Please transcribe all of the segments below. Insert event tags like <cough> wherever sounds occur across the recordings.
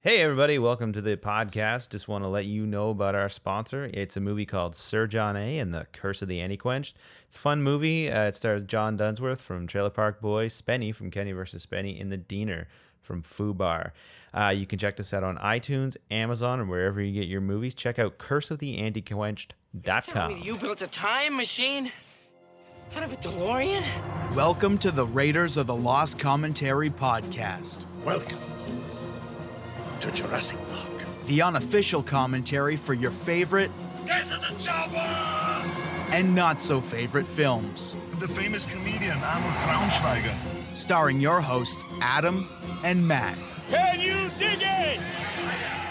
Hey, everybody, welcome to the podcast. Just want to let you know about our sponsor. It's a movie called Sir John A. and the Curse of the Antiquenched. It's a fun movie. Uh, it stars John Dunsworth from Trailer Park Boys, Spenny from Kenny vs. Spenny, and the Diener from Fubar. Uh, you can check this out on iTunes, Amazon, and wherever you get your movies. Check out Tell me, curseoftheantiquenched.com. you built a time machine out of a DeLorean? Welcome to the Raiders of the Lost Commentary podcast, Welcome to Jurassic Park. the unofficial commentary for your favorite Get to the chopper! and not so favorite films, The famous comedian Arnold Braunschweiger. starring your hosts Adam and Matt. Can you dig it?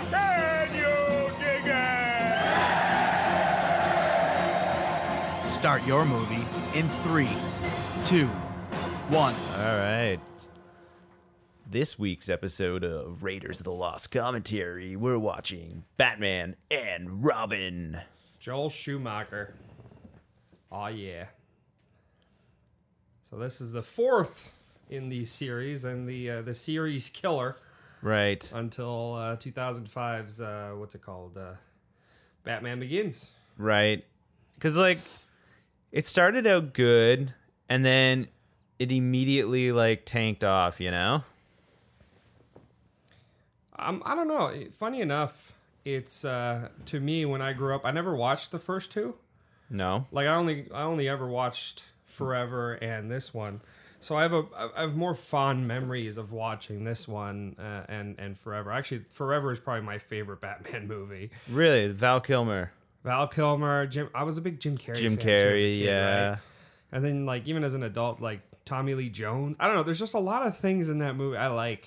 Can you dig it? Start your movie in three, two, one. All right. This week's episode of Raiders of the Lost Commentary, we're watching Batman and Robin. Joel Schumacher. Oh yeah. So this is the fourth in the series and the uh, the series killer Right. until uh, 2005's uh, what's it called? Uh, Batman Begins. right? Because like it started out good, and then it immediately like tanked off. You know? Um, I don't know. It- Funny enough, it's uh, to me when I grew up, I never watched the first two. No. Like I only I only ever watched Forever and this one. So I have a I have more fond memories of watching this one uh, and and Forever. Actually, Forever is probably my favorite Batman <laughs> movie. Really, Val Kilmer, Val Kilmer, Jim. I was a big Jim Carrey. Jim fan too as a Carrey, kid, yeah. right? And then like even as an adult, like Tommy Lee Jones. I don't know. There's just a lot of things in that movie I like.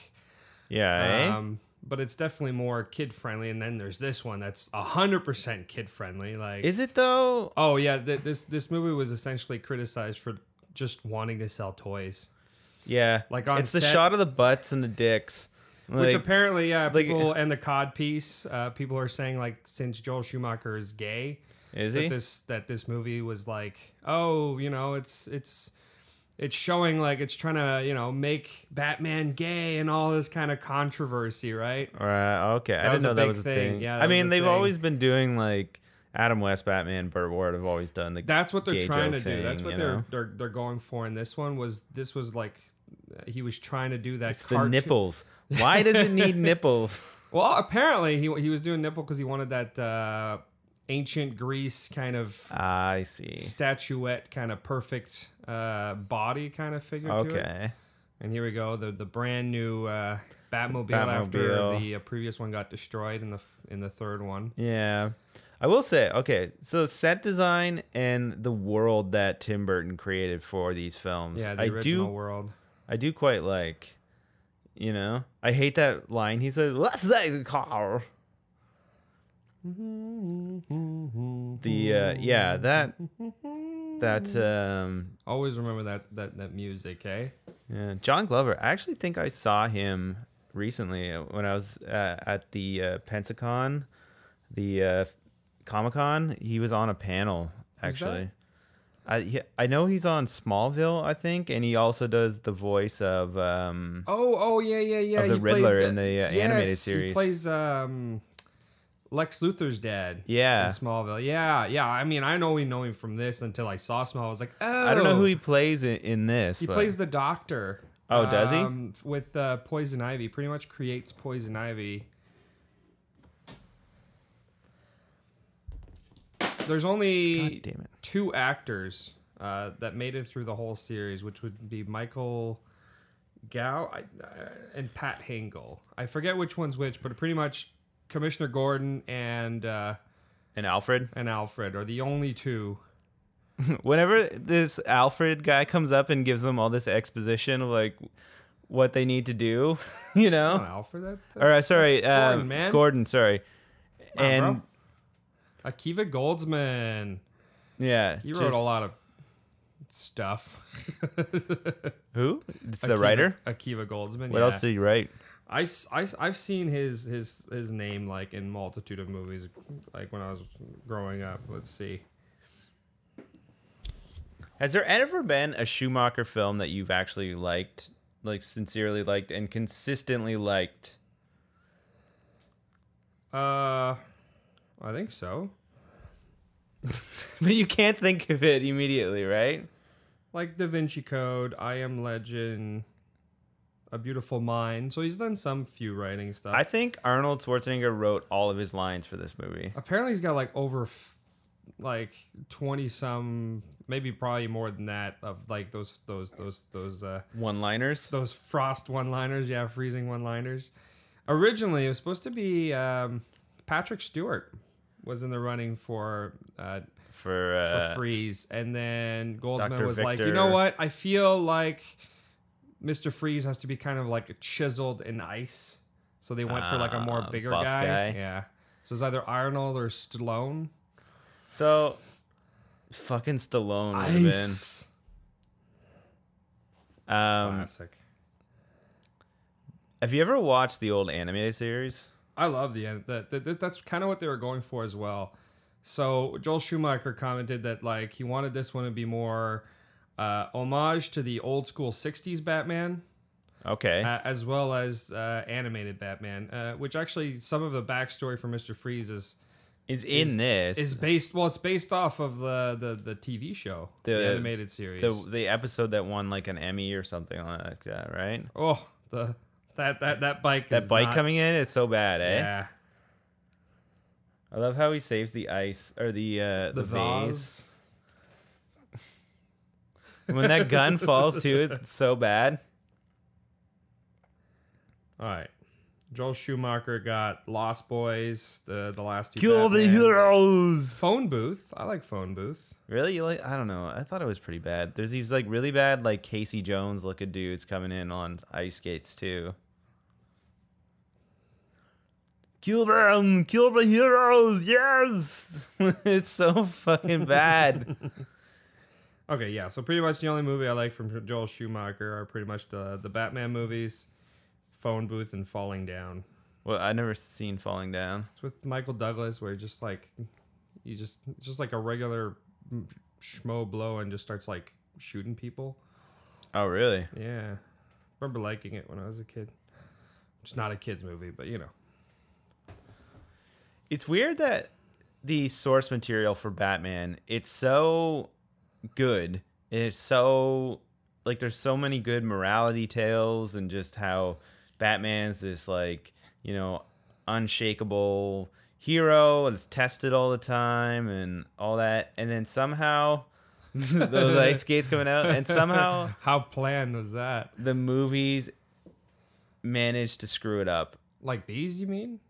Yeah. eh? Um, but it's definitely more kid friendly. And then there's this one that's hundred percent kid friendly. Like Is it though? Oh yeah, th- this this movie was essentially criticized for just wanting to sell toys, Yeah. Like on it's the set- shot of the butts and the dicks. which Like, apparently yeah, like- eh. people and the cod piece, uh, people are saying like since Joel Schumacher is gay, is that he? this that this movie was like oh you know it's it's it's showing like it's trying to you know make Batman gay and all this kind of controversy, right? Right. Okay. I was didn't know a that big was a thing. thing, yeah, I that was mean, a they've thing. always been doing like Adam West, Batman, Burt Ward have always done the. That's what they're gay trying to joke do. That's thing, what you they're know? they're they're going for in this one was this was like uh, he was trying to do that It's the cartoon- nipples. Why does it <laughs> need nipples? Well, apparently he he was doing nipple because he wanted that uh, ancient Greece kind of I see. statuette, kind of perfect uh, body kind of figure. To it. Okay. And here we go the the brand new uh, Batmobile, after Batmobile. the uh, previous one got destroyed in the f- in the third one. Yeah. I will say, okay, so set design and the world that Tim Burton created for these films. Yeah, the I original do world. I do quite like. You know? I hate that line he said, Let's take the <laughs> car. The uh yeah, that that um Always remember that that that music, eh? yeah, John Glover. I actually think I saw him recently uh, when I was uh, at the uh, Pensacon, the uh, Comic Con. He was on a panel actually. I he, I know he's on Smallville, I think, and he also does the voice of um, Oh, oh yeah, yeah, yeah. Of the he played Riddler in the, uh, animated yes, series. He plays um, Lex Luthor's dad. Yeah. in Smallville. Yeah, yeah. I mean, I know we know him from this until I saw Smallville. I was like, oh, I don't know who he plays in, in this. He but- plays the Doctor. Oh, does he? f- With uh, Poison Ivy, pretty much creates Poison Ivy. There's only God damn it. two actors uh, that made it through the whole series, which would be Michael Gow I, uh, and Pat Hingle. I forget which one's which, but pretty much Commissioner Gordon and uh, and Alfred. and Alfred are the only two. Whenever this Alfred guy comes up and gives them all this exposition of like what they need to do, <laughs> you know, Not Alfred, that, Oh. All right, that's- sorry, that's Gordon, Gordon sorry, Come and on, bro. Akiva Goldsman. yeah, He wrote just- a lot of <laughs> stuff. Who? It's the Akiva- writer. Akiva Goldsman. What yeah. else did he write? I, have seen his his his name like in multitude of movies, like when I was growing up. Let's see. Has there ever been a Schumacher film that you've actually liked, like sincerely liked and consistently liked? Uh, I think so. <laughs> But you can't think of it immediately, right? Like Da Vinci Code, I Am Legend, A Beautiful Mind. So he's done some few writing stuff. I think Arnold Schwarzenegger wrote all of his lines for this movie. Apparently, he's got like over f- like twenty some, maybe probably more than that of like those those those those uh One liners. those frost one liners. Yeah, freezing one liners. Originally, it was supposed to be um, Patrick Stewart was in the running for uh, For, for uh, Freeze, and then Goldsman Dr. was like, you Victor- know what? I feel like Mr. Freeze has to be kind of like chiseled in ice, so they went for like a more Ah, bigger buff guy. guy. Yeah, so it's either Arnold or Stallone. So, fucking Stallone would have been. Um, Classic. have you ever watched the old animated series? I love the end. That, that, that- that's kind of what they were going for as well. So Joel Schumacher commented that like he wanted this one to be more uh, homage to the old school '60s Batman, Okay. uh, as well as uh, animated Batman, uh, which actually some of the backstory for Mister Freeze is it's in this. is based. Well, it's based off of the the, the TV show, the, The- animated series. the, the episode that won like an Emmy or something like that, right? oh, the that that that bike. That is bike not- coming in is so bad, eh? Yeah, I love how he saves the ice or the uh, the, the, vase. vase. when that <laughs> gun falls too, it's so <laughs> bad. All right. Joel Schumacher got Lost Boys, the the last two. Batmans. heroes. Phone booth. I like phone booth. Really? You like? I don't know. I thought it was pretty bad. There's these like really bad like Casey Jones looking dudes coming in on ice skates too. Kill them! Kill the heroes! Yes! <laughs> it's so fucking <laughs> bad. Okay, yeah. So pretty much the only movie I like from Joel Schumacher are pretty much the the Batman movies, phone booth and falling down. well, I've never seen falling down. It's with Michael Douglas where just like you just it's just like a regular schmo blow and just starts like shooting people. Oh really? Yeah, remember liking it when I was a kid. It's not a kids movie, but you know. It's weird that the source material for Batman, it's so good. It's so like there's so many good morality tales and just how Batman's this like, you know, unshakable hero and it's tested all the time and all that. And then somehow <laughs> those ice skates coming out and somehow <laughs> How planned was that? the movies manage to screw it up. Like these, you mean?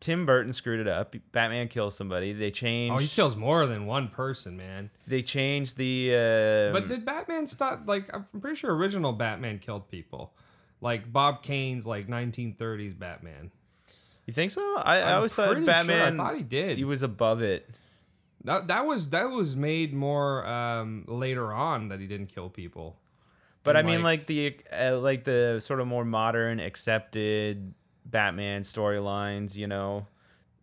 Tim Burton screwed it up. Batman kills somebody. They changed Oh, he kills more than one person, man. They changed the. Uh, But did Batman stop? Like, I'm pretty sure original Batman killed people, like Bob Kane's like 1930s Batman. you think so? I, I I'm always thought pretty sure I Batman. thought he did. He was above it. That that was that was made more um, later on that he didn't kill people. But And, I mean, like- like the uh, like the sort of more modern, accepted Batman storylines. You know,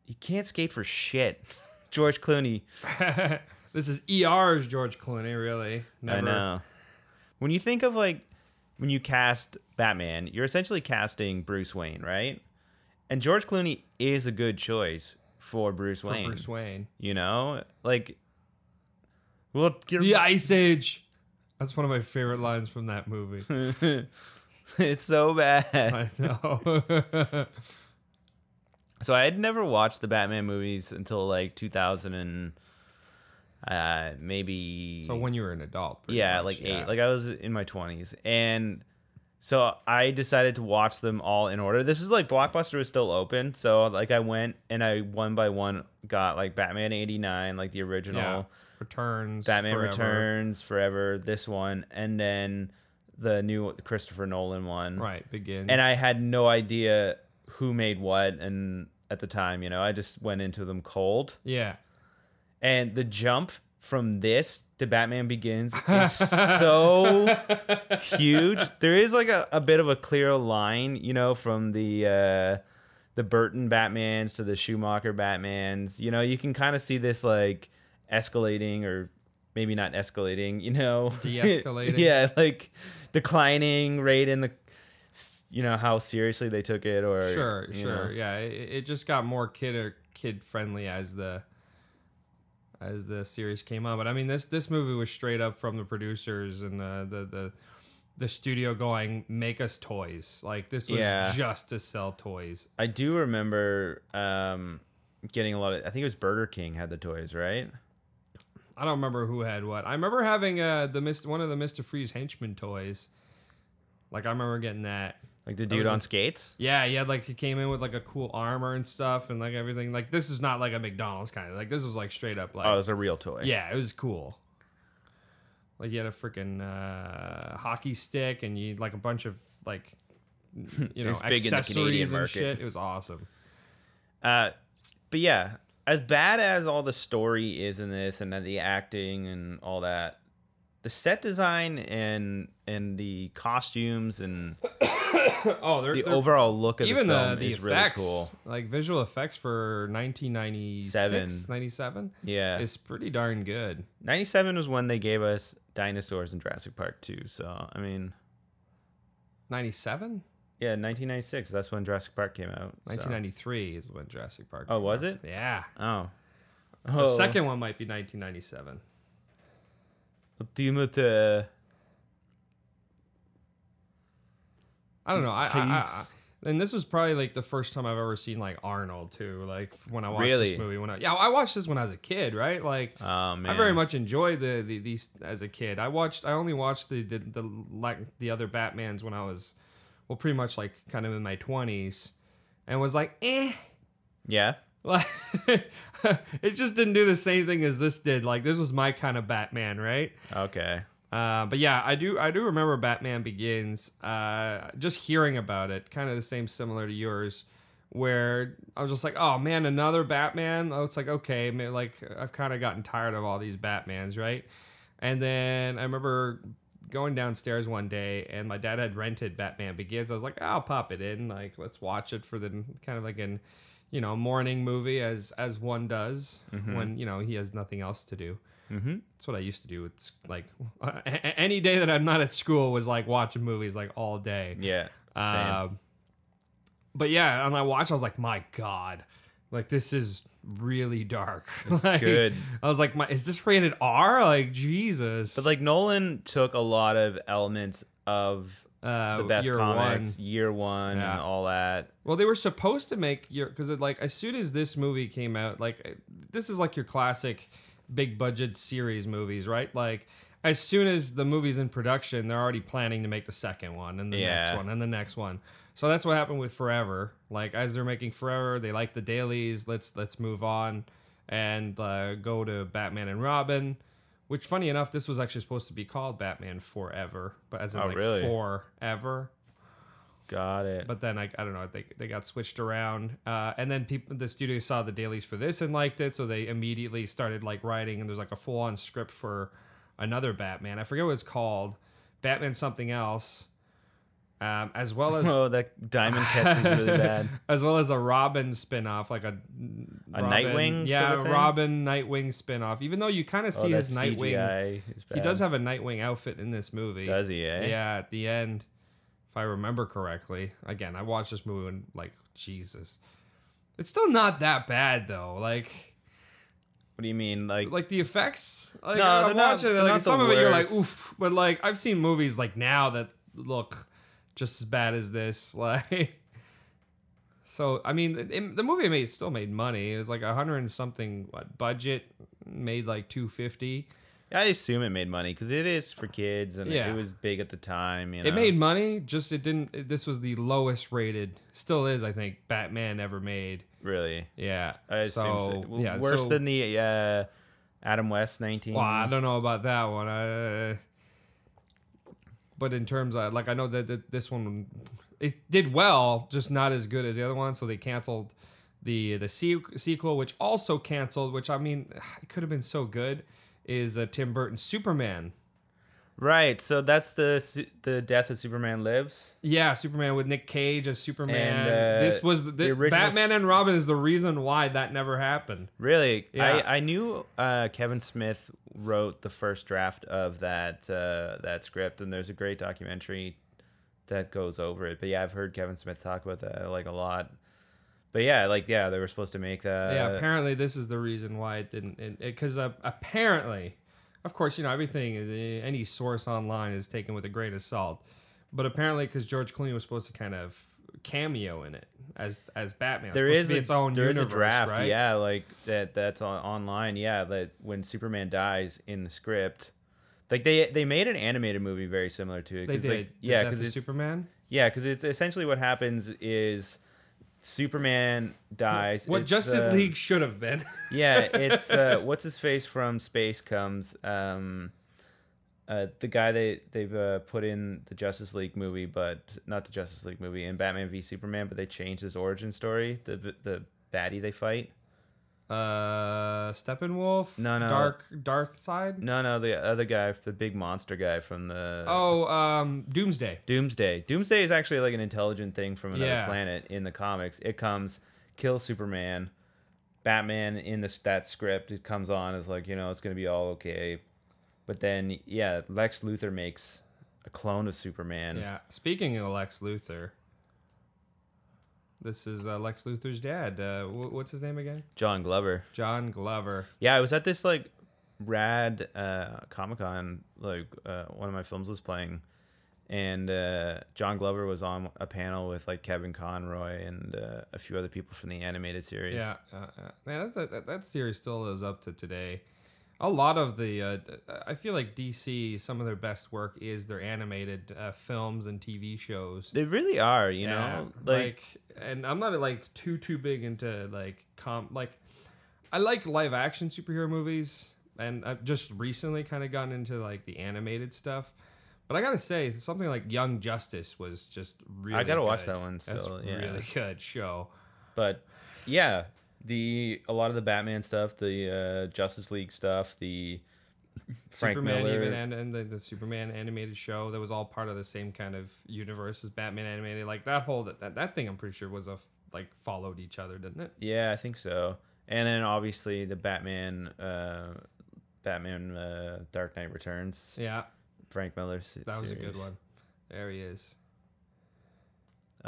he can't skate for shit. <laughs> George Clooney. This is ER's George Clooney, really. Never. I know. When you think of like when you cast Batman, you're essentially casting Bruce Wayne, right? And George Clooney is a good choice for Bruce for Wayne. Bruce Wayne. You know, like. We'll get The Ice Age. That's one of my favorite lines from that <laughs> movie. It's so bad. I know. <laughs> So I had never watched the Batman movies until like 2000 and uh, maybe so when you were an adult, pretty yeah, much, like yeah. eight. Like I was in my 20s, and so I decided to watch them all in order. This is like Blockbuster was still open, so like I went and I one by one got like Batman 89, like the original. yeah. returns. Batman forever. Returns, Forever, this one, and then the new Christopher Nolan one. Right, begins. Mm. And I had no idea who made what, and at the time, you know, I just went into them cold. yeah. And the jump from this to Batman <laughs> Begins is so huge. There is like a, a bit of a clear line, you know, from the uh the Burton Batmans to the Schumacher Batmans. You know, you can kind of see this like escalating or maybe not escalating, you know. <laughs> De-escalating. yeah, like declining rate in the s- you know how seriously they took it or sure, you sure, know. yeah. It, it just got more kid or kid friendly as the as the series came on. But I mean, this this movie was straight up from the producers and the the the, the studio going, make us toys. Like this was Yeah. just to sell toys. I do remember um getting a lot of I think it was Burger King had the toys, right? I don't remember who had what. I remember having uh the Mist, one of the Mister Freeze henchman toys. Like I remember getting that. Like the dude was on a- skates? Yeah, yeah, like he came in with like a cool armor and stuff and like everything. Like this is not like a McDonald's kind of like this was like straight up like Oh, that's a real toy. Yeah, it was cool. Like you had a freaking uh, hockey stick, and you like a bunch of <laughs> like you know was big in the accessories Canadian and market. shit. It <laughs> was awesome. Uh, but yeah, as bad as all the story is in this, and the acting and all that, the set design and and the costumes and Oh, they're, the they're- overall look of even the the, film the is effects, really cool. like visual effects for 1996, Seven. 97 Yeah, is pretty darn good. ninety seven was when they gave us dinosaurs in Jurassic Park two. So I mean, 97, yeah, nineteen ninety six. That's when Jurassic Park came out. so- 1993 is when Jurassic Park. Oh, came was out. it? Yeah. Oh. The Oh. second one might be 1997. Ultimate. I don't know. I, I, I, Please. I and this was probably like the first time I've ever seen like Arnold too. Like when I watched Really? this movie when I yeah I watched this when I was a kid, right? Like Oh man. I very much enjoyed the, the these as a kid. I watched I only watched the the, the like the other Batman's when I was well pretty much like kind of in my twenties and was like eh <laughs> Yeah. like <laughs> it just didn't do the same thing as this did. Like this was my kind of Batman, right? Okay. Uh, but yeah, I do I do remember Batman Begins. Uh, just hearing about it, kind of the same similar to yours, where I was just like, oh man, another Batman. Oh, it's like okay, maybe, like I've kind of gotten tired of all these Batmans, right? And then I remember going downstairs one day and my dad had rented Batman Begins. I was like, I'll pop it in, like let's watch it for the kind of like an you know morning movie as as one does when you know he has nothing else to do. That's what I used to do. It's like <laughs> a- a- any day that I'm not at school was like watching movies like all day. Yeah. Same. Um, but yeah, and I watched. I was like, my god, like this is really dark. <laughs> Like, good. I was like, my is this rated R? Like Jesus. But like Nolan took a lot of elements of Uh, the best Year comics, One. year one, and Yeah. all that. Well, they were supposed to make your because like as soon as this movie came out, like uh, this is like your classic big budget series movies, right? Like as soon as the movie's in production, they're already planning to make the second one and the Yeah. next one and the next one. So that's what happened with Forever. Like as they're making Forever, they like the dailies. Let's let's move on and uh, go to Batman and Robin. Which, funny enough, this was actually supposed to be called Batman Forever, but as in Oh, like really? forever Got it. but then I, I don't know they, they got switched around uh, and then people the studio saw the dailies for this and liked it so they immediately started like writing and there's like a full-on script for another batman i forget what it's called batman something else um, as well as <laughs> <laughs> oh, that <laughs> diamond catch was really bad. as well as a robin spin-off like a A Robin- Nightwing yeah sort of thing? robin nightwing spin-off even though you kind of Oh, see that his nightwing CGI is he bad. does have a nightwing outfit in this movie Does he? Eh? yeah, at the end, if I remember correctly. Again, I watched this movie and like Jesus, it's still not that bad though. Like, What do you mean? Like, like the effects. Like, No, I'm they're not- watching it, they're like, not the some of it, you're like worst. oof, but like I've seen movies like now that look just as bad as this. <laughs> Like, so I mean, it, the movie made still made money. It was like a hundred and something what budget made like two fifty. I assume it made money because it is for kids and Yeah. it was big at the time. You know? It made money, just it didn't. it- this was the lowest rated, still is, I think, Batman ever made. really. Yeah. I assume so. W- yeah, worse so- than the uh, Adam West nineteen. Well, I don't know about that one. I, but in terms of like, I know that, that this one it did well, just not as good as the other one. So they canceled the the se- sequel, which also canceled. Which I mean, <sighs> it could have been so good. Is uh, Tim Burton's Superman? Right. So that's the su- the death of Superman lives. Yeah, Superman with Nick Cage as And, Superman. uh, this was the, the original Batman s- and Robin is the reason why that never happened. Really, Yeah. I, I knew uh, Kevin Smith wrote the first draft of that uh, that script, and there's a great documentary that goes over it. But yeah, I've heard Kevin Smith talk about that like a lot. But yeah, like yeah, they were supposed to make that. yeah, apparently this is the reason why it didn't. Because uh, apparently, of course, you know everything. uh, Any source online is taken with a grain of salt. But apparently, because George Clooney was supposed to kind of cameo in it as as Batman, It's there supposed is to be a, its own there is universe, a draft, right? yeah, like that that's on, online, yeah, that when Superman dies in the script, like they they made an animated movie very similar to it. They 'cause, did. like, yeah, because because it's Superman. yeah, because it's essentially what happens is Superman dies. What it's, Justice uh, League should have <laughs> been. <laughs> yeah, it's uh, what's his face from space comes. Um, uh, the guy they they've uh, put in the Justice League movie, but not the Justice League movie and Batman v Superman, but they changed his origin story. The the baddie they fight. uh, Steppenwolf. No, no. Dark Darth side. No, no, the other guy, the big monster guy from the Oh, um, Doomsday. Doomsday. Doomsday is actually like an intelligent thing from another Yeah. planet in the comics. It comes, kills Superman. Batman in this that script, it comes on as like, you know, it's gonna be all okay. But then yeah, Lex Luthor makes a clone of Superman. Yeah. Speaking of Lex Luthor, this is uh, Lex Luthor's dad. Uh, wh- what's his name again? John Glover. John Glover. Yeah, I was at this like rad uh, Comic Con. Like uh, one of my films was playing, and uh, John Glover was on a panel with like Kevin Conroy and uh, a few other people from the animated series. Yeah, uh, uh, man, that's a, that, that series still is up to today. A lot of the, uh, d- I feel like DC, some of their best work is their animated uh, films and TV shows. they really are. You know, Yeah, like, and I'm not like too too big into like com like I like live action superhero movies, and I've just recently kind of gotten into like the animated stuff. But I gotta say, something like Young Justice was just really. gotta good. watch that one That's still, yeah. really good show. but yeah, the a lot of the Batman stuff, the uh, Justice League stuff, the Frank Superman Miller. even and, and the, the Superman animated show that was all part of the same kind of universe as Batman animated. Like that whole that that, that thing, I'm pretty sure was a f- like followed each other, didn't it? yeah, I think so. And then obviously the Batman, uh, Batman uh, Dark Knight Returns. Yeah, Frank Miller. se- that was a good series. one. There he is.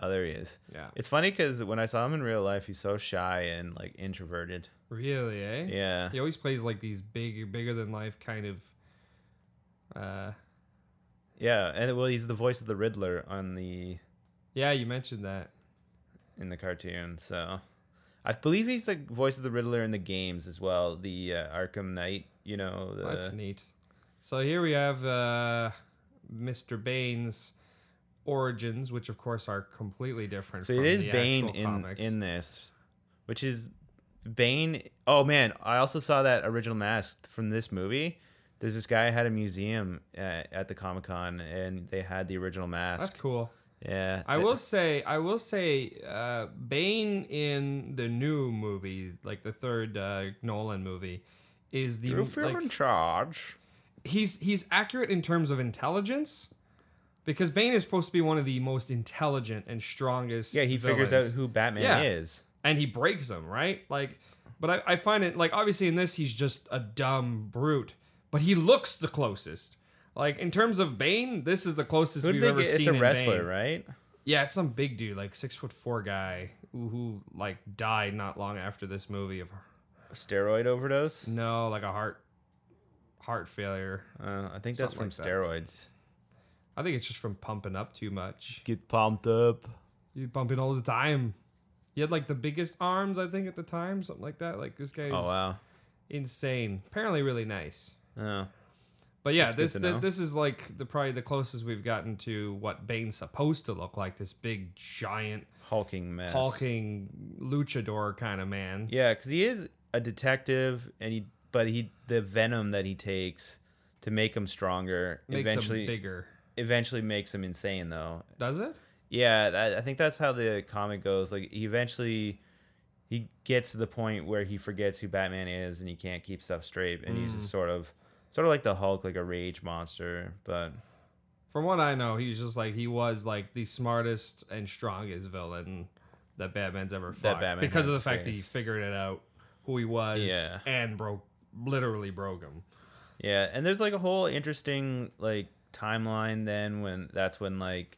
Oh, there he is. Yeah. It's funny because when I saw him in real life, he's so shy and like introverted. Really, eh? Yeah. He always plays like these big, bigger than life kind of. Uh, Yeah, and well, he's the voice of the Riddler on the yeah, you mentioned that. in the cartoon. So, I believe he's the voice of the Riddler in the games as well. The uh, Arkham Knight, you know. The, That's neat. So here we have uh, Mr. Bane's origins, which of course are completely different. so from it is the Bane actual in comics. in this, which is Bane. Oh man, I also saw that original mask from this movie. There's this guy had a museum uh, at, at the Comic Con, and they had the original mask. That's cool. Yeah, I th- will say, I will say, uh, Bane in the new movie, like the third uh, Nolan movie, is the If you're like, in charge. he's he's accurate in terms of intelligence because Bane is supposed to be one of the most intelligent and strongest. Yeah, he figures out villains. who Batman Yeah. is. and he breaks them, right? Like, but I, I find it like obviously in this he's just a dumb brute, but he looks the closest. Like in terms of Bane, this is the closest Who we've would think ever seen. it's a in wrestler, Bane. right? Yeah, it's some big dude, like six foot four guy who, who like died not long after this movie of Steroid overdose. no, like a heart heart failure. Uh, I think that's Something from like that. steroids. I think it's just from pumping up too much. Get pumped up. You bumping all the time. He had like the biggest arms, I think, at the time, something like that. Like this guy is Oh wow. insane. Apparently, really nice. Oh. But yeah, That's good this to th- know. this is like the probably the closest we've gotten to what Bane's supposed to look like. This big, giant, Hulking mess. hulking luchador kind of man. Yeah, because he is a detective, and he but he the venom that he takes to make him stronger makes eventually him bigger. eventually makes him insane though. Does it? Yeah, that, I think that's how the comic goes. Like he eventually he gets to the point where he forgets who Batman is and he can't keep stuff straight and he's just sort of sort of like the Hulk, like a rage monster. But From what I know, he's just like he was like the smartest and strongest villain that Batman's ever fought. Batman because of had the fact that he faced. figured it out who he was Yeah. and broke literally broke him. yeah, and there's like a whole interesting like timeline then when that's when like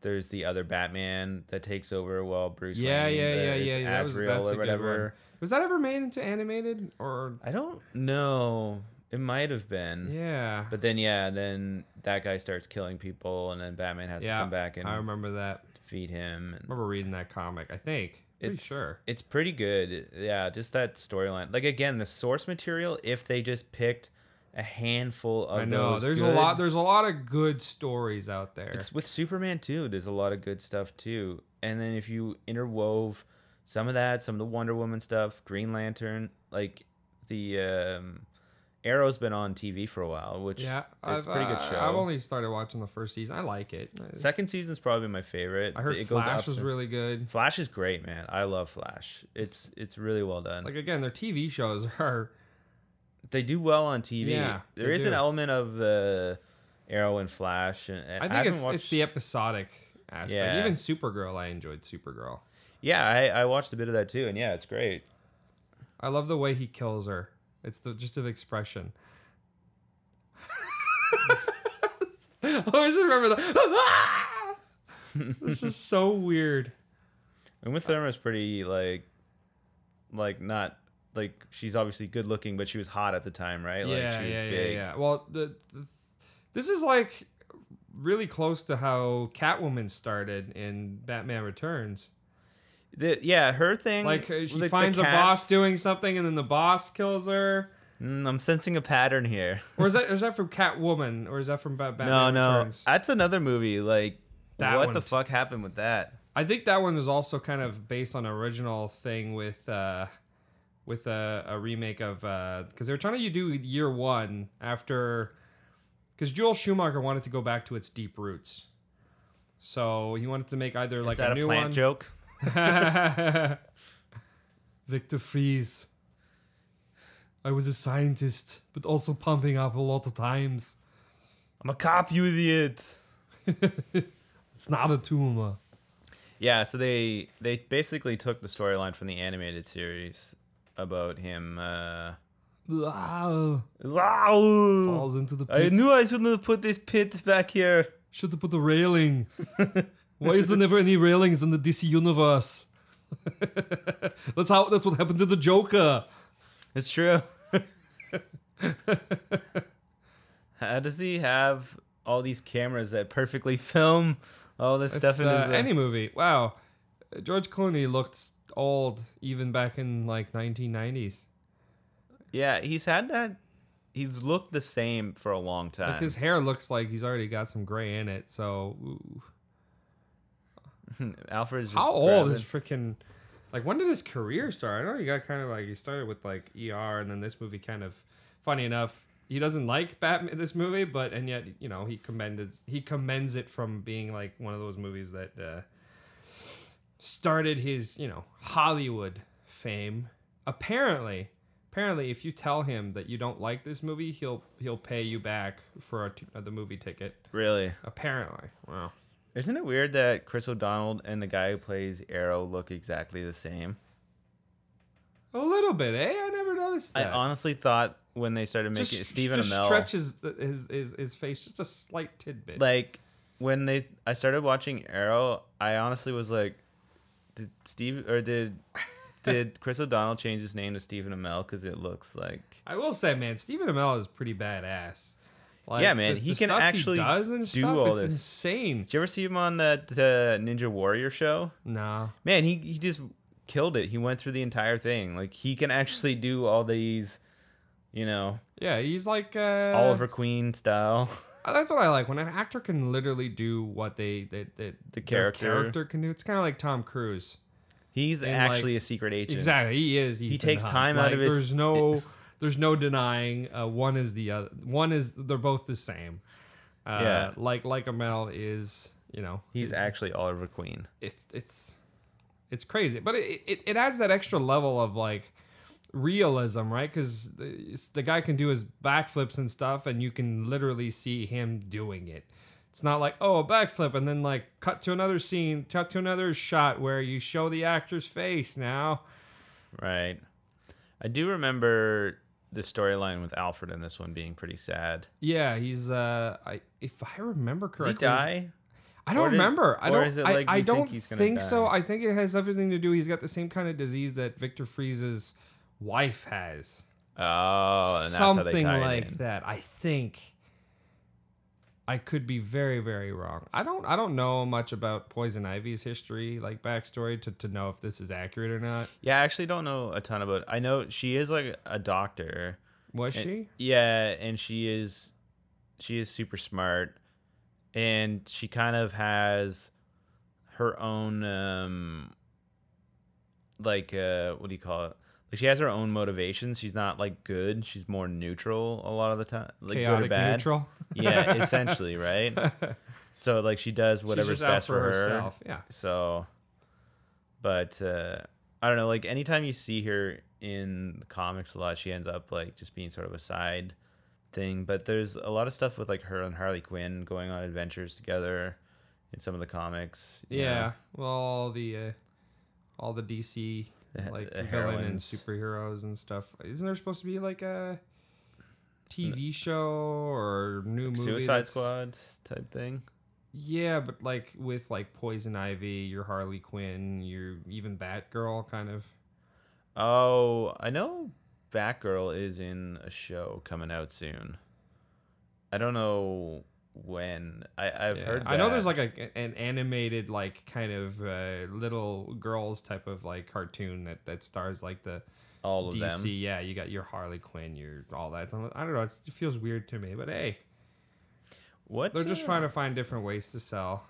There's the other Batman that takes over while Bruce. Yeah, Wayne, yeah, the- yeah, yeah. it's that was, Asriel that's or a good one. whatever. Was that ever made into animated or? I don't know. It might have been. Yeah. But then yeah, then that guy starts killing people, and then Batman has yeah. to come back and I remember that. feed him. And remember reading that comic. I think. Pretty it's, sure. It's pretty good. Yeah, just that storyline. Like again, the source material. If they just picked a handful of I know. those There's a good- lot. There's a lot of good stories out there. It's with Superman too. There's a lot of good stuff too. And then if you interwove some of that, some of the Wonder Woman stuff, Green Lantern, like the um, Arrow's been on TV for a while, which yeah, is a pretty good uh, show. I've only started watching the first season. I like it. Second season's probably my favorite. I heard It goes Flash up was and- really good. Flash is great, man. I love Flash. It's it's really well done. Like again, their TV shows <laughs> are they do well on TV. Yeah, there they is an do. element of the Arrow and Flash, and, and I think haven't it's watched, it's the episodic aspect. Yeah. Even Supergirl, I enjoyed Supergirl. yeah. I, I watched a bit of that too, and yeah, it's great. I love the way he kills her. It's the just an expression. <laughs> I always remember that. <laughs> this is so weird. Uma Thurman's pretty like, like not like she's obviously good looking, but she was hot at the time, right? <laughs> Like yeah, she was yeah, yeah, yeah. Well, the, the, this is like really close to how Catwoman started in Batman Returns. The- yeah, her thing. Like uh, she the- the finds a cats- boss doing something, and then the boss kills her. Mm, I'm sensing a pattern <laughs> here. Or is that is that from Catwoman, or is that from Ba- No, Batman no, Returns? that's another movie. Like, That what one the t- fuck happened with that? I think that one was also kind of based on an original thing with uh, with a, a remake of because they were trying to do year one after because Joel Schumacher wanted to go back to its deep roots, so he wanted to make either like is that a a, new plant one. joke? <laughs> Victor Freeze. I was a scientist, but also pumping up a lot of times. I'm a cop, you idiot. It's not a tumor. Yeah, so they they basically took the storyline from the animated series about him. Uh, Ah, wow! falls into the pit. I knew I shouldn't have put this pit back here. Should have put a railing. Why is there never any railings in the DC universe? <laughs> that's how. That's what happened to the Joker. It's true. <laughs> How does he have all these cameras that perfectly <laughs> film all this stuff in his? It's, uh, uh, any movie. Wow, Uh, George Clooney looked old even back in like 1990s. yeah, he's had that. He's looked the same for a long time. Like his hair looks like he's already got some gray in it. So ooh. Alfred's just how old grabbing- is freaking? Like when did his career start? I know he got kind of like he started with like ER, and then this movie kind of. Funny enough, he doesn't like Batman this movie, but and yet you know he commended he commends it from being like one of those movies that uh, started his you know Hollywood fame. Apparently, apparently, if you tell him that you don't like this movie, he'll he'll pay you back for a t- uh, the movie ticket. really? Apparently, wow. Isn't it weird that Chris O'Donnell and the guy who plays Arrow look exactly the same? A little bit, eh? I never noticed I that. honestly thought when they started making just, Stephen just Amell, stretches the- his, his his face just a slight tidbit. like when they I started watching Arrow, I honestly was like, did Steve or <laughs> did did Chris O'Donnell change his name to Stephen Amell because it looks like I will say, man, Stephen Amell is pretty badass. Like, Yeah, man, he can stuff actually he does and do stuff, all it's this. insane. Did you ever see him on that uh, Ninja Warrior show? No, Man, he he just killed it. He went through the entire thing. Like he can actually do all these, you know, yeah, he's like uh, Oliver Queen style. <laughs> That's what I like when an actor can literally do what they they, they their character. character can do. It's kind of like Tom Cruise. He's And, actually like, a secret agent. Exactly, he is. Ethan takes Hunt. time out Like, of his- <laughs> There's no, there's no denying. Uh, one is the other. One is they're both the same. Uh, Yeah. like like Amel is. You know, He's actually Oliver Queen. it's it's it's crazy but it, it, it adds that extra level of like realism right because the, the guy can do his backflips and stuff and you can literally see him doing it it's not like oh a backflip and then like cut to another scene cut to another shot where you show the actor's face now Right. I do remember the storyline with Alfred in this one being pretty sad. yeah he's uh i if i remember Does he correctly die? I don't Or did- remember. I or don't. is it I- like I, you think don't he's gonna think so. die? I think it has everything to do. He's got the same kind of disease that Victor Freeze's wife has. Oh, and that's how they Something tie like it in. that. I think. I could be very, very wrong. I don't. I don't know much about Poison Ivy's history, like backstory, to, to know if this is accurate or not. Yeah, I actually don't know a ton about. I know she is like a doctor. Was And- she? Yeah, and she is she is super smart, and she kind of has her own um like uh what do you call it? Like she has her own motivations. She's not like good. She's more neutral a lot of the time, like good or Chaotic bad. <laughs> neutral. <laughs> yeah, essentially, right? So like she does whatever's She's just out best for, her. herself. Yeah. So, but uh, I don't know. Like anytime you see her in the comics, a lot she ends up like just being sort of a side thing. But there's a lot of stuff with like her and Harley Quinn going on adventures together in some of the comics. you Yeah. know. Well, all the uh, all the DC The- like the villain and heroines. superheroes and stuff. Isn't there supposed to be like a TV show or new movie? Suicide that's- Squad type thing. Yeah, but like with like Poison Ivy, your Harley Quinn, your even Batgirl, kind of. Oh, I know Batgirl is in a show coming out soon. I don't know when. I, I've Yeah. heard. That. I know there's like a an animated like kind of uh, little girls type of like cartoon that that stars like the all of DC, them. yeah, you got your Harley Quinn, your all that. I don't know. It feels weird to me, but hey, What they're just trying to find different ways to sell.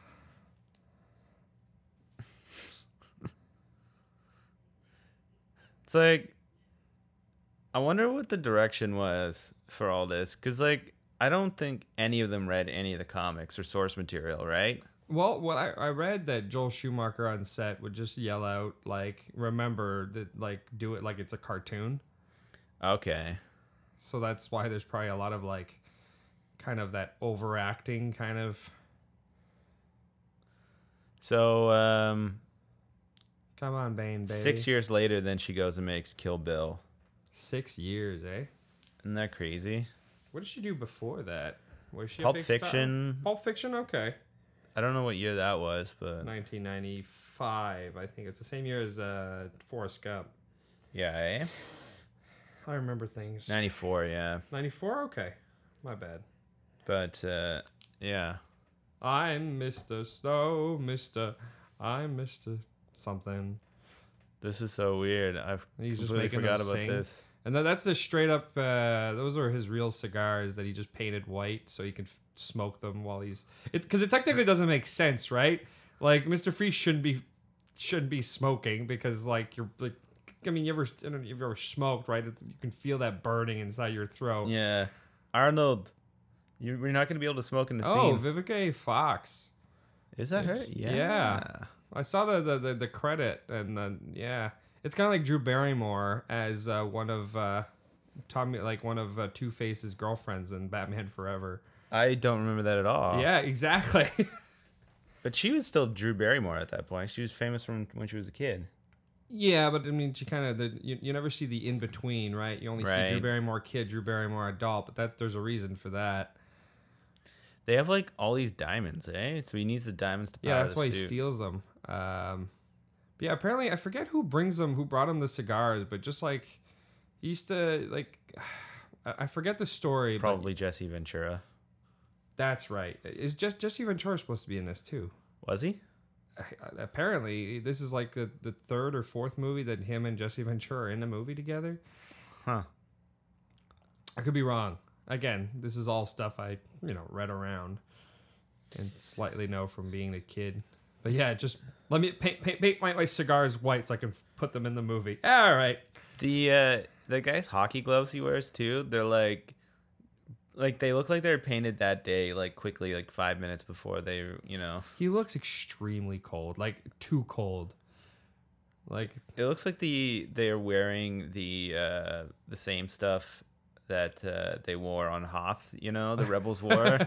It's like I wonder what the direction was for all this cuz like I don't think any of them read any of the comics or source material, right? Well, what I, I read that Joel Schumacher on set would just yell out like, "Remember that, like, do it like it's a cartoon." Okay. So that's why there's probably a lot of like, kind of that overacting kind of So um "Come on, Bane, baby." 6 years later then she goes and makes Kill Bill. Six years, eh? Isn't that crazy? What did she do before that? Was she a Pulp big star? Fiction. Pulp Fiction, okay. I don't know what year that was, but 1995. I think it's the same year as uh, Forrest Gump. yeah, eh? I remember things. 94, yeah. 94? Okay. My bad. But uh yeah. I'm Mr. Snow, Mr. I'm Mr. something. This is so weird. I've He's just completely making forgot them about sing. this. And tha- that's the straight up, uh, those are his real cigars that he just painted white so he can f- smoke them while he's. Because it, technically doesn't make sense, right? Like, Mr. Free shouldn't be shouldn't be smoking because, like, you're like. I mean, you ever I don't know, you've ever smoked, right? It's- You can feel that burning inside your throat. Yeah. Arnold, you- you're not going to be able to smoke in the Oh, scene. Vivica A. Fox. Is that her? Yeah. I saw the the, the, the credit and the, yeah, it's kind of like Drew Barrymore as uh, one of uh, Tommy, like one of uh, Two Face's girlfriends in Batman Forever. I don't remember that at all. Yeah, exactly. <laughs> But she was still Drew Barrymore at that point. She was famous from when she was a kid. yeah, but I mean, she kind of you, you never see the in between, right? You only see Drew Right. Barrymore kid, Drew Barrymore adult, but that there's a reason for that. They have like all these diamonds, eh? So he needs the diamonds to Yeah, power that's the why he suit. steals them. Um, but yeah, apparently I forget who brings them, who brought him the cigars, but just like he used to like. <sighs> I I forget the story. but Probably Jesse Ventura. That's right. Is just Jesse Ventura supposed to be in this too? Uh, Was he? Apparently, this is like the, the third or fourth movie that him and Jesse Ventura are in the movie together. Huh. I could be wrong. Again, this is all stuff I you know read around and slightly know from being a kid. But yeah, just let me paint paint, paint my, my cigars white so I can f- put them in the movie. All right. The uh the guy's hockey gloves he wears too, they're like like they look like they were painted that day, like quickly, like five minutes before they you know. He looks extremely cold, like too cold. Like It looks like the they're wearing the uh, the same stuff that uh, they wore on Hoth. You know, the <laughs> rebels wore.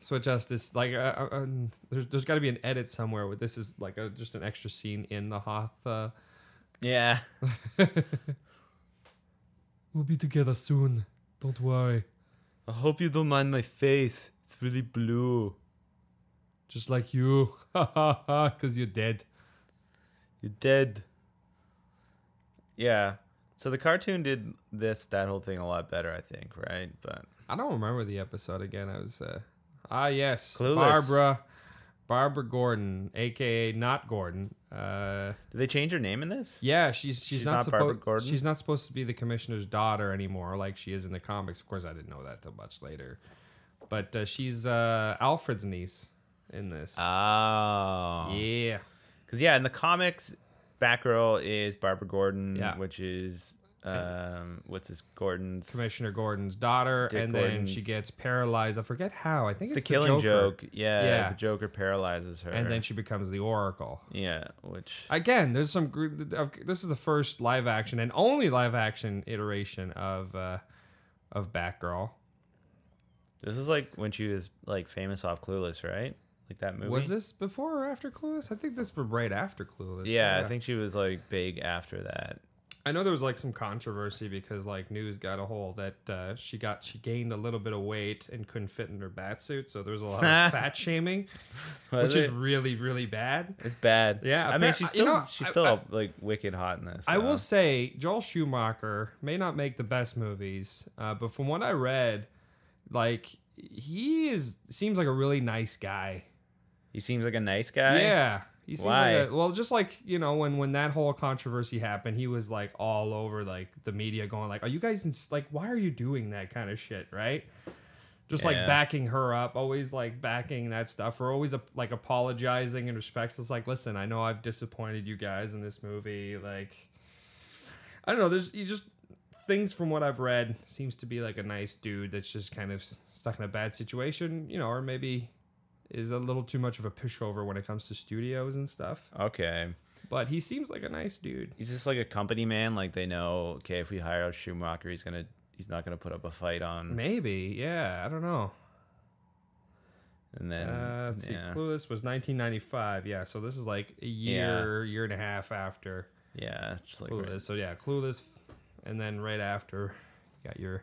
So Justice, like, uh, uh, um, there's there's got to be an edit somewhere where this is like a, just an extra scene in the Hoth. Uh, yeah, we'll be together soon. Don't worry. I hope you don't mind my face. It's really blue. Just like you. <laughs> Ha ha ha, because you're dead. You're dead. Yeah. So the cartoon did this that whole thing a lot better, I think, right? But I don't remember the episode again. I was uh, ah yes, Clueless. Barbara, Barbara Gordon, aka not Gordon. Uh, did they change her name in this? yeah, she's she's, She's not, not Barbara supposed Gordon? she's not supposed to be the commissioner's daughter anymore, like she is in the comics. Of course, I didn't know that till much later, but uh, she's uh, Alfred's niece in this. Oh. yeah, Because yeah, in the comics, Batgirl is Barbara Gordon, Yeah. which is um, what's his Gordon's Commissioner Gordon's daughter, Dick and then she Gordon's- gets paralyzed. I forget how. I think it's, It's the killing Joker. joke. Yeah, Yeah. the Joker paralyzes her, and then she becomes the Oracle. yeah, which again there's some gr- this is the first live action and only live action iteration of uh of batgirl this is like when she was like famous off Clueless, right? Like that movie. was this before or after clueless i think this was right after clueless Yeah, I think she was like big after that. i know there was like some controversy because like news got a hold that uh she got she gained a little bit of weight and couldn't fit in her bat suit so there was a lot of fat shaming <laughs> which Was is it? really really bad It's bad. Yeah, I mean apparent- she's you still know, she's I- still I- like wicked hot in this. I so. will say Joel Schumacher may not make the best movies, uh, but from what I read, like he is seems like a really nice guy. he seems like a nice guy. yeah, he seems Why? like a, well, just like you know when when that whole controversy happened, he was like all over like the media going like, "Are you guys in, like why are you doing that kind of shit?" Right. Just like Yeah. backing her up, always like backing that stuff, or always ap- like apologizing and respects. It's like, listen, I know I've disappointed you guys in this movie. Like, I don't know. There's you just things from what I've read seems to be like a nice dude that's just kind of s- stuck in a bad situation, you know, or maybe is a little too much of a pushover when it comes to studios and stuff. Okay. But he seems like a nice dude. He's just like a company man. Like they know, okay, if we hire Schumacher, he's gonna he's not gonna put up a fight on. Maybe, yeah, I don't know. And then Uh, let's Mm, yeah. see, Clueless was 1995, yeah. So this is like a year, year and a half after yeah, it's like Clueless. So yeah, Clueless, and then right after, you got your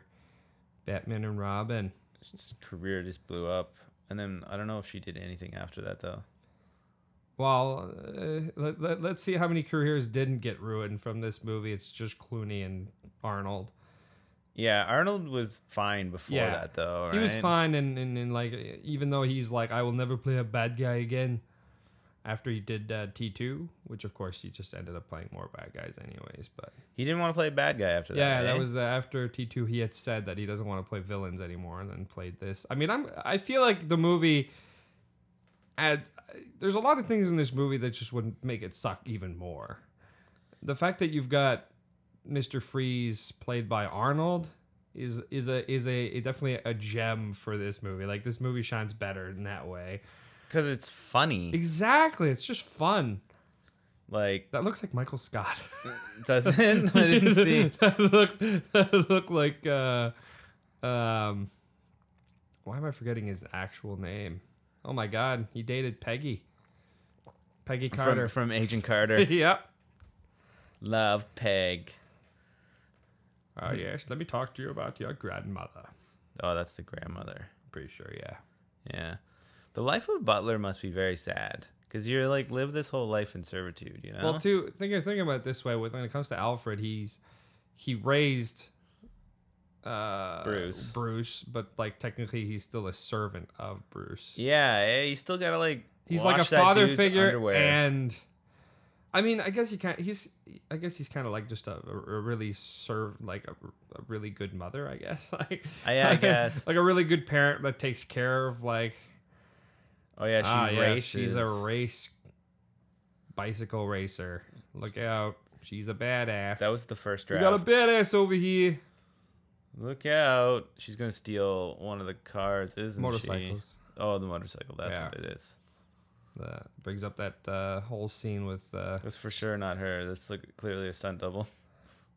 Batman and Robin. his career just blew up. And then I don't know if she did anything after that though. Well, uh, let, let, let's see how many careers didn't get ruined from this movie. It's just Clooney and Arnold. Yeah, Arnold was fine before Yeah. that though. He was right? fine, and, and, and like even though he's like, I will never play a bad guy again. After he did uh, T two, which of course he just ended up playing more bad guys anyways. But He didn't want to play a bad guy after that. yeah, eh? that was the, after T two. He had said that he doesn't want to play villains anymore, and then played this. I mean, I'm I feel like the movie. Had, there's a lot of things in this movie that just would make it suck even more. The fact that you've got Mr. Freeze played by Arnold is is a is a, a- definitely a gem for this movie. Like this movie shines better in that way. because it's funny. Exactly, it's just fun. Like That looks like Michael Scott. <laughs> doesn't <laughs> I didn't see. that look that look like uh um why am I forgetting his actual name? Oh my god, he dated Peggy. Peggy <laughs> Carter. <laughs> From, from Agent Carter, yep. love Peg. Oh yes, let me talk to you about your grandmother. Oh, that's the grandmother. Pretty sure, yeah. Yeah. The life of Butler must be very sad because you're like live this whole life in servitude, you know? Well, too, think think about it this way. When it comes to Alfred, he's he raised uh, Bruce. Bruce, but like technically, he's still a servant of Bruce. yeah, eh, you still gotta like. He's like a wash that father dude's figure, underwear. and I mean, I guess he can't. He's, I guess he's kind of like just a, a really serve, like a, a really good mother, I guess. <laughs> Like, I- I guess. like a really good parent that takes care of like. oh yeah, she ah, yeah, races. she's a race bicycle racer. Look out, she's a badass. that was the first we draft. got a badass over here. Look out! She's gonna steal one of the cars, isn't Motorcycles. she? Oh, the motorcycle. That's Yeah. what it is. That brings up that uh, whole scene with uh, That's for sure not her. That's like clearly a stunt double.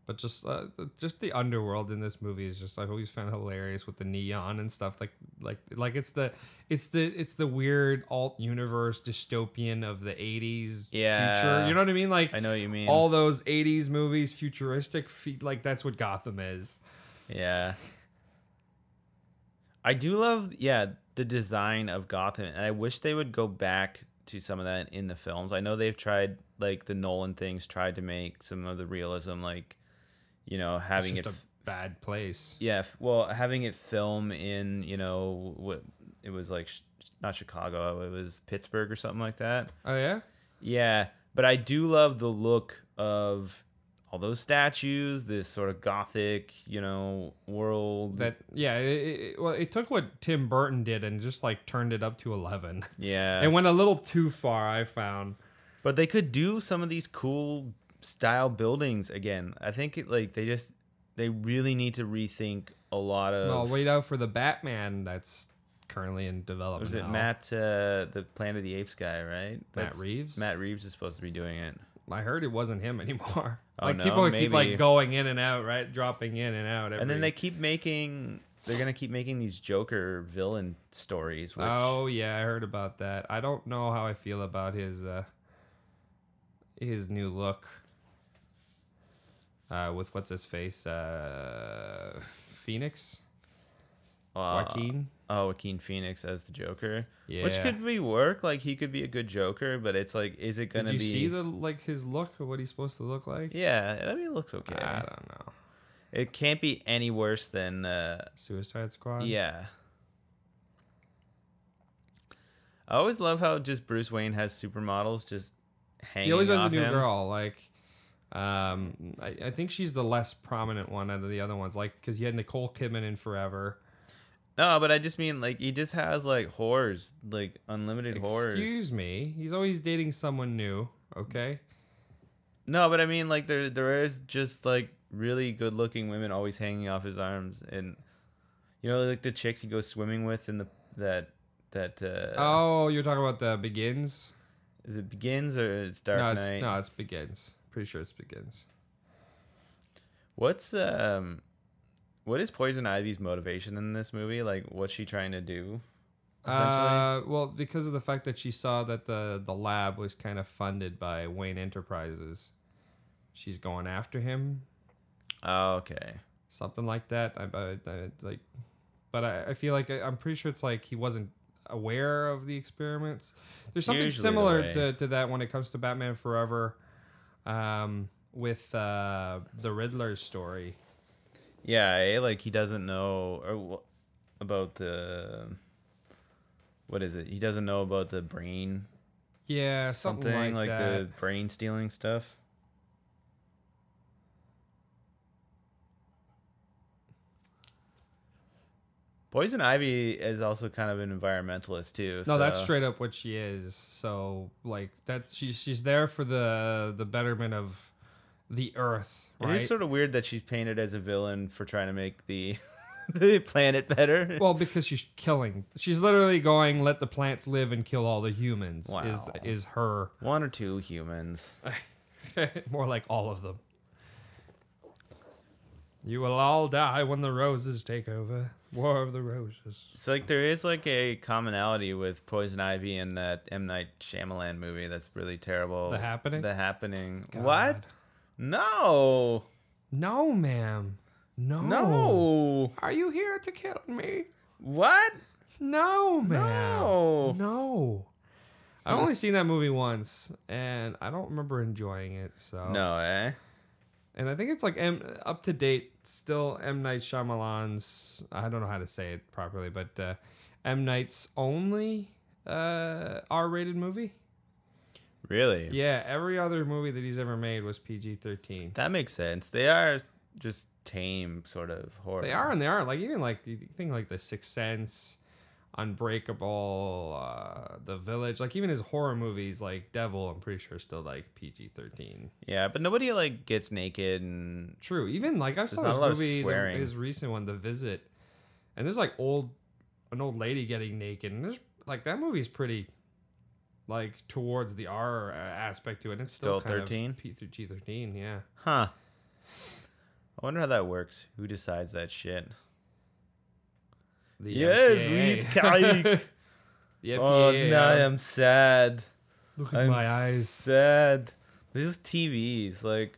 But just uh, th- just the underworld in this movie is just I've always found hilarious with the neon and stuff like like like it's the it's the it's the weird alt universe dystopian of the 80s Yeah. future you know what I mean like I know what you mean. all those 80s movies futuristic fe- like that's what Gotham is Yeah. I do love yeah, the design of Gotham, and I wish they would go back to some of that in the films. I know they've tried, like the Nolan things, tried to make some of the realism, like you know, It's having it, just a f- bad place. yeah, f- well, having it film in you know what it was like, sh- not Chicago, oh, it was Pittsburgh or something like that. Oh yeah, Yeah, but I do love the look of all those statues, this sort of gothic, you know, world. that yeah. It, it, well, it took what Tim Burton did and just like turned it up to eleven. yeah, It went a little too far, I found. but they could do some of these cool style buildings again. I think it, like they just they really need to rethink a lot of. Well, wait out for the Batman that's currently in development. was it now. Matt, uh, the Planet of the Apes guy, right? Reeves? Matt Reeves is supposed to be doing it. I heard it wasn't him <laughs> anymore. Oh, like no, people keep maybe. like going in and out, right? Dropping in and out. Every... And then they keep making. They're gonna keep making these Joker villain stories. Which, Oh yeah, I heard about that. I don't know how I feel about his uh his new look. Uh with what's his face? Uh Phoenix? uh, Joaquin? Oh, Joaquin Phoenix as the Joker. Which Yeah. could be work. Like he could be a good Joker, but it's like, is it gonna Did you be? see the like his look or what he's supposed to look like? yeah, I mean, it looks okay. I don't know. It can't be any worse than uh, Suicide Squad? yeah. I always love how just Bruce Wayne has supermodels just hanging. He always has a off new him. girl, like um I, I think she's the less prominent one out of the other ones, like because you had Nicole Kidman in Forever. No, but I just mean like he just has like whores, like unlimited whores. Excuse me. He's always dating someone new, okay? No, but I mean, like there there is just like really good looking women always hanging off his arms, and you know, like the chicks he goes swimming with in the that that uh, Oh, you're talking about the begins? is it begins or it's Dark no, it's Knight. no, it's begins. Pretty sure it's begins. What's um, what is Poison Ivy's motivation in this movie? Like, what's she trying to do? Uh, well, because of the fact that she saw that the the lab was kind of funded by Wayne Enterprises, she's going after him, Oh, okay. something like that. I, I, I like, but I, I feel like I, I'm pretty sure it's like he wasn't aware of the experiments. There's something Usually the similar way. to, to that when it comes to Batman Forever, um, with uh, the Riddler's story. Yeah, eh? like he doesn't know or wh- about the what is it? He doesn't know about the brain Yeah, something, something like, like, that. the brain stealing stuff. Poison Ivy is also kind of an environmentalist too. No, that's so- straight up what she is. So like that's she's she's there for the the betterment of the earth, It is right? sort of weird that she's painted as a villain for trying to make the <laughs> the planet better. well, because she's killing. She's literally going let the plants live and kill all the humans. Wow. Is is her <laughs> One or two humans. more like all of them. You will all die when the roses take over. War of the Roses. It's like there is like a commonality with Poison Ivy and that M Night Shyamalan movie that's really terrible. The Happening? The Happening. God. What? No. No, ma'am. No. No. Are you here to kill me? What? No, ma'am. No. No. I've only seen that movie once, and I don't remember enjoying it. So No, eh? and I think it's like M up to date still M Night Shyamalan's. I don't know how to say it properly, but uh, M Night's only uh, R-rated movie. Really? Yeah, every other movie that he's ever made was PG-13. That makes sense. They are just tame sort of horror. They are and they are like even like you think like The Sixth Sense, Unbreakable, uh, The Village. Like even his horror movies like Devil, I'm pretty sure is still like PG-13. Yeah, but nobody like gets naked and True. Even like I saw not a this lot of movie, the- swearing. his recent one, The Visit, and there's like old, an old lady getting naked, and there's like that movie's pretty, like towards the R uh, aspect to it. And it's still, Still 13? PG thirteen. Yeah. huh. I wonder how that works. Who decides that shit? The Yes, MPAA. we <laughs> kike. the MPAA. Oh, now I am sad. uh, Look at I'm my eyes. sad. These TVs, like,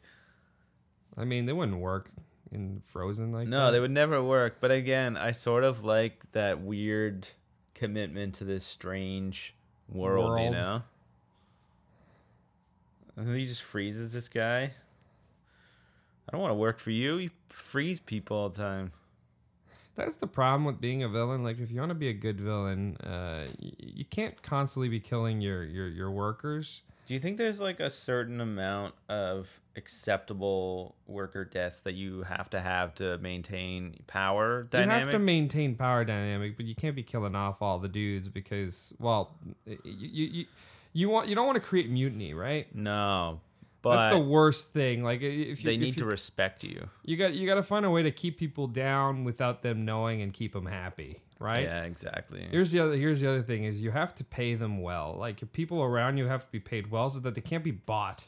I mean, they wouldn't work in Frozen like no, that. they would never work. But again, I sort of like that weird commitment to this strange world, you World. know. And he just freezes this guy. I don't want to work for you. You freeze people all the time. That's the problem with being a villain. Like, if you want to be a good villain, uh, y- you can't constantly be killing your your, your workers. Do you think there's like a certain amount of acceptable worker deaths that you have to have to maintain power dynamic? You have to maintain power dynamic, but you can't be killing off all the dudes because, well, you you, you, you want you don't want to create mutiny, right? no, but That's the worst thing. Like, i- if you, they if need you, to respect you. you got you got to find a way to keep people down without them knowing and keep them happy, right? Yeah, exactly. Here's the other. Here's the other thing: is you have to pay them well. Like your people around you have to be paid well, so that they can't be bought.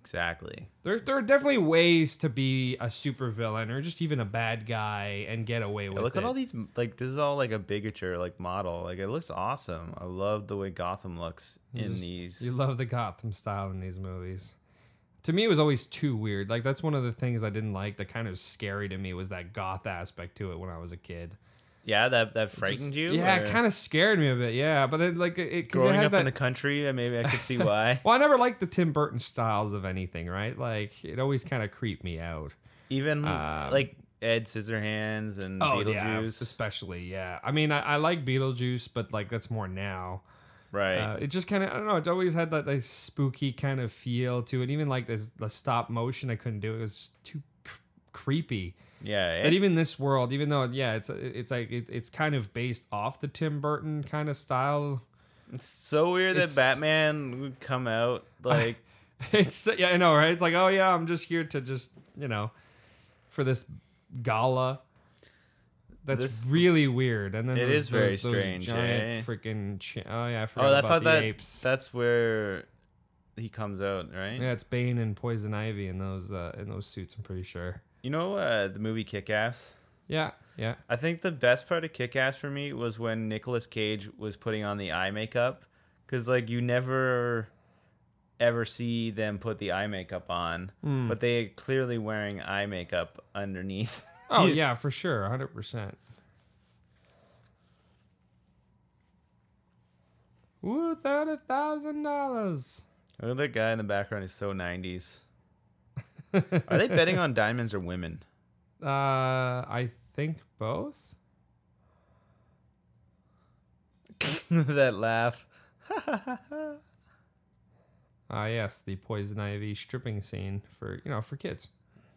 exactly. There, there are definitely ways to be a supervillain or just even a bad guy and get away with Yeah, look it. at all these like this is all like a bigature like model. Like it looks awesome. I love the way Gotham looks in Just- these. You love the Gotham style in these movies. To me, it was always too weird. Like that's one of the things I didn't like. That kind of was scary to me was that goth aspect to it when I was a kid. yeah, that that frightened you. yeah, it kind of scared me a bit. Yeah, but it, like it, 'cause it growing had up that. in the country. and Maybe I could <laughs> see why. well, I never liked the Tim Burton styles of anything, right? Like it always kind of creeped me out. Even Um, Oh, like Ed Scissorhands and Beetlejuice. especially yeah. I mean, I, I like Beetlejuice, but like that's more now. right. Uh, it just kind of I don't know. It always had that like spooky kind of feel to it. Even like this the stop motion, I couldn't do it. It was just too cr- creepy. yeah. And Ed- even this world, even though yeah, it's it's like it, it's kind of based off the Tim Burton kind of style. <laughs> it's so weird that it's- Batman would come <sighs> out like It's yeah, I know, right? It's like oh yeah, I'm just here to just you know for this gala. That's This- really weird. And then It those- is very those- those strange, eh? Giant freaking cha- oh yeah, I forgot Oh, I about thought the that apes. that's where he comes out, right? yeah, it's Bane and Poison Ivy in those uh, in those suits. I'm pretty sure. You know uh, the movie Kick Ass? Yeah, yeah. I think the best part of Kick Ass for me was when Nicolas Cage was putting on the eye makeup. Because, like, you never ever see them put the eye makeup on, Hmm. but they clearly wearing eye makeup underneath. <laughs> Oh yeah, for sure, hundred percent. Without a thousand dollars. Look at that guy in the background. He's so <laughs> 90s. Are they betting on diamonds or women? <laughs> Uh, I think both. that laugh. Ah, yes, the poison ivy stripping scene for you know for kids.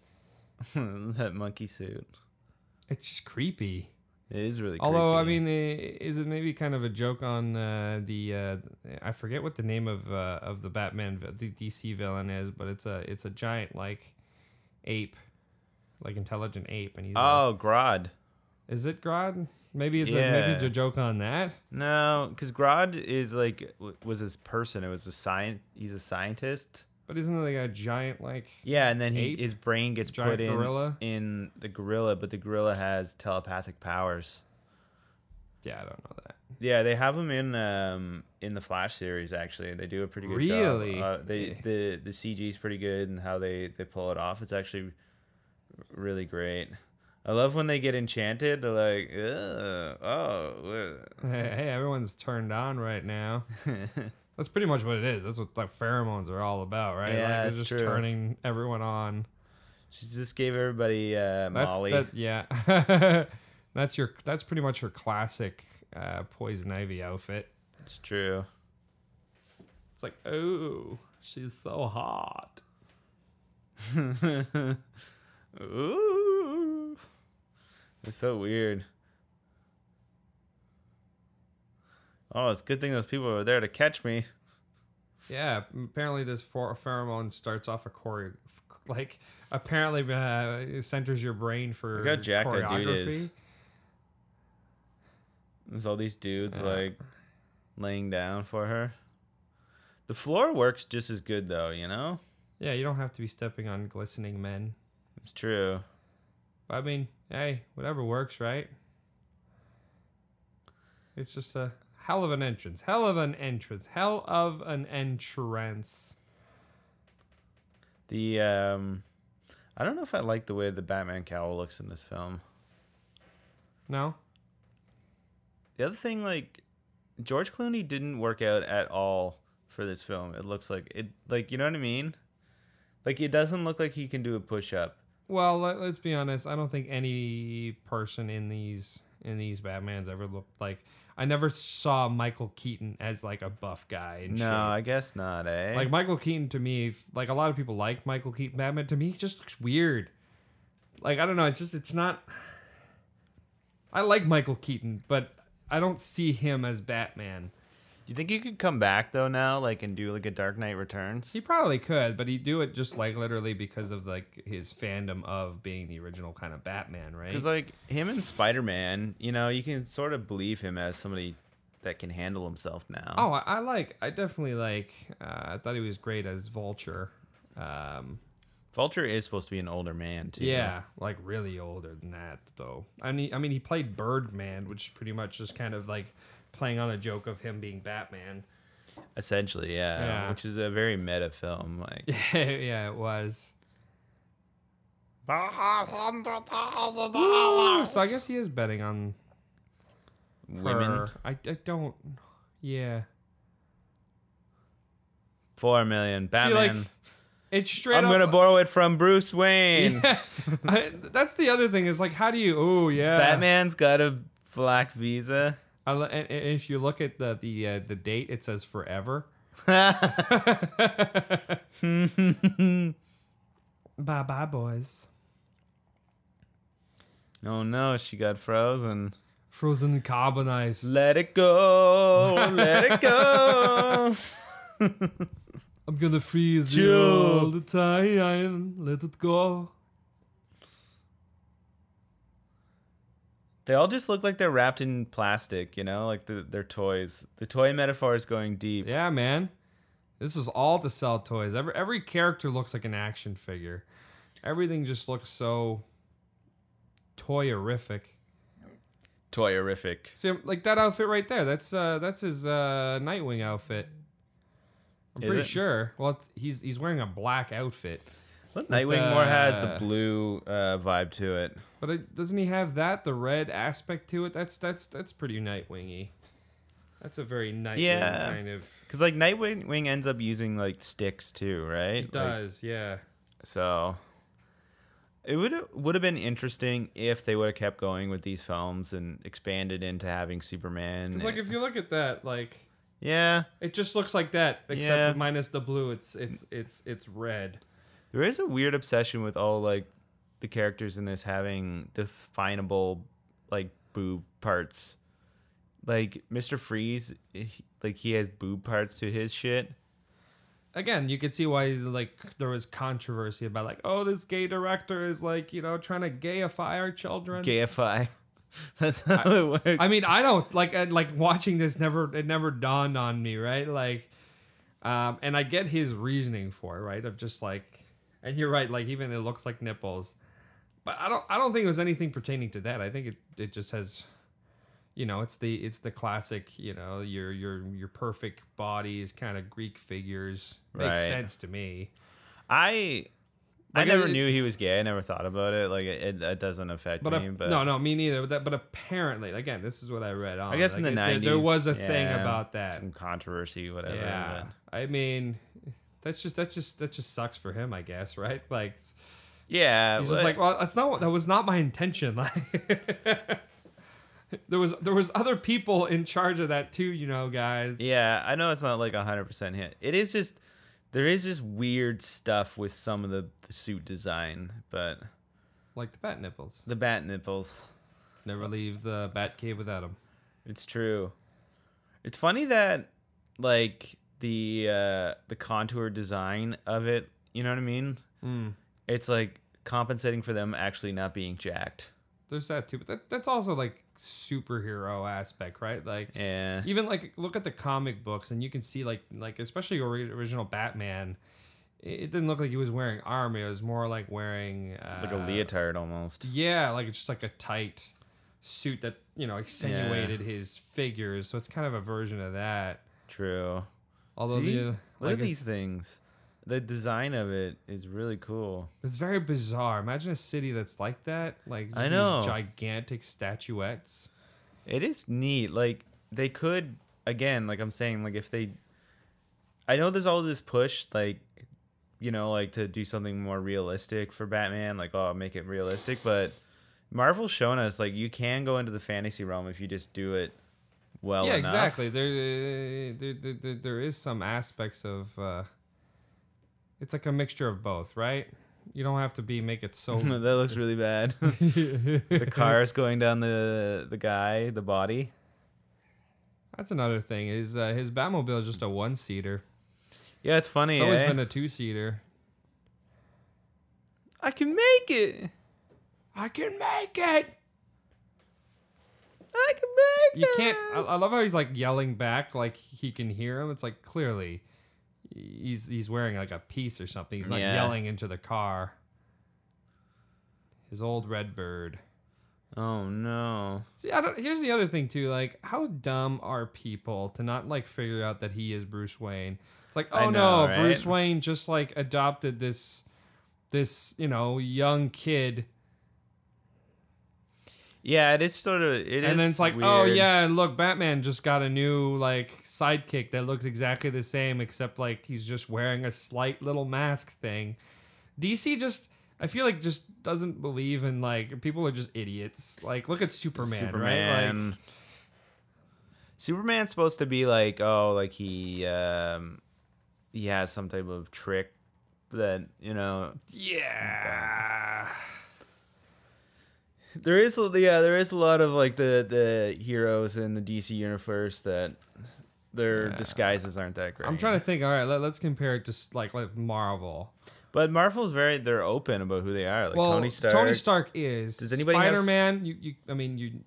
<laughs> that monkey suit. It's just creepy. It is really Although I creepy. mean, i- is it maybe kind of a joke on uh, the uh, I forget what the name of uh, of the Batman vi- the DC villain is, but it's a it's a giant like ape, like intelligent ape, and he's a- Oh, Grodd. Is it Grodd? Maybe it's a, maybe it's Yeah. a joke on that. No, because Grodd is like w- was his person. It was a science. He's a scientist. But isn't it like a giant like? Yeah, and then he, Ape? his brain gets Giant put in gorilla? in the gorilla, but the gorilla has telepathic powers. Yeah, I don't know that. <laughs> Yeah, they have him in um in the Flash series actually. They do a pretty good job. Really? Uh, they the the CG is pretty good and how they they pull it off. It's actually really great. I love when they get enchanted. They're like, "Ugh, oh, ugh." hey, everyone's turned on right <laughs> now. That's pretty much what it is. That's what like pheromones are all about, right? Yeah, like, that's it's just true. turning everyone on. she just gave everybody uh, That's Molly. that. Yeah, <laughs> that's your. That's pretty much her classic uh, poison ivy outfit. It's <laughs> true. It's like, oh, she's so hot. Ooh. It's so weird. Oh, it's a good thing those people were there to catch me. Yeah, apparently this pher- pheromone starts off a choreo, <laughs> like apparently uh, it centers your brain for Look how jacked that dude choreography. is. There's all these dudes like laying down for her. The floor works just as good though, you know? Yeah, you don't have to be stepping on glistening men. It's true. I mean, hey, whatever works, right? It's just a hell of an entrance, hell of an entrance, hell of an entrance. The um I don't know if I like the way the Batman cowl looks in this film. No, The other thing, like, George Clooney didn't work out at all for this film. It looks like it, like you know what I mean. Like it doesn't look like he can do a push up. Well, let, let's be honest. I don't think any person in these in these Batman's ever looked like. I never saw Michael Keaton as like a buff guy. And No, shit. I guess not, eh? Like Michael Keaton to me, f- like a lot of people like Michael Keaton Batman. To me, he just looks weird. Like I don't know. It's just it's not. I like Michael Keaton, but I don't see him as Batman. do you think he could come back though now, like and do like a Dark Knight Returns? He probably could, but he'd do it just like literally because of like his fandom of being the original kind of Batman, right? Because like him and Spider Man, you know, you can sort of believe him as somebody that can handle himself now. Oh, I, I like. I definitely like. Uh, I thought he was great as Vulture. Um, Vulture is supposed to be an older man too. yeah. like really older than that though. I mean, I mean, he played Birdman, which is pretty much just kind of like playing on a joke of him being Batman. <laughs> essentially, yeah, Yeah. Which is a very meta film. <laughs> Like yeah, it was. Ooh, so I guess he is betting on women, her. I, I don't. Yeah. four million See, like, Batman. it's straight. I'm up, gonna borrow it from Bruce Wayne. I- <laughs> that's the other thing is like, how do you? Oh yeah, Batman's got a black visa. I, lo- and, and if you look at the the uh, the date, it says forever. bye bye, boys. Oh no, she got frozen. Frozen carbonite. Let it go, let it <laughs> go. I'm gonna freeze Chill. you all the time. Let it go. They all just look like they're wrapped in plastic, you know, like the, they're toys. The toy metaphor is going deep. Yeah, man. This was all to sell toys. Every every character looks like an action figure. Everything just looks so toyerific. Toyerific. See, like that outfit right there. That's uh, that's his uh, Nightwing outfit. I'm Is pretty it? sure. Well, it's- he's he's wearing a black outfit, Nightwing more has the uh, blue uh, vibe to it. but it, doesn't he have that the red aspect to it? That's that's that's pretty Nightwingy. That's a very Nightwing Yeah. kind of. Because, like, Nightwing Wing ends up using, like, sticks too, right? It does, yeah. So it would would have been interesting if they would have kept going with these films and expanded into having Superman. It's like if you look at that, like yeah, it just looks like that, except Yeah. minus the blue. It's it's it's it's red. there is a weird obsession with all like the characters in this having definable like boob parts. Like Mister Freeze, he- like he has boob parts to his shit. again, you could see why like there was controversy about like, oh, this gay director is like, you know, trying to gayify our children. KFI. <laughs> That's how it works. I mean, I don't like I, like watching this never it never dawned on me, right? Like um and I get his reasoning for it, right? Of just like and you're right, like even it looks like nipples. But I don't I don't think it was anything pertaining to that. I think it it just has you know, it's the it's the classic, you know, your your your perfect bodies kind of Greek figures. Makes Right. sense to me. I. I Like, never it- knew he was gay. I never thought about it. Like it, it, it doesn't affect But, me. ap- but no, no, me neither. But, that, but apparently, again, this is what I read on. I guess in the like, it- there- nineties there, was a thing about that. some controversy, whatever. yeah, but- I mean, that's just that's just that just sucks for him, I guess, right? Like it's- yeah. he's but- just like, "Oh." well, that's not what that was not my intention. <laughs> Like, there was there was other people in charge of that too, you know, guys. yeah. I know it's not like hundred percent hit. It is just there is just weird stuff with some of the, the suit design, but Like the bat nipples, the bat nipples. never leave the bat cave without them. It's true. It's funny that like the uh the contour design of it. You know what I mean? Hmm. It's like compensating for them actually not being jacked. There's that too, but that, that's also like superhero aspect, right? Like, Yeah. even like look at the comic books and you can see like like especially ori- original batman it it didn't look like he was wearing armor it was more like wearing uh, Like a leotard almost. yeah like it's just like a tight suit that you know extenuated his figures so it's kind of a version of that True. although See? the Look like at these things. The design of it is really cool. it's very bizarre imagine a city that's like that like I just know. these gigantic statuettes It is neat. Like they could again, like I'm saying, like if they, I know there's all this push, like, you know, like to do something more realistic for Batman, like oh, make it realistic, but Marvel's shown us like you can go into the fantasy realm if you just do it well. yeah, Oh, enough. exactly. There, there, there, there, there is some aspects of. Uh, it's like a mixture of both, right? You don't have to be make it <laughs> <laughs> so. that looks really <laughs> bad. the cars going down the the guy, the body. That's another thing. Is uh, his Batmobile is just a one seater? Yeah, it's funny. It's always eh? been a two seater. I can make it. I can make it. I can make You it. can't. I, I love how he's like yelling back, like he can hear him. It's like clearly, he's he's wearing like a piece or something. He's not Yeah. yelling into the car. His old red bird. Oh no. See, I don't. Here's the other thing too. Like, how dumb are people to not like figure out that he is Bruce Wayne? It's like, I oh know, no, Bruce right? Wayne just like adopted this, this you know young kid, Yeah, it is sort of. It is and then it's like, oh weird. yeah, and look, Batman just got a new like sidekick that looks exactly the same, except like he's just wearing a slight little mask thing. DC just. I feel like just doesn't believe in like people are just idiots. Like look at Superman, right? Like, Superman. Superman's supposed to be like, oh, like he, um, he has some type of trick that you know. yeah. There is, yeah, there is a lot of like the the heroes in the DC universe that their disguises aren't that great. I'm trying to think. All right, let, us compare it to s- like like Marvel. but Marvel's very they're open about who they are. Like well, Tony Stark. is. Does anybody have- Spider-Man? You, you, I mean, you,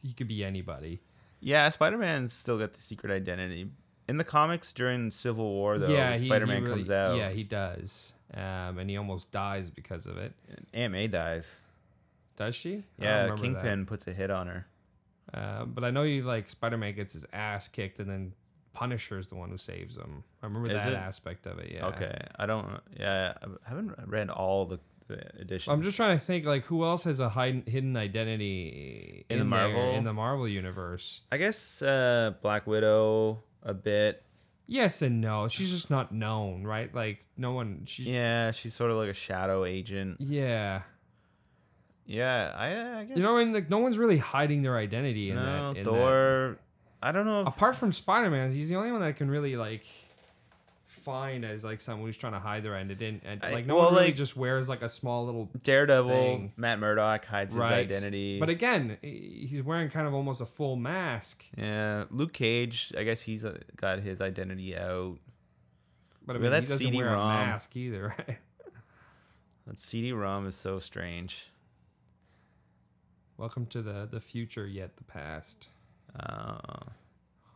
he could be anybody. Yeah, Spider Man's still got the secret identity. In the comics during Civil War, though, yeah, he- he Spider Man really- comes out. Yeah, he does. Um, and he almost dies because of it. Aunt May dies. Does she? I don't Yeah, remember Kingpin puts a hit on her. that. Uh, but I know he like Spider-Man gets his ass kicked, and then Punisher's the one who saves him. I remember Is that it? aspect of it. Yeah. Okay, I don't. Yeah, I haven't read all the, the editions. I'm just trying to think like who else has a hide- hidden identity In the there, Marvel? in the Marvel universe. I guess uh, Black Widow a bit. Yes and no. She's just not known, right? Like no one. She's yeah. Yeah, she's sort of like a shadow agent. Yeah, I, I guess. You know, and like no one's really hiding their identity in no, that. in Thor. I don't know. that. If, Apart from Spider Man, he's the only one that I can really like find as like someone who's trying to hide their identity. And, I- like no well, one really like- just wears like a small little Daredevil, thing. Matt Murdock hides right his identity. But again, he- he's wearing kind of almost a full mask. yeah, Luke Cage. I guess he's uh, got his identity out. But I Well, mean, that's he doesn't wear a CD-ROM. mask either, <laughs> right? That CD-ROM is so strange. Welcome to the the future, yet the past. Uh,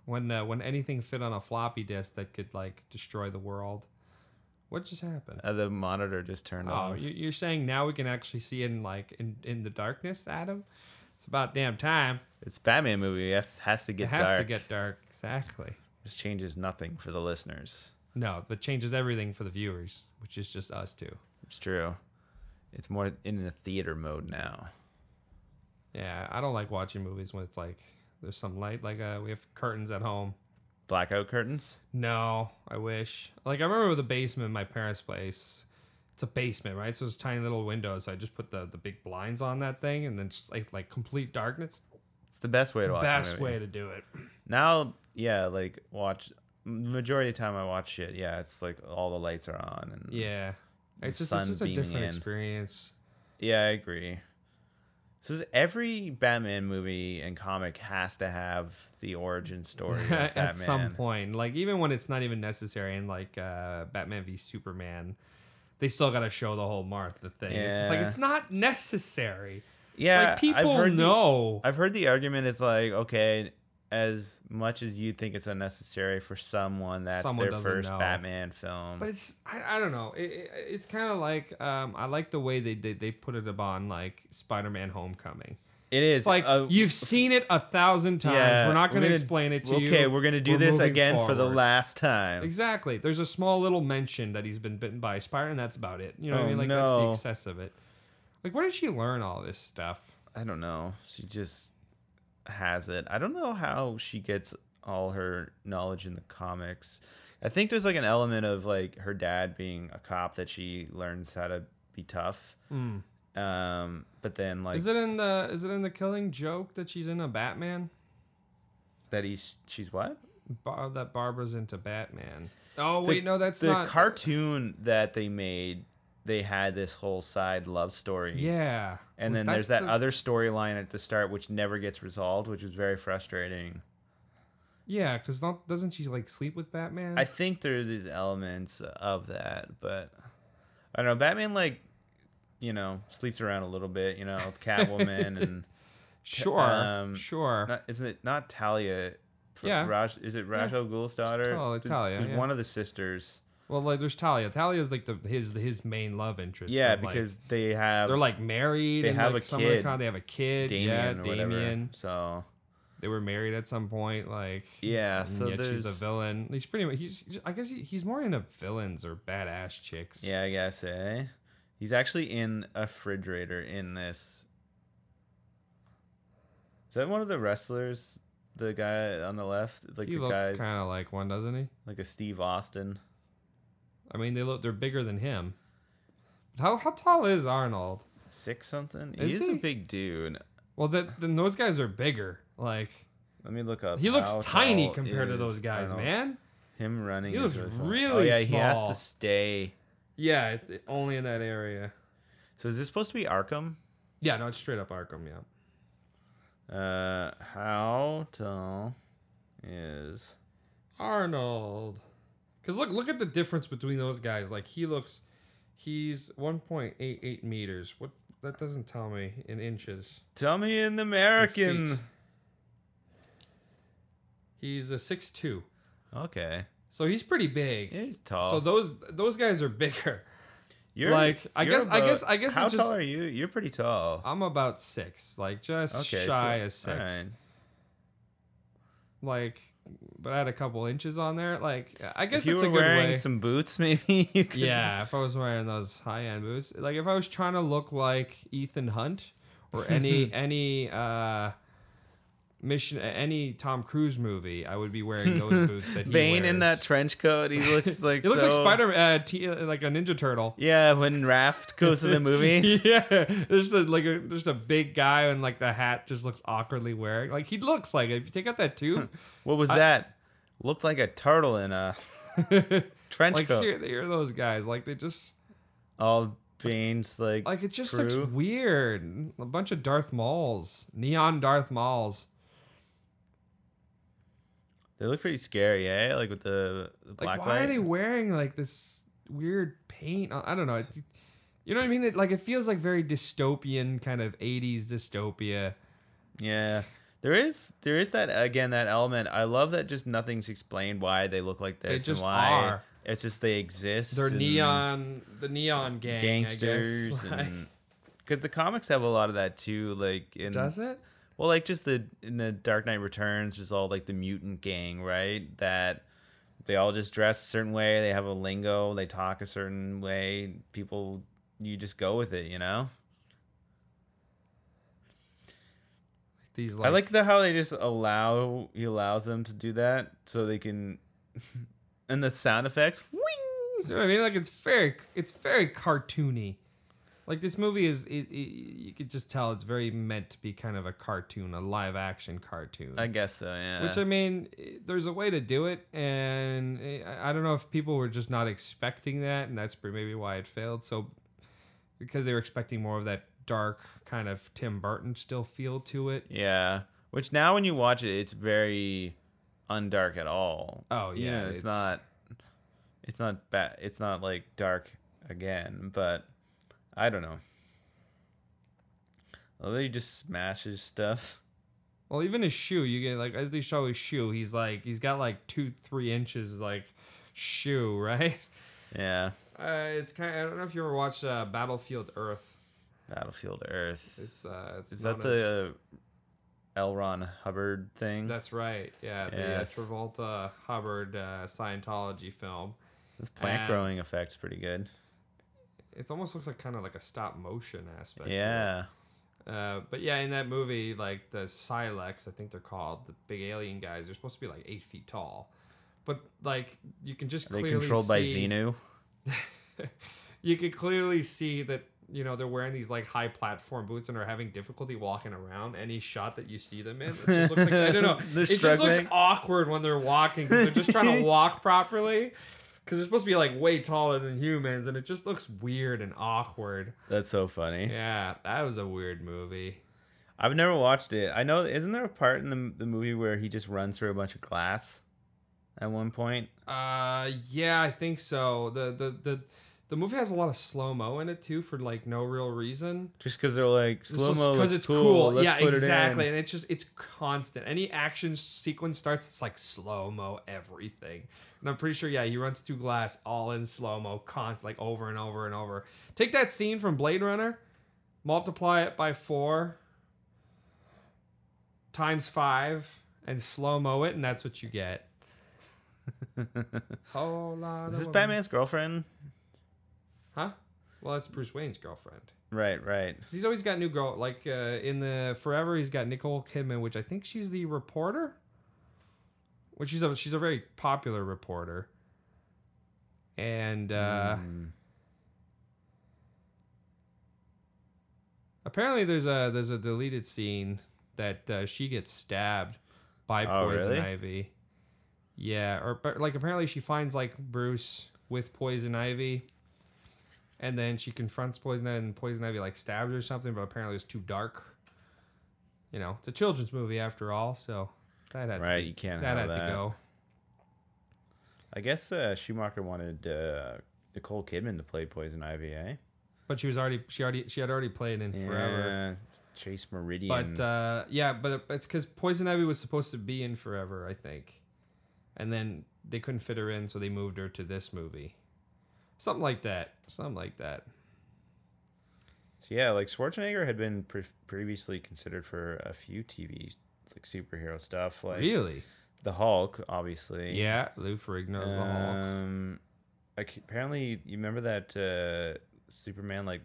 when uh, when anything fit on a floppy disk that could like destroy the world. What just happened? uh, um, the monitor just turned Oh, off. you- you're saying now we can actually see in like in, in the darkness, Adam? It's about damn time. It's Batman movie. It has- has to get it has dark. to get dark. Exactly. This changes nothing for the listeners. No, but changes everything for the viewers, which is just us two. It's true. It's more in the theater mode now. Yeah, I don't like watching movies when it's like there's some light. Like uh, we have curtains at home. Blackout curtains. No, I wish. Like I remember the basement in my parents' place. It's a basement, right? So it's tiny little windows. So I just put the the big blinds on that thing, and then just like like complete darkness. It's the best way to watch. a Best movie. way to do it. Now, yeah, like watch. Majority of the time I watch shit, yeah, it's like all the lights are on, and Yeah, it's The just it's sun just a beaming different in. experience. Yeah, I agree. So is- every Batman movie and comic has to have the origin story of Batman. <laughs> at some point like even when it's not even necessary and like uh batman v superman they still gotta show the whole martha thing it's just like Yeah. it's not necessary Yeah, like people I've heard the- know I've heard the argument is like, okay, as much as you think it's unnecessary for someone, that's Someone their doesn't first know. Batman film. But it's I, I don't know. It, it, it's kind of like um, I like the way they, they they put it upon like Spider-Man: Homecoming. it is It's like a- you've seen it a thousand times. Uh, yeah, we're not going to gonna- explain it to you. Okay, we're gonna do We're this moving again for the forward. last time. Exactly. There's a small little mention that he's been bitten by a spider, and that's about it. You know what Oh, I mean? Like no. that's the excess of it. Like where did she learn all this stuff? I don't know. She just has it. I don't know how she gets all her knowledge in the comics. I think there's like an element of like her dad being a cop that she learns how to be tough. Um, but then like Hmm. Is it in the is it in the Killing Joke that she's in a Batman? that he's she's what? Bar, that Barbara's into Batman. Oh wait, no, that's the not cartoon that they made. They had this whole side love story. Yeah, And Was- then there's that that's the- other storyline at the start which never gets resolved, which was very frustrating. Yeah, because doesn't she like sleep with Batman? I think there's these elements of that, but I don't know. Batman like, you know, sleeps around a little bit, you know, with Catwoman <laughs> and sure, um, sure. not, isn't it not Talia? From Yeah. Raj, is it Raj Yeah. Al Ghul's daughter? Tal- There's- Talia, there's yeah. one of the sisters. well, like there's Talia. Talia's like the his his main love interest. Yeah, but, like, because they have they're like married. they and, have like, a some other kid, kind- They have a kid. Damien yeah, or Damien. whatever. So They were married at some point. Like yeah, and so yet there's she's a villain. He's pretty much he's. I guess he, he's more into villains or badass chicks. Yeah, I guess, eh? He's actually in a refrigerator in this. Is that one of the wrestlers? The guy on the left? Like he the looks guy's kind of like one, doesn't he? like a Steve Austin. I mean, they look they're bigger than him. But how how tall is Arnold? Six something? Is He's a he? big dude. Well, that then those guys are bigger. Like Let me look up. he looks how tiny tall compared to is those guys, Arnold. man. Him running. He is looks fun. Oh, really yeah, he has small. to stay. Yeah, it, it- only in that area. So is this supposed to be Arkham? Yeah, no, it's straight up Arkham. Yeah, Uh, how tall is Arnold. Cause look, look at the difference between those guys. Like he looks, he's 1.88 meters. What that doesn't tell me in inches. Tell me in in feet. American. He's a six two, Okay. so he's pretty big. Yeah, he's tall. So those those guys are bigger. You're Like, I guess- I guess- I guess it How just- tall are you? You're pretty tall. I'm about six, like just so- shy of six. alright. Like, but I had a couple inches on there. Like, I guess If you it's a were good wearing way. some boots, <laughs> maybe you could. yeah, if I was wearing those high end boots, like if I was trying to look like Ethan Hunt or <laughs> any any uh mission any Tom Cruise movie, I would <laughs> be wearing those boots that he Bane wears. in that trench coat. <laughs> He looks like He looks like so- Spider uh, t- uh, like a Ninja <laughs> Turtle. Yeah, when Raft goes <laughs> to the movies. yeah, there's a, like a, just a big guy and like the hat just looks awkwardly wearing. Like he looks like if you take out that tube, <laughs> What was that? Looked like a turtle in a <laughs> trench like coat. here, here are those guys. Like they just All Bane's like like it just crew. looks weird. A bunch of Darth Mauls, neon Darth Mauls. They look pretty scary, eh? Like with the, the Like black why are light. they wearing like this weird paint? on- I don't know. It- You know what I mean? It, like it feels like very dystopian kind of 80s dystopia. Yeah. There is there is that again that element. I love that just nothing's explained why they look like this just and why are. it's just they exist. They're and neon, the neon <laughs> gang, I gangsters guess. <laughs> Like, and because the comics have a lot of that too. Like in does it? well, like just the in the Dark Knight Returns, just all like the mutant gang, right? That they all just dress a certain way. They have a lingo. They talk a certain way. People, you just go with it, you know. These I like the how they just allow he allows them to do that so they can, <laughs> and the sound effects. Wing! You know what I mean? Like it's very, it's very cartoony. Like this movie is, it, it, you could just tell it's very meant to be kind of a cartoon, a live action cartoon. I guess so. Yeah. Which I mean, i- there's a way to do it, and I- I don't know if people were just not expecting that, and that's pr- maybe why it failed. So because they were expecting more of that dark kind of Tim Burton still feel to it. yeah. Which now when you watch it, it's very undark at all. Oh, You yeah, know, it's, it's- not. It's not bad. It's not like dark again, but I don't know. Although he just smashes stuff. <laughs> Well, even his shoe, you get like as they show his shoe, he's like he's got like two, three inches like shoe, <laughs> right? Yeah. Uh, it's kind. Of, I don't know if you ever watched uh, Battlefield Earth. Battlefield Earth. It's uh, it's Is not that as- the L. Ron Hubbard thing? That's right. Yeah, the Yes. uh, Travolta Hubbard uh, Scientology film. This plant Um, growing effect's pretty good. It almost looks like kind of like a stop motion aspect. to it. Yeah. Uh, but yeah, in that movie, like the Silex, I think they're called the big alien guys. They're supposed to be like eight feet tall, but like you can just Are they clearly controlled by see- Xenu? you could clearly see that you know they're wearing these like high platform boots and are having difficulty walking around. Any shot that you see them in, it just looks like I <laughs> don't know. They're it just struggling. looks awkward when they're walking. 'cause They're <laughs> just trying to walk properly because they're supposed to be like way taller than humans, and it just looks weird and awkward. That's so funny. Yeah, that was a weird movie. I've never watched it. I know. Isn't there a part in the, the movie where he just runs through a bunch of glass at one point? Uh, yeah, I think so. The the the. The movie has a lot of slow mo in it too, for like no real reason. Just because they're like slow mo because looks it's cool. cool. Let's yeah, put exactly. It in. And it's just it's constant. Any action sequence starts, it's like slow mo everything. And I'm pretty sure, yeah, he runs through glass all in slow mo, const like over and over and over. Take that scene from Blade Runner, multiply it by four, times five, and slow mo it, and that's what <laughs> you get. oh, la, Is this la- Batman's girlfriend? Huh? Well, that's Bruce Wayne's girlfriend. Right, right. He's always got new girl. Like uh, in the Forever, he's got Nicole Kidman, which I think she's the reporter. Which she's a she's a very popular reporter. And uh, Hmm. apparently, there's a there's a deleted scene that uh, she gets stabbed by Oh, poison really? ivy. Yeah, or but, like apparently she finds like Bruce with poison ivy, and then she confronts poison ivy, and poison ivy like stabs her or something. But apparently it's too dark. You know, it's a children's movie after all, so that had Right, to be, you can't that have had that. to go. I guess uh, Schumacher wanted uh, Nicole Kidman to play Poison Ivy. Eh? But she was already she already she had already played in Forever. Yeah. Chase Meridian. But uh, yeah, but it's because Poison Ivy was supposed to be in Forever, I think, and then they couldn't fit her in, so they moved her to this movie, something like that, something like that. So yeah, like Schwarzenegger had been pre- previously considered for a few TV like superhero stuff, like Really? the Hulk, obviously. Yeah, Lou Ferrigno's the Hulk. Um, like, apparently, you remember that uh, Superman like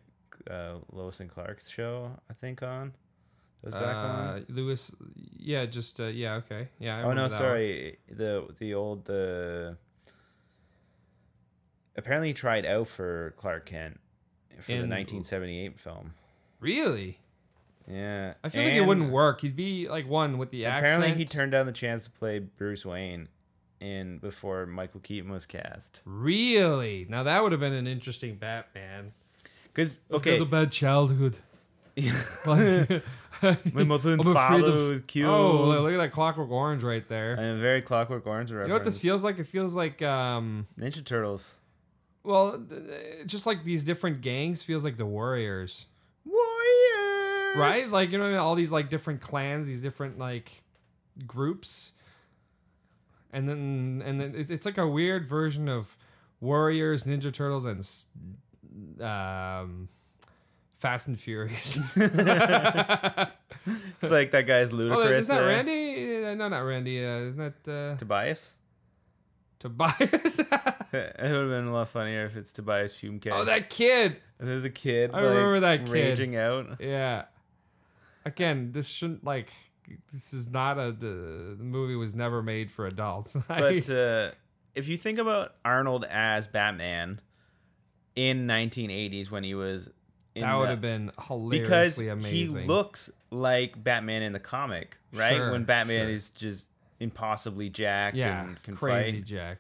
uh, Lois and Clark show? I think on. It was back Uh, on. Lewis, yeah, just uh, yeah, okay, yeah. I Oh remember no, that sorry. The the old uh, apparently he tried out for Clark Kent for the In- 1978 film. one. Really? Yeah, I feel like it and- wouldn't work. He'd be like one with the Apparently, accent. he turned down the chance to play Bruce Wayne in before Michael Keaton was cast. Really? Now that would have been an interesting Batman. Because okay, the bad childhood. <laughs> Like- my mother and I'm afraid father of- was killed. Oh, look- look at that Clockwork Orange right there. <laughs> I am very Clockwork Orange reference. you know what this feels like? It feels like, um, Ninja Turtles. well, th- just like these different gangs feels like the Warriors, Warriors. right? Like you know, what I mean? all these like different clans, these different like groups, and then and then it, it's like a weird version of Warriors, Ninja Turtles, and s- um, Fast and Furious. <laughs> it's like that guy's Oh, ludicrous. is that there. Randy? Uh, No, not Randy. Uh, isn't that uh, Tobias. <laughs> Tobias? <laughs> it would have been a lot funnier if it's Tobias Fumke. oh, that kid. there's a kid. I remember like, that kid. raging out. <laughs> Yeah. Again, this shouldn't like. This is not a. The, the movie was never made for adults. <laughs> But uh, if you think about Arnold as Batman in 1980s when he was in that would the- have been because hilariously he amazing. looks like Batman in the comic, right? Sure, when Batman sure. is just impossibly jacked yeah, and can crazy fight. Jack.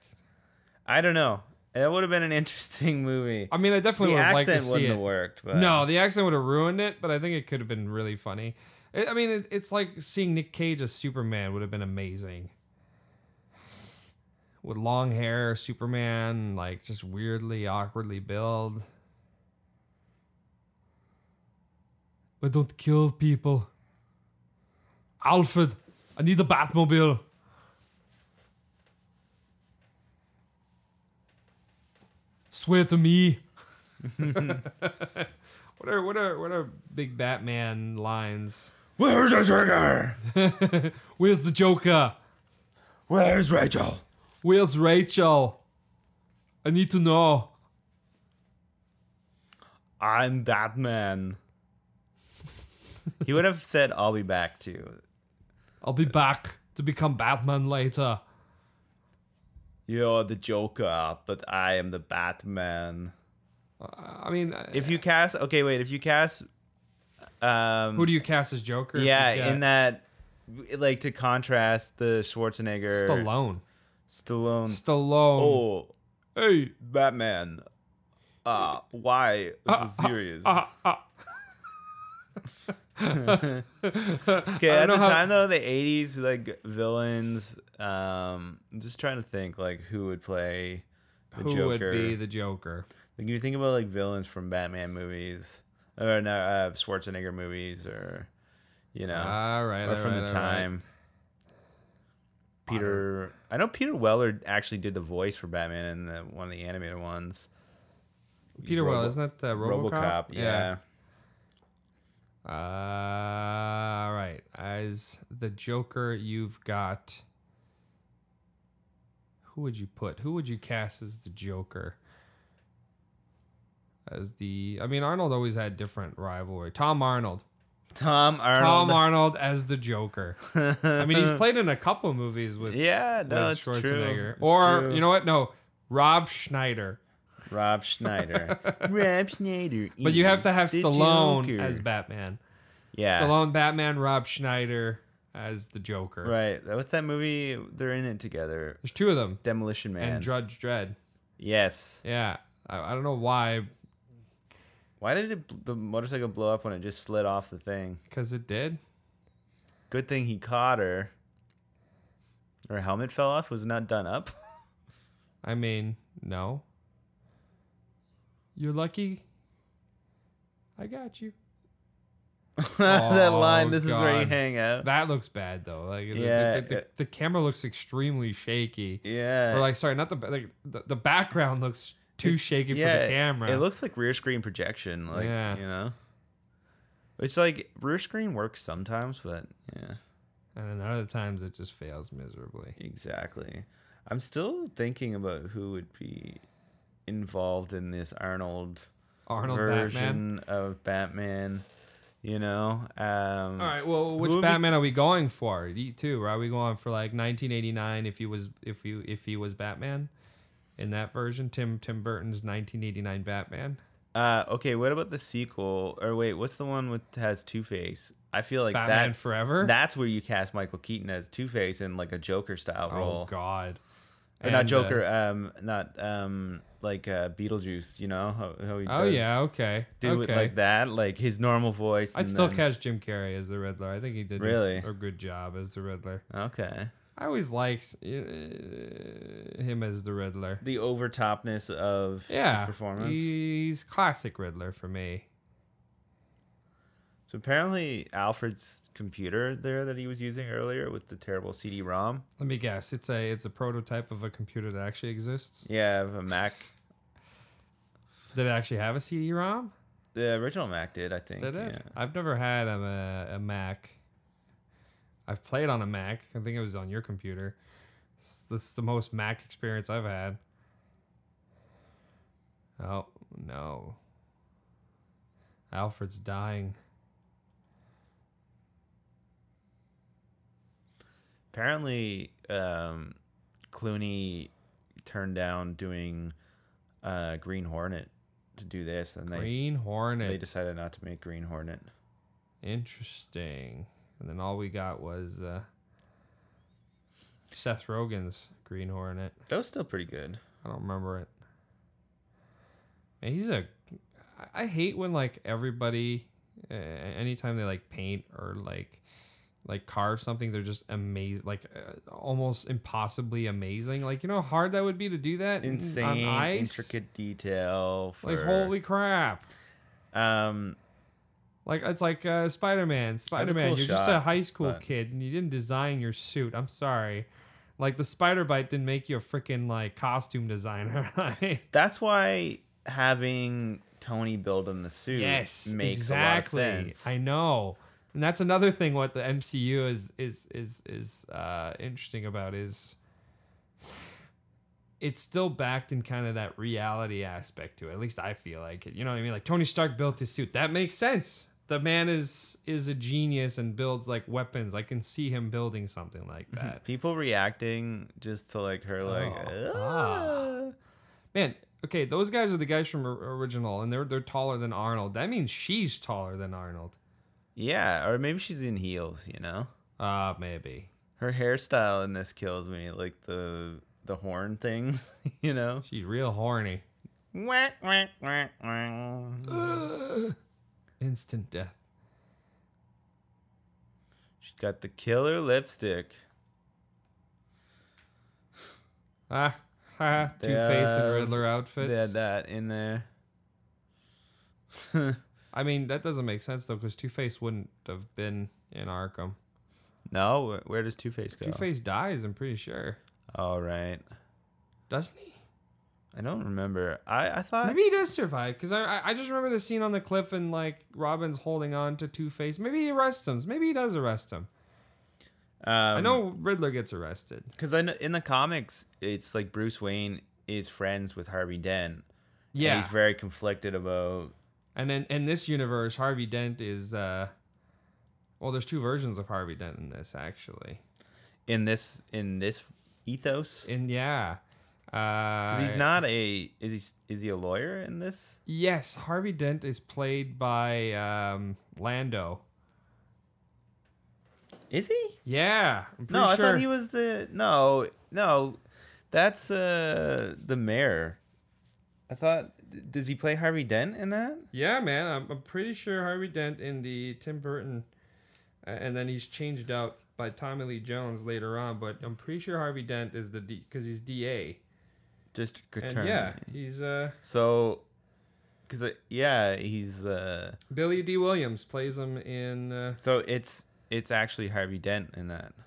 I don't know. That would have been an interesting movie. I mean, I definitely the would have liked to accent see wouldn't it. have worked, but No, the accent would have ruined it, but I think it could have been really funny. I I mean, it, it's like seeing Nick Cage as Superman would have been amazing. With long hair, Superman, like just weirdly, awkwardly build. But don't kill people. Alfred, I need a Batmobile. Swear to me. What are what are what are big Batman lines? where's the trigger? Where's the Joker? Where's Rachel? Where's Rachel? I need to know. I'm Batman. He would have said, "I'll be back" too. I'll be back to become Batman later. You're the Joker, but I am the Batman. I mean, if If you cast, okay, wait. If you cast, um, who do you cast as Joker? yeah, You've in got that, like to contrast the Schwarzenegger, Stallone. Stallone. Stallone. oh, Hey, Batman. Uh, why Ah, this is serious? <laughs> okay, don't at know the how- time though, the '80s like villains. Um, I'm just trying to think like who would play the who Joker. would be the Joker? Like you think about like villains from Batman movies or no uh, Schwarzenegger movies or you know All right, or all from right, all the right. time. Peter, I know Peter Weller actually did the voice for Batman in the, one of the animated ones. Peter Robo- Well, isn't that uh, RoboCop? RoboCop, yeah. Uh, all right. As the Joker, you've got. Who would you put? Who would you cast as the Joker? As the, I mean, Arnold always had different rivalry. Tom Arnold, Tom Arnold. Tom Arnold as the Joker. I <laughs> mean, he's played in a couple movies with Yeah, no, with it's true. It's or true. you know what? No, Rob Schneider. Rob <laughs> Schneider. Rob Schneider. But you have to is have the Stallone Joker. as Batman. Yeah. Stallone, Batman, Rob Schneider as the Joker. Right. What's that movie? They're in it together. There's two of them. Demolition Man. And Judge Dredd. yes. Yeah. I, I don't know why, Why did it, bl- the motorcycle blow up when it just slid off the thing? because it did. Good thing he caught her. Her helmet fell off. Was it not done up. <laughs> I mean, no. You're lucky. I got you. <laughs> that Oh, line. This is where you God. hang out. That looks bad though. Like the- the- Yeah, the, the, it- the camera looks extremely shaky. yeah. Or like, sorry, not the ba- like the, the background looks too shaky yeah, for the camera. It looks like rear screen projection. Like Yeah. you know. It's like rear screen works sometimes, but yeah, and then other times it just fails miserably. exactly. I'm still thinking about who would be involved in this Arnold, Arnold Batman. version of Batman. You know, um, All right. Well, which Who would be- Batman are we going for? You too. Are we going for like 1989? If he was, if you, if he was Batman in that version, Tim Tim Burton's 1989 Batman. Uh, okay, what about the sequel? Or wait, what's the one with has Two Face? I feel like Batman that Forever? That's where you cast Michael Keaton as Two Face in like a Joker style role, Oh God. or not And, uh, oh, Joker, um, not um, like uh, Beetlejuice. You know how, how he uh, oh does yeah. Okay. do okay. it like that, like his normal voice. I'd and still then- catch Jim Carrey as the Riddler. I think he did a- Really? a good job as the Riddler. Okay, I always liked uh, him as the Riddler. the overtopness of Yeah, his performance. He's classic Riddler for me. So apparently, Alfred's computer there that he was using earlier with the terrible CD-ROM. Let me guess. It's a it's a prototype of a computer that actually exists. Yeah, of a Mac. Did it actually have a CD-ROM? The original Mac did, I think. Did it? yeah. I've never had a, a, a Mac. I've played on a Mac. I think it was on your computer. It's- That's the most Mac experience I've had. Oh no. Alfred's dying. apparently um, Clooney turned down doing uh, Green Hornet to do this, and they Green Hornet. they decided not to make Green Hornet. Interesting. And then all we got was uh, Seth Rogen's Green Hornet. That was still pretty good. I don't remember it. Man, he's a. I- I hate when like everybody, uh, anytime they like paint or like, like carve something, they're just amazing, like uh, almost impossibly amazing. Like you know how hard that would be to do that in- Insane, Mm, on ice. intricate detail. For, Like holy crap! Um, Like it's like uh, Spider Man. Spider Man, cool you're just a shot, high school but- kid and you didn't design your suit. I'm sorry. Like the spider bite didn't make you a freaking like costume designer. <laughs> like, that's why having Tony build him the suit yes, makes exactly. a lot of sense. I know, and that's another thing. What the MCU is is is is uh, interesting about is it's still backed in kind of that reality aspect to it. At least I feel like it. You know what I mean? Like Tony Stark built his suit. That makes sense. the man is is a genius and builds like weapons. I can see him building something like Mm-hmm. that. People reacting just to like her, like, Oh, "Ah." Man, okay, those guys are the guys from or- original, and they're they're taller than Arnold. That means she's taller than Arnold. yeah, or maybe she's in heels. You know, Uh maybe. her hairstyle in this kills me, like the the horn things. <laughs> You know, She's real horny. Wah, wah, wah, wah. Instant death. she's got the killer lipstick. Ah, ha, Two Face Yeah. and Riddler outfits. They had that in there. <laughs> I mean, that doesn't make sense though, because Two Face wouldn't have been in Arkham. No, where- where does Two Face go? Two Face dies, I'm pretty sure. All right, Doesn't he? I don't remember. I I thought Maybe he does survive, because I I- I just remember the scene on the cliff and like Robin's holding on to Two Face. Maybe he arrests him. Maybe he does arrest him. um, I know Riddler gets arrested. because I know in the comics it's like Bruce Wayne is friends with Harvey Dent. Yeah, and he's very conflicted about. and then in this universe, Harvey Dent is uh, well, there's two versions of Harvey Dent in this actually. in this in this ethos? And yeah, uh, 'Cause he's not a is he is he a lawyer in this? Yes, Harvey Dent is played by um, Lando. Is he? Yeah, I'm pretty No, I sure. thought he was the no no. That's uh the mayor. I thought d- does he play Harvey Dent in that? Yeah, man, I'm, I'm pretty sure Harvey Dent in the Tim Burton, uh, and then he's changed out by Tommy Lee Jones later on. But I'm pretty sure Harvey Dent is the D because he's DA, Just and return. yeah, he's uh, So, because yeah, he's uh. Billy D Williams plays him in. Uh, So it's it's actually Harvey Dent in that. <laughs>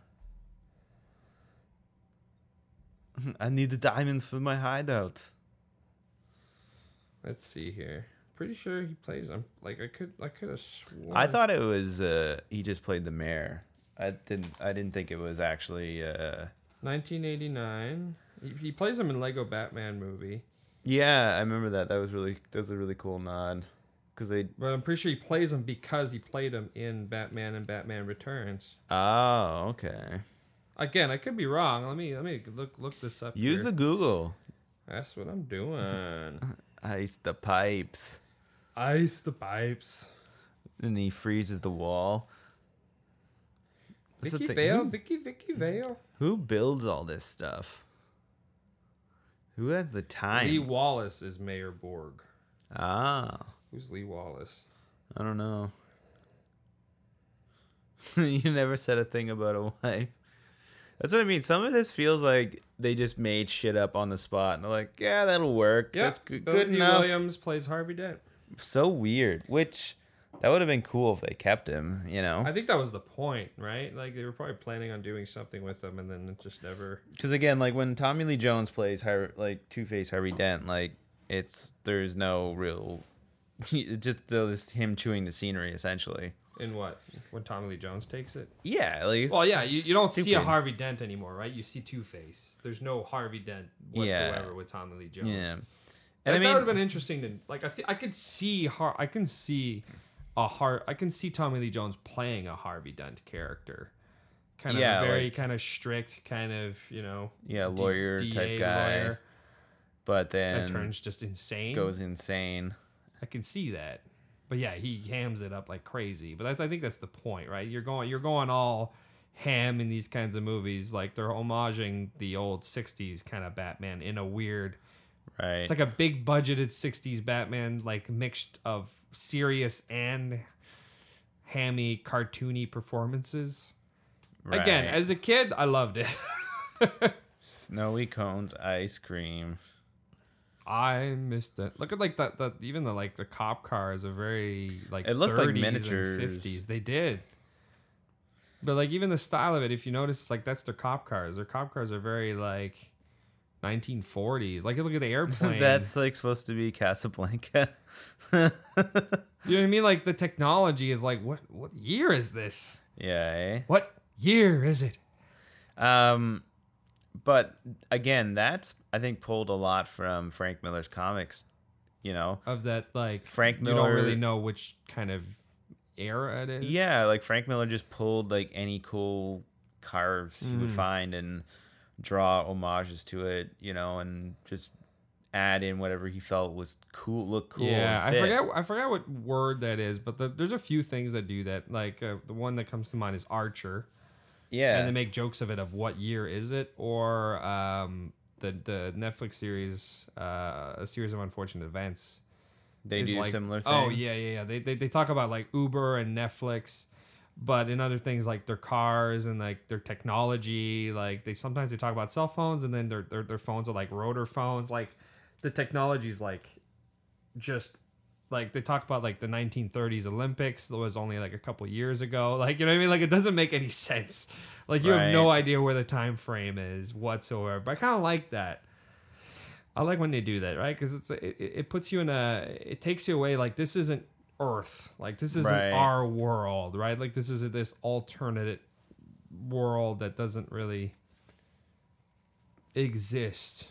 I need the diamonds for my hideout. let's see here. Pretty sure he plays him. Like I could, I could have sworn. I thought it was uh he just played the mayor. I didn't I didn't think it was actually uh 1989. He, he plays him in Lego Batman movie. Yeah, I remember that. That was really that was a really cool nod. Cause they But I'm pretty sure he plays him because he played him in Batman and Batman Returns. Oh, okay. Again, I could be wrong. Let me let me look look this up. Use here. the Google. That's what <laughs> I'm doing. Ice the pipes. Ice the pipes. And he freezes the wall. That's the Vicky thing. Vale, Who- Vicky Vicky Vale. Who builds all this stuff? Who has the time? Lee Wallace is Mayor Borg. ah, Who's Lee Wallace? I don't know. <laughs> you never said a thing about a wife. That's what I mean. Some of this feels like they just made shit up on the spot, and they're like, "Yeah, that'll work. Yeah, That's good, Billy good D. enough." Williams plays Harvey Dent. So weird. Which that would have been cool if they kept him. You know, I think that was the point, right? Like they were probably planning on doing something with him, and then it just never. because again, like when Tommy Lee Jones plays Har- like Two Face Harvey Dent, like it's there's no real. <laughs> it's just this him chewing the scenery essentially. In what? When Tommy Lee Jones takes it. Yeah, like it's Well, yeah, you, you don't see a stupid. Harvey Dent anymore, right? You see Two Face. There's no Harvey Dent whatsoever Yeah. with Tommy Lee Jones. Yeah, Like, and that I would have mean, been interesting to like. I thi- I could see Har- I can see a Har- I can see Tommy Lee Jones playing a Harvey Dent character, kind of Yeah, a very like- kind of strict, kind of you know, Yeah, D- lawyer type guy, but that then turns just insane. goes insane. I can see that. But yeah, he hams it up like crazy. But I, I think that's the point, right? You're going you're going all ham in these kinds of movies. Like they're homaging the old '60s kind of Batman in a weird. Right. It's like a big budgeted '60s Batman, like mixed of serious and hammy, cartoony performances. Again, Right. as a kid, I loved it. <laughs> snowy cones ice cream. <laughs> I missed it. Look at like that. That even the like the cop cars are very like It looked like 30s and miniatures. 50s. They did. But like even the style of it, if you notice, like that's their cop cars. Their cop cars are very like 1940s. Like you look <laughs> at the airplane. That's like supposed to be Casablanca. <laughs> you know what I mean. Like the technology is like what what year is this? yeah. What year is it? Eh? Um, but again, that's I think pulled a lot from Frank Miller's comics. You know, Of that like Frank You don't Miller- really know which kind of era it is. Yeah, like Frank Miller just pulled like any cool carves he Mm. would find and draw homages to it, you know, and just add in whatever he felt was cool, look cool. yeah. and I fit. forget. I forget what word that is, but the, there's a few things that do that. Like uh, the one that comes to mind is Archer. Yeah, and they make jokes of it of what year is it or um, the the Netflix series uh, a series of unfortunate events they is do like- similar things. Oh yeah, yeah, yeah. They, they they talk about like Uber and Netflix, but in other things like their cars and like their technology, like they sometimes they talk about cell phones and then their their, their phones are like rotor phones. Like the technology's like just like they talk about like the 1930s Olympics that was only like a couple years ago. <laughs> Like you know what I mean? Like it doesn't make any <laughs> sense. Like you have no Right. idea where the time frame is whatsoever. But I kind of like that. I like when they do that, right? Because it's it, it it puts you in a it takes you away like this isn't Earth, like this isn't Right. our world, right? Like this is this alternate world that doesn't really exist.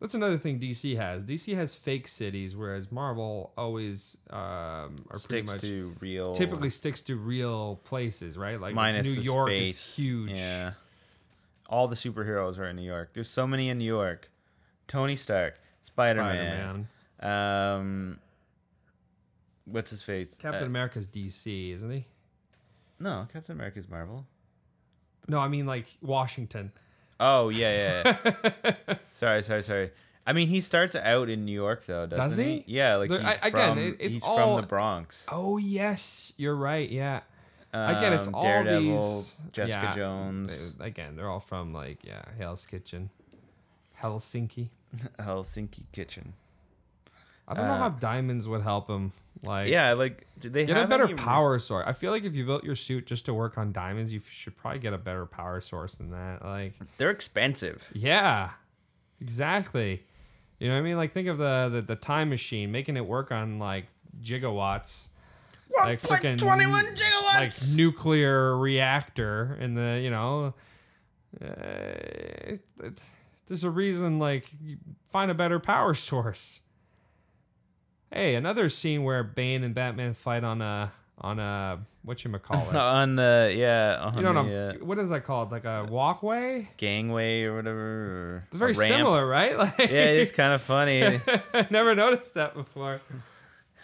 That's another thing DC has. DC has fake cities, whereas Marvel always um, are pretty sticks much to real. typically sticks to real places, right? Like minus New the York space. is huge. Yeah, all the superheroes are in New York. There's so many in New York. Tony Stark, Spider Man, Spider-Man. um, what's his face? Captain Uh, America's DC, isn't he? No, Captain America's Marvel. No, I mean like Washington. Oh yeah, yeah. yeah. <laughs> sorry, sorry, sorry. I mean, he starts out in New York though, doesn't Does he? Yeah, like Look, he's I- again, from it- it's he's all- from the Bronx. Oh yes, you're right. Yeah, again, it's Um, all Daredevil, these Jessica yeah, Jones, they- again, they're all from like yeah, Hell's Kitchen, Helsinki. Helsinki Kitchen. I don't know how diamonds would help him. Like Uh, Yeah, like do they Get have a better any- power source. I feel like if you built your suit just to work on diamonds, you should probably get a better power source than that. Like, They're expensive. yeah, exactly. You know what I mean? Like, think of the the, the time machine making it work on like gigawatts, like freaking twenty one gigawatts, like nuclear reactor, and the you know, uh, it, it- there's a reason. Like, you find a better power <laughs> source. Hey, another scene where Bane and Batman fight on a on a what you call it? <laughs> on the yeah, on You know what, I'm- the uh, what is that called? Like a walkway? gangway or whatever. Or a Very ramp. similar, right? <laughs> Like, Yeah, it's kind <laughs> of funny. I <laughs> never noticed that before.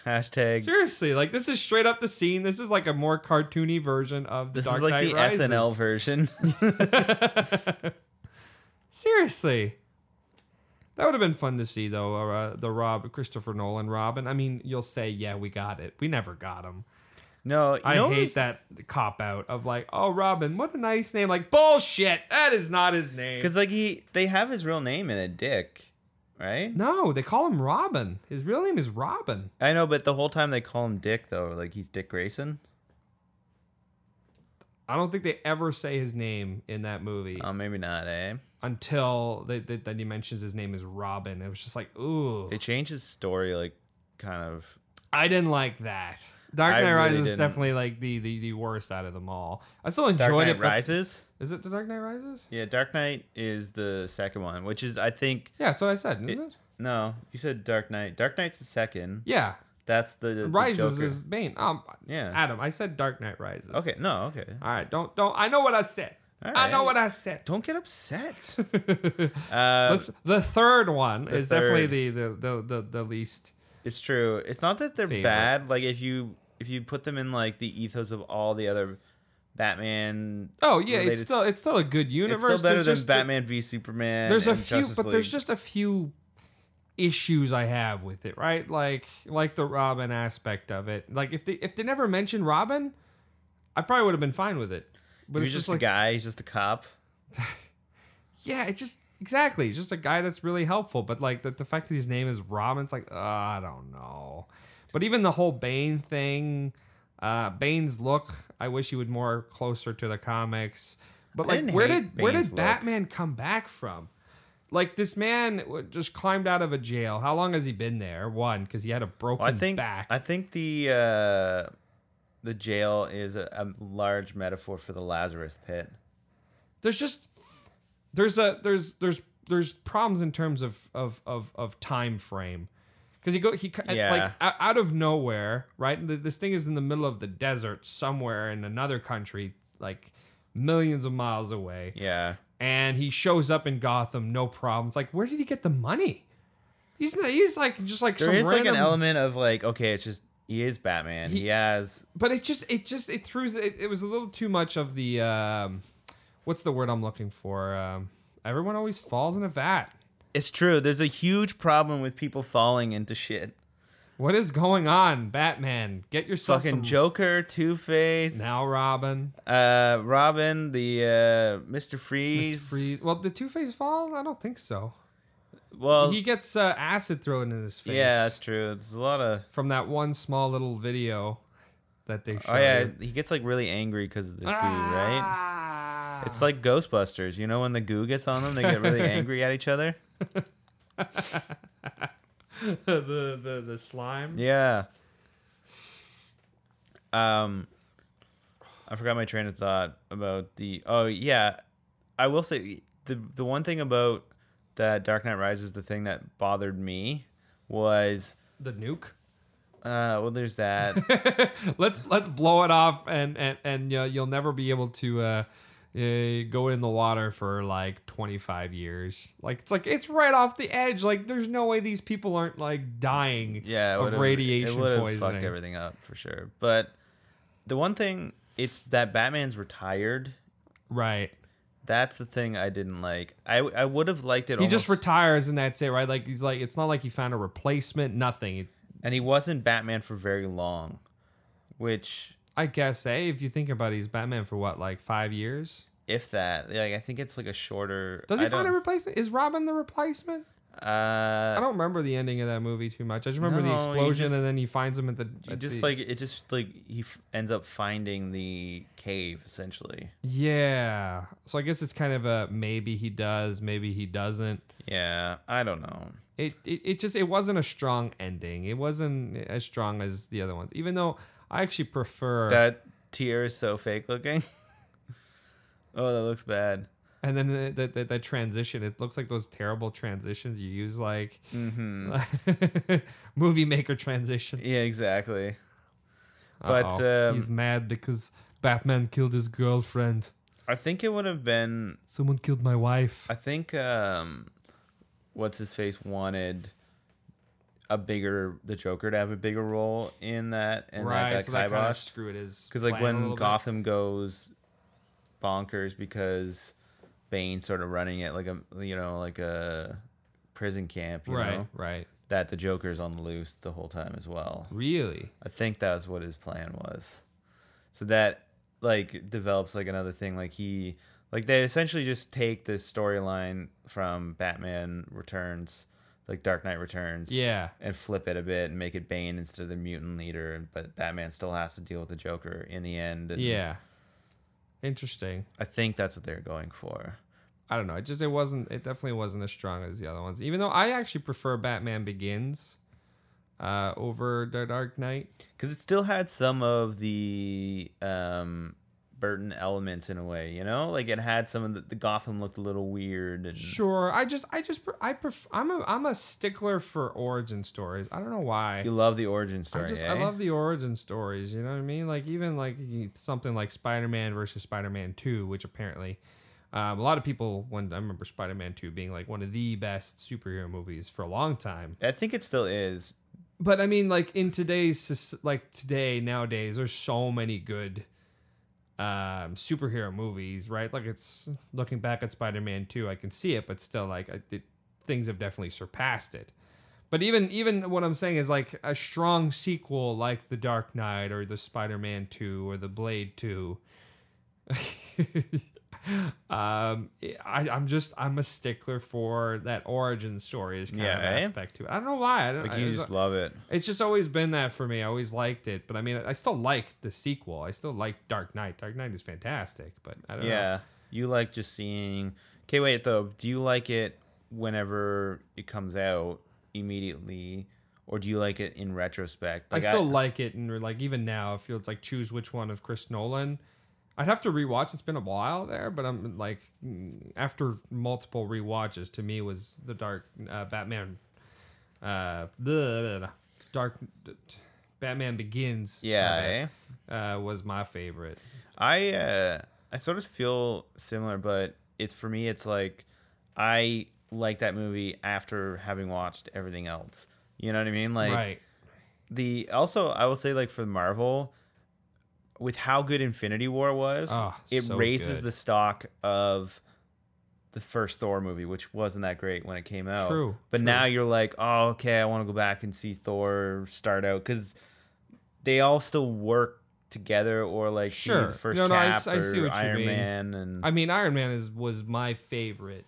Hashtag. Seriously, like this is straight up the scene. This is like a more cartoony version of the This Dark is like Knight the Rises. SNL version. <laughs> Seriously, that would have been fun to see though. or, Uh, the Rob Christopher Nolan Robin. I mean, you'll say, yeah, we got it. We never got him. no, you I know hate who's- that cop out of like, oh, Robin, what a nice name. Like bullshit. That is not his name. Because like he, they have his real name in a dick, right? no, they call him Robin. His real name is Robin. I know, but the whole time they call him Dick though, like he's Dick Grayson. I don't think they ever say his name in that movie. Oh, maybe not, eh? until they, they, then he mentions his name is Robin. It was just like, ooh, They changed his story, like kind of. I didn't like that. Dark I Knight really Rises is didn't. definitely like the, the the worst out of them all. I still enjoyed Dark Knight it. but- Rises. Is it the Dark Knight Rises? Yeah, Dark Knight is the second one, which is I think Yeah, that's what I said. Isn't it, no, you said Dark Knight. Dark Knight's the second. Yeah, That's the, the Rises Joker. is Bane. Um, Yeah. Adam, I said Dark Knight Rises. Okay, no, okay. All right, don't don't. I know what I said. All I know right. what I said. Don't get <laughs> upset. uh, Let's, the third one is definitely third. the the, the, the the least. It's true. It's not that they're Favorite. bad. Like if you if you put them in like the ethos of all the other Batman. Oh yeah, it's related- still it's still a good universe. it's still better There's than just the- Batman v Superman. there's a and few Justice but there's League. just a few issues i have with it right like like the robin aspect of it like if they if they never mentioned robin i probably would have been fine with it but You're it's just, just a like guy. He's just a cop. yeah it's just exactly it's just a guy that's really helpful but like the, the fact that his name is robin it's like uh, i don't know but even the whole bane thing uh bane's look i wish he would more closer to the comics but I like didn't where hate did where Bane's did look. batman come back from like this man w- just climbed out of a jail how long has he been there one because he had a broken Well, I think back I think the uh, the jail is a, a large metaphor for the Lazarus pit. there's just there's a there's there's there's problems in terms of of of, of time frame because he go he ki- Yeah. like o- out of nowhere, right? Th- This thing is in the middle of the desert somewhere in another country, like millions of miles away, Yeah. and he shows up in Gotham, no problem. It's like where did he get the money? He's not- he's like just like There some is like an random- element of like, okay, it's just he is Batman. He, He- has but it just it just it threw it, it was a little too much of the um what's the word i'm looking for um everyone always falls in a vat it's true. There's a huge problem with people falling into shit. what is going on batman get yourself Fucking some Joker, Two Face, now robin uh, Robin, the uh, Mr. Freeze. Mr. Freeze. well the two-face fall i don't think so Well, he gets uh, acid thrown in his face yeah, that's true. It's a lot of. from that one small little video that they showed Oh yeah, you. Ah. he gets like really angry because of this goo, right? It's like Ghostbusters. You know when the goo gets on them, they get really angry at each other. <laughs> the, the the slime Yeah. Um, I forgot my train of thought about the. Oh yeah, I will say the the one thing about that Dark Knight Rises, the thing that bothered me was the nuke uh well there's <laughs> that let's let's blow it off and and and you know, you'll never be able to uh, uh go in the water for like 25 years like it's like it's right off the edge like there's no way these people aren't like dying yeah it of would've- radiation it would've poisoning fucked everything up for sure but the one thing it's that batman's retired right that's the thing i didn't like i i would have liked it he just almost- retires and that's it right like he's like it's not like he found a replacement nothing and he wasn't batman for very long which i guess eh if you think about it he's batman for what like five years if that like i think it's like a shorter does he I find a don't- replacement is robin the replacement uh i don't remember the ending of that movie too much i just remember No, the he explosion just- and then he finds him at the it at just the- like it just like he f- ends up finding the cave essentially Yeah. So I guess it's kind of a maybe he does, maybe he doesn't. yeah i don't know It it, it just it wasn't a strong ending. It wasn't as strong as the other ones. Even though I actually prefer that tear is so fake looking <laughs> oh that looks bad and then the, the, the, the transition, it looks like those terrible transitions you use like Mm-hmm. <laughs> movie maker transition. yeah exactly But, Uh-oh. um, he's mad because Batman killed his girlfriend. i think it would have been Someone killed my wife. I think um, what's his face wanted a bigger the Joker to have a bigger role in that and right, that so got that kind of kiboshed screwed his because like plan a when little bit. Gotham goes bonkers because Bane's sort of running it like a you know like a prison camp you right, know right, that the Joker's on the loose the whole time as well. really. I think that was what his plan was. So that like develops like another thing. Like he like they essentially just take this storyline from Batman Returns, like Dark Knight Returns. Yeah, And flip it a bit and make it Bane instead of the mutant leader, but Batman still has to deal with the Joker in the end. And Yeah. Interesting. I think that's what they're going for. I don't know. It just it wasn't it definitely wasn't as strong as the other ones. Even though I actually prefer Batman Begins uh over The Dark Knight. Because it still had some of the um, Burton elements in a way, you know? Like it had some of the, the Gotham looked a little weird. And, Sure. I just I just pre- I prefer I'm a I'm a stickler for origin stories. I don't know why. You love the origin story. I just eh? I love the origin stories, you know what I mean? Like even like something like Spider-Man versus Spider-Man 2, which apparently um, a lot of people when I remember Spider-Man 2 being like one of the best superhero movies for a long time. I think it still is. but I mean, like in today's soc- like today nowadays, there's so many good um, superhero movies, right? Like it's looking back at Spider-Man Two, I can see it, but still, like I, it, things have definitely surpassed it. But even even what I'm saying is like a strong sequel, like The Dark Knight or the Spider-Man Two or the Blade Two. <laughs> um, I, I'm just I'm a stickler for that origin story is kind Yeah, of eh? aspect to it. I don't know why. I don't. Like I- you it's- just love it. it's just always been that for me. I always liked it, but I mean, I still like the sequel. I still like Dark Knight. Dark Knight is fantastic, but I don't know. Yeah. You like just seeing. Okay, wait though. Do you like it whenever it comes out immediately, or do you like it in retrospect? I still like it, and like even now, if you it's like choose which one of Chris Nolan, I'd have to rewatch. It's been a while there, but I'm like mm, after multiple rewatches, to me was the Dark uh, Batman uh, blah, blah, blah. Dark Batman Begins. Yeah, my eh? bad, uh, was my favorite. I uh, I sort of feel similar, but it's for me. It's like I like that movie after having watched everything else. You know what I mean? Like right. the also I will say like for Marvel, with how good Infinity War was, Oh, it so raises good. the stock of the first Thor movie, which wasn't that great when it came out. True, But true. now you're like, oh, okay, I want to go back and see Thor start out because they all still work together, or like see Sure. the first No, no, I Cap s- I see or what you Iron mean. Man and I mean, Iron Man is was my favorite.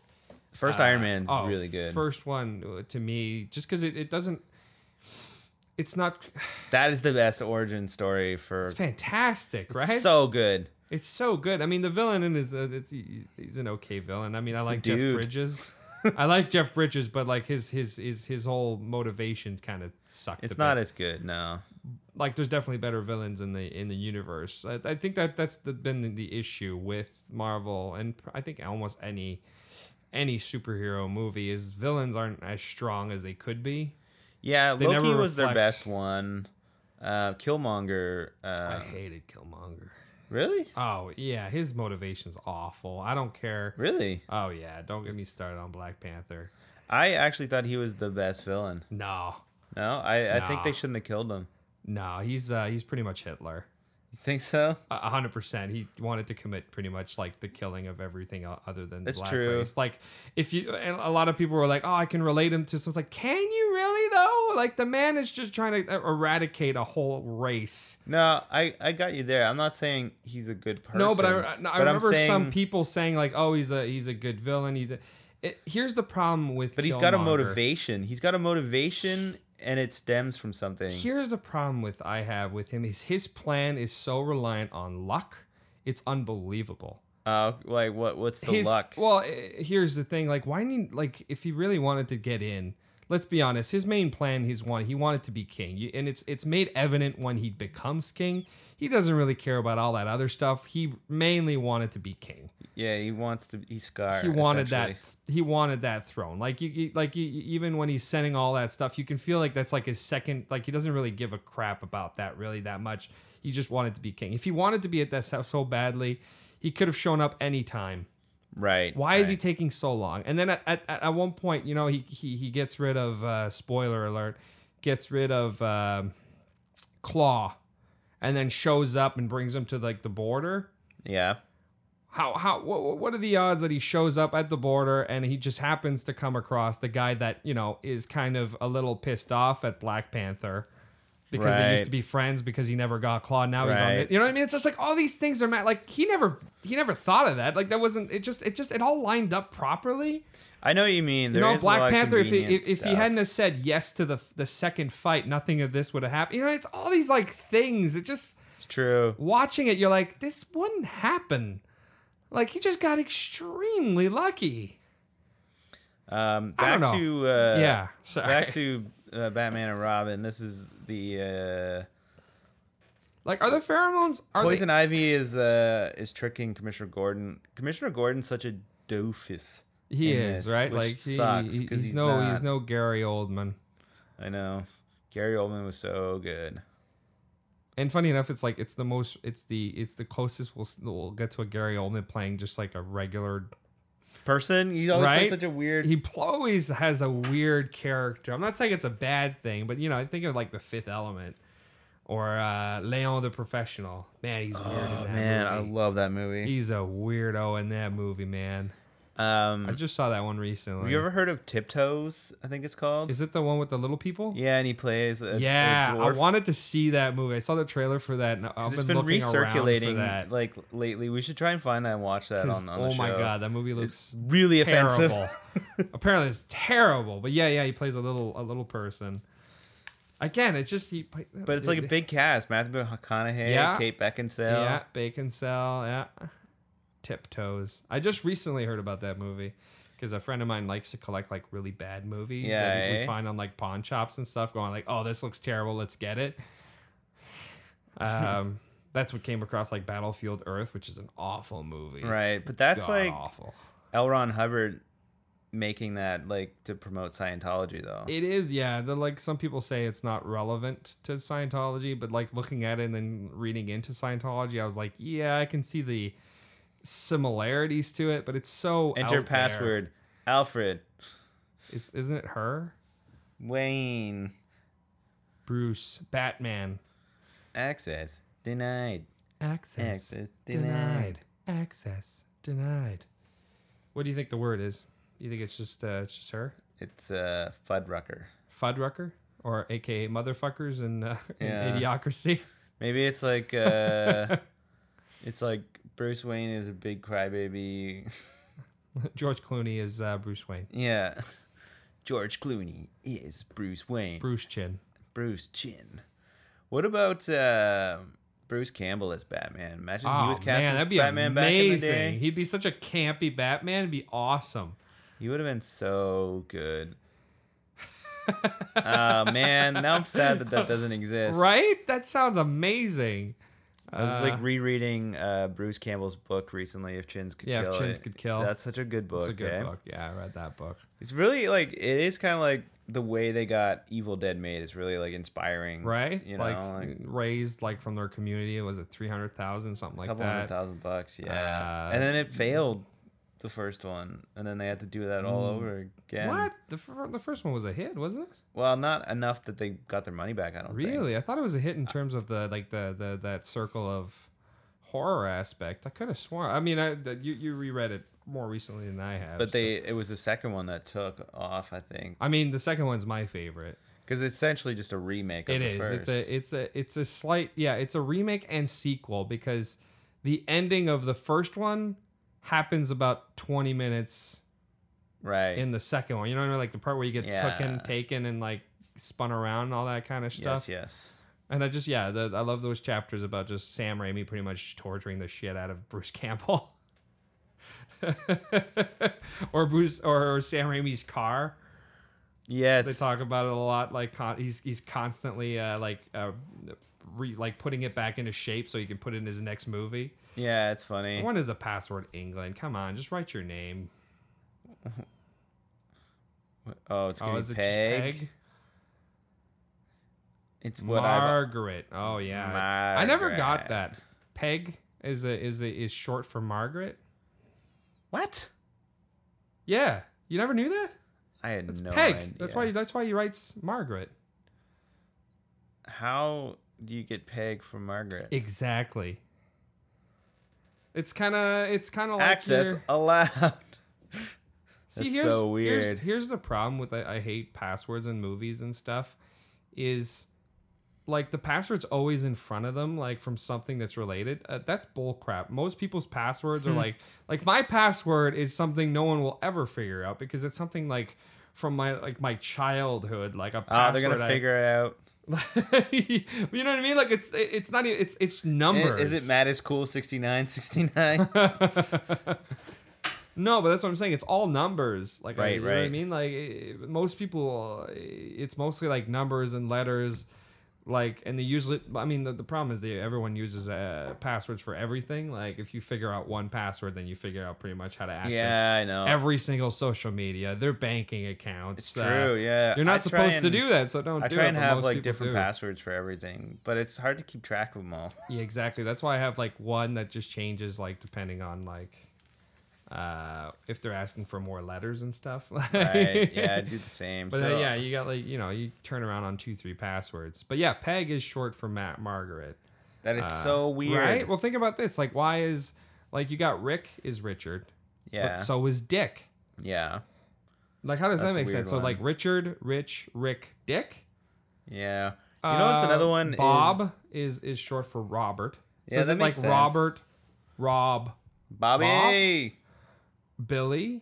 first Uh, Iron Man's oh, really good. First one uh, to me, just because it, it doesn't. It's not. that is the best origin story for. It's fantastic, right? So good. It's so good. I mean, the villain in is uh, it's he's, he's an okay villain. I mean, I the like Jeff dude. Bridges. <laughs> I like Jeff Bridges, but like his his his his whole motivation kind of sucked. It's a not bit. as good, no. like there's definitely better villains in the in the universe. I, I think that that's the, been the, the issue with Marvel and pr- I think almost any any superhero movie is villains aren't as strong as they could be. Yeah, They Loki never was their reflect- best one. Uh, Killmonger. I Uh, hated Killmonger. really? Um, Oh yeah, his motivation's awful. I don't care. Really? Oh yeah, don't get me started on Black Panther. I actually thought he was the best villain. No, No, I, I think they Nah. shouldn't have killed him. no, he's uh, he's pretty much Hitler. You think so? A a hundred percent. He wanted to commit pretty much like the killing of everything o- other than the That's black true. race. Like if you and a lot of people were like, "Oh, I can relate him to." So it's like, can you really though? Like the man is just trying to uh, eradicate a whole race. No, I, I got you there. I'm not saying he's a good person. No, but I, I, no, but I I'm remember some saying- people saying like, "Oh, he's a he's a good villain." He, d- it, here's the problem with. But he's got a motivation. motivation. He's got a motivation, and it stems from something. Here's the problem with I have with him is his plan is so reliant on luck. It's unbelievable. Uh, like what? What's the his, luck? Well, eh, here's the thing. Like, why need like if he really wanted to get in? Let's be honest. His main plan, he's one. He wanted to be king, You- and it's it's made evident when he becomes king. He doesn't really care about all that other stuff. He mainly wanted to be king. yeah, he wants to. He's scarred. He wanted that. essentially. He wanted that throne. Like you, you like you, you- even when he's sending all that stuff, you can feel like that's like his second. Like he doesn't really give a crap about that really that much. He just wanted to be king. If he wanted to be at that stuff so badly, he could have shown up any time. Right. Why is he right. taking so long? And then at, at, at one point, you know, he he, he gets rid of uh, spoiler alert, gets rid of um Claw, and then shows up and brings him to like the border. yeah. How how what, what are the odds that he shows up at the border and he just happens to come across the guy that you know is kind of a little pissed off at Black Panther because they Right. used to be friends because he never got Claw. Now he's on Right. the, you know what I mean? It's just like all these things are ma- like he never he never thought of that. Like that wasn't it just it just it all lined up properly. I know what you mean. You There know, is a lot Black of Panther. If he convenient if, if he stuff. hadn't have said yes to the the second fight, nothing of this would have happened. You know, it's all these like things. It just it's true. watching it, you're like, this wouldn't happen. Like he just got extremely lucky. Um, I back don't know. to uh, yeah. Sorry. <laughs> back to uh, Batman and Robin. This is the like are the pheromones uh, are Poison they, Ivy is uh, is tricking Commissioner Gordon. Commissioner Gordon's such a doofus. he in is this, right which like he- sucks he- 'cause he's, he's no not- he's no Gary Oldman. I know. Gary Oldman was so good. And funny enough, it's like it's the most it's the it's the closest we'll, s- we'll get to a Gary Oldman playing just like a regular Person, he's always Right? right? such a weird. he pl- always has a weird character. I'm not saying it's a bad thing, but you know, I think of like the Fifth Element or uh Leon the Professional. Man, he's weird. in that Oh, man, I movie. love that movie. he's a weirdo in that movie, man. I Um, just saw that one recently. have you ever heard of Tiptoes? I think it's called. Is it the one with the little people? yeah, and he plays. A, a Yeah, I dwarf. wanted to see that movie. I saw the trailer for that. And I've It's been, been looking around for recirculating that. like lately. We should try and find that and watch that 'Cause, on, on the oh my show. god, that movie looks really offensive. <laughs> terrible. Apparently, it's terrible. But yeah, yeah, he plays a little a little person. Again, it's just he. play- But it's like a it- big cast: Matthew McConaughey, Yeah. Kate Beckinsale. yeah, bacon cell, yeah, tiptoes. I just recently heard about that movie because a friend of mine likes to collect like really bad movies that Yeah, we eh? find on like pawn shops and stuff. Going like, oh, this looks terrible. Let's <laughs> get it. Um, that's what came across like Battlefield Earth, which is an awful movie. Right, but that's God like awful. L. Ron Hubbard making that like to promote Scientology though. It is, yeah. The, like some people say it's not relevant to Scientology, but like looking at it and then reading into Scientology, I was like, yeah, I can see the similarities to it, but it's so Enter out there. password Alfred It's, isn't it her? Wayne Bruce Batman access denied. access, Access denied. denied. access denied. What do you think the word is? You think it's just uh, it's just her It's uh Fuddrucker. Fuddrucker or AKA motherfuckers and uh, <laughs> in Yeah. idiocracy? <laughs> Maybe it's like uh it's like Bruce Wayne is a big crybaby. <laughs> George Clooney is uh, Bruce Wayne. yeah. George Clooney is Bruce Wayne. Bruce Chin. Bruce Chin. What about uh, Bruce Campbell as Batman? Imagine Oh, he was cast man, as that'd be Batman amazing. back in the day. He'd be such a campy Batman. It'd be awesome. He would have been so good. Oh man, now I'm sad that that doesn't exist. Right? That sounds amazing. I was like rereading uh, Bruce Campbell's book recently. If Chins could Yeah, If kill, Chins It- Could Kill. That's such a good book. It's a good eh? book. Yeah, I read that book. It's really like it is kind of like the way they got Evil Dead made is really like inspiring, Right? You know, like, like, raised like from their community. Was it three hundred thousand something a like couple hundred that? thousand bucks, yeah. Uh, and then it failed the first one, and then they had to do that all over again. Mm. What the fir- the first one was a hit, wasn't it? Well, not enough that they got their money back. I don't think. Really? I thought it was a hit in terms of the like the, the that circle of horror aspect. I could have sworn. I mean, I that you you reread it more recently than I have. But so- they, it was the second one that took off, I think, I mean, the second one's my favorite. because it's essentially just a remake. Of It the is. First. It's a it's a it's a slight yeah, it's a remake and sequel because the ending of the first one happens about 20 minutes right. in the second one. You know what I mean? Like the part where he gets Yeah. tucked in, taken and like spun around and all that kind of yes, stuff. yes. And I just yeah, the, I love those chapters about just Sam Raimi pretty much torturing the shit out of Bruce Campbell. <laughs> or Bruce or Sam Raimi's car Yes. they talk about it a lot. Like con- he's he's constantly uh, like uh, re- like putting it back into shape so he can put it in his next movie. yeah, it's funny. One is a password England. Come on, just write your name. Oh, it's gonna Oh, be is it Peg. just Peg? It's what I've Margaret. Oh yeah, I never Margaret. got that. Peg is a is a is short for Margaret. What? Yeah, you never knew that. I had It's no Peg. idea. That's why that's why he writes Margaret. How do you get Peg from Margaret? Exactly. It's kind of it's kind of like Access your- allowed. <laughs> See, That's here's, so Here's, weird. here's the problem with I, I hate passwords in movies and stuff, is like the password's always in front of them, like from something that's related. Uh, that's bullcrap. Most people's passwords are Hmm. like like my password is something no one will ever figure out because it's something like from my like my childhood, like a Oh, password. they're gonna figure it out. I, <laughs> you know what I mean? Like it's it's not even it's it's I- numbers. Is it Matt is cool sixty nine sixty <laughs> nine? No, but that's what I'm saying. It's all numbers. Like, I, Right, you know what I right. mean? Like, it, most people, uh, it's mostly like numbers and letters. Like, and they usually, I mean, the, the problem is they everyone uses uh, passwords for everything. Like, if you figure out one password, then you figure out pretty much how to access Yeah, I know. every single social media, their banking accounts. It's true, yeah. You're not I try supposed to and- do that, so don't I do try it, and but have most like people different do. passwords for everything, but it's hard to keep track of them <laughs> all. Yeah, exactly. That's why I have like one that just changes like depending on like uh if they're asking for more letters and stuff. <laughs> Right? Yeah, I do the same. But so uh, yeah, you got like you know you turn around on two three passwords. But yeah, Peg is short for Matt Margaret. that is so Oh, weird. uh, Right. Well, think about this. Like, why is like you got Rick is Richard, yeah, but so is Dick. yeah, Like, how does That's that a make weird sense? So one. like Richard, Rich, Rick, Dick. yeah. You know what's Uh, another one? is- Bob is... is short for Robert. So Yeah, is that it like makes sense. Robert, Rob, Bobby Billy,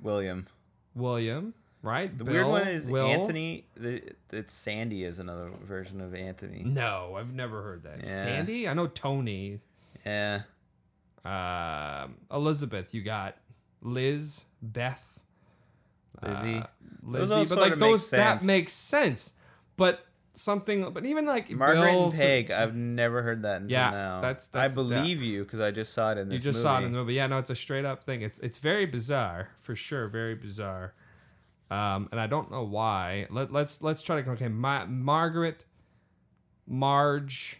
William. William? Right. The weird one is Anthony. The, it's Sandy is another version of Anthony. No, I've never heard that. Yeah. Sandy. I know Tony. Yeah. um, Elizabeth, you got Liz, Beth, Lizzie. Lizzie, all Uh, but sorta like make those that sense. makes sense. But something, but even like Margaret Bill and to- Peg. I've never heard that until Yeah, now. that's- I that's- believe you because I just saw it in You this. just saw <laughs> it in movie. the movie. Yeah, no, it's a straight up thing. It's it's very bizarre for sure. Very bizarre. Um, and I don't know why. Let, let's let's try to okay. My, Margaret, Marge,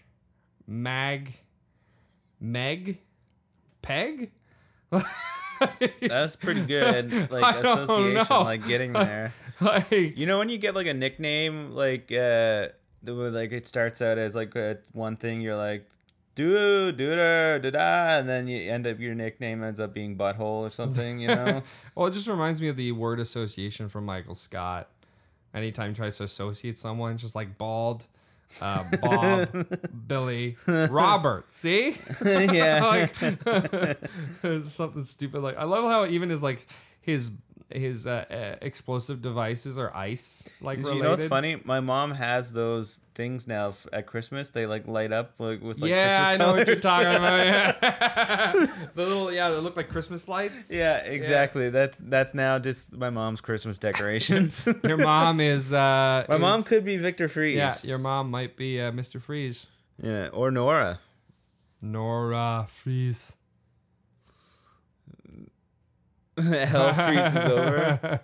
Mag, Meg, Peg. <laughs> That's pretty <laughs> good. Like I don't association, know. like getting <laughs> there. like You know when you get like a nickname, like uh, the way, like it starts out as like uh, one thing. You're like, do dooder da da, and then you end up your nickname ends up being butthole or something. You know, well, it just reminds me of the word association from Michael Scott. Anytime he tries to associate someone, it's just like bald, uh, Bob, <laughs> Billy, Robert. See, yeah. <laughs> <laughs> like <laughs> something stupid. Like I love how even his like his his uh, uh, explosive devices are ice. Like You related. know what's funny? My mom has those things now f- at Christmas. They like light up like, with like yeah, Christmas I know what you're colors. talking about. <laughs> Yeah. the little yeah, they look like Christmas lights. Yeah, exactly. That's that's now just my mom's Christmas <laughs> decorations. <laughs> Your mom is. Uh, my mom is- could be Victor Freeze. Yeah, your mom might be uh, Mr. Freeze. <laughs> yeah, or Nora. <laughs> Nora Freeze. <laughs> Hell freezes over.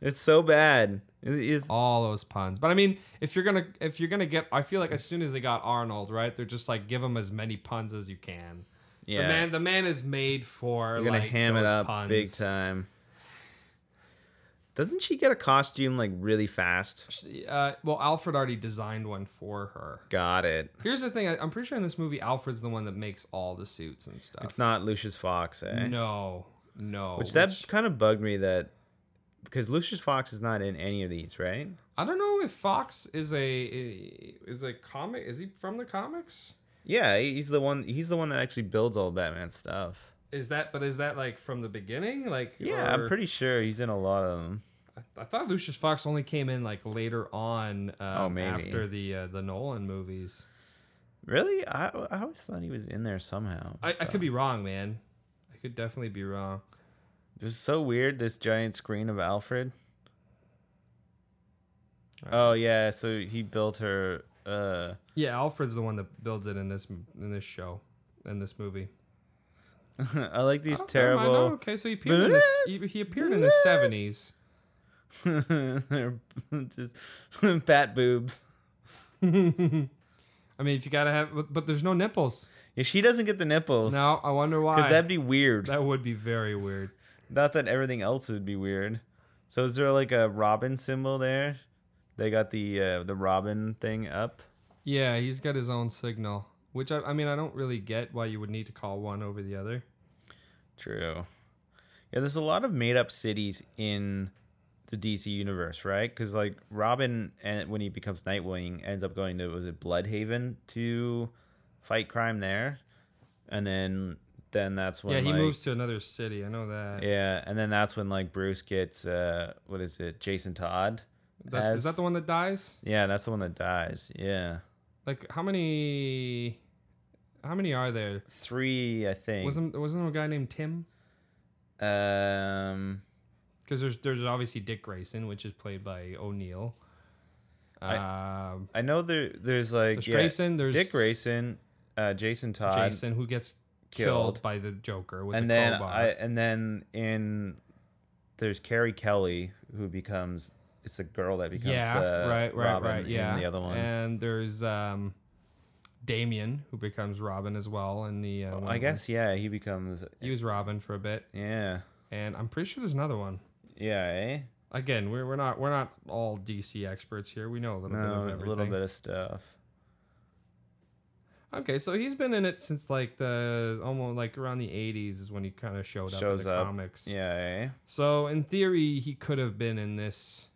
It's so bad. It is all those puns. But I mean, if you're gonna if you're gonna get, I feel like as soon as they got Arnold, right, they're just like give him as many puns as you can. yeah. The man, the man is made for. You're gonna like, ham it those up puns. big time. Doesn't she get a costume like really fast? Uh, well, Alfred already designed one for her. Got it. Here's the thing: I, I'm pretty sure in this movie, Alfred's the one that makes all the suits and stuff. It's not Lucius Fox, eh? no, no. Which that kind of bugged me that because Lucius Fox is not in any of these, right? I don't know if Fox is a is a comic. Is he from the comics? Yeah, he- he's the one. He's the one that actually builds all Batman stuff. Is that but is that like from the beginning? Like Yeah, I'm or- pretty sure he's in a lot of them. I thought Lucius Fox only came in like later on um, Oh, maybe. after the uh, the Nolan movies. Really, I, I always thought he was in there somehow. I, I could be wrong, man. I could definitely be wrong. This is so weird. This giant screen of Alfred. Oh yeah, so he built her. Uh, <laughs> Yeah, Alfred's the one that builds it in this in this show, in this movie. I like these Okay, I know. terrible. Okay, so he appeared in the s- he, he appeared in the seventies. <laughs> They're just <laughs> bat boobs. I mean, if you gotta have, but, but there's no nipples. Yeah, she doesn't get the nipples. No, I wonder why. because that'd be weird. that would be very weird. Not that everything else would be weird. So is there like a robin symbol there? They got the uh, the robin thing up. Yeah, he's got his own signal, which I, I mean, I don't really get why you would need to call one over the other. True. Yeah, there's a lot of made up cities in the DC universe, right? Because like Robin, and when he becomes Nightwing, ends up going to was it Bloodhaven to fight crime there, and then then that's when yeah, he like- moves to another city. I know that. Yeah, and then that's when like Bruce gets uh what is it Jason Todd? That's, as- is that the one that dies? Yeah, that's the one that dies. Yeah, Like how many? How many are there? three I think. Wasn't wasn't there a guy named Tim? um, Because there's there's obviously Dick Grayson, which is played by O'Neill. Um, I know there there's like There's yeah, Grayson, there's- Dick Grayson, uh, Jason Todd, Jason, who gets killed, killed. by the Joker with and the then crowbar. I and then in there's Carrie Kelly who becomes it's a girl that becomes yeah, uh, right, right, Robin right. Yeah, in the other one. And there's um, Damien, who becomes Robin as well. In the uh, one I of guess yeah, he becomes them. he was Robin for a bit, yeah and I'm pretty sure there's another one. yeah eh? Again, we're, we're not we're not all DC experts here. We know a little bit of no, everything. Um, a little bit of stuff. Okay, so he's been in it since like the almost like around the '80s is when he kind of showed up Shows in the up. comics. Yeah, eh? So in theory, he could have been in this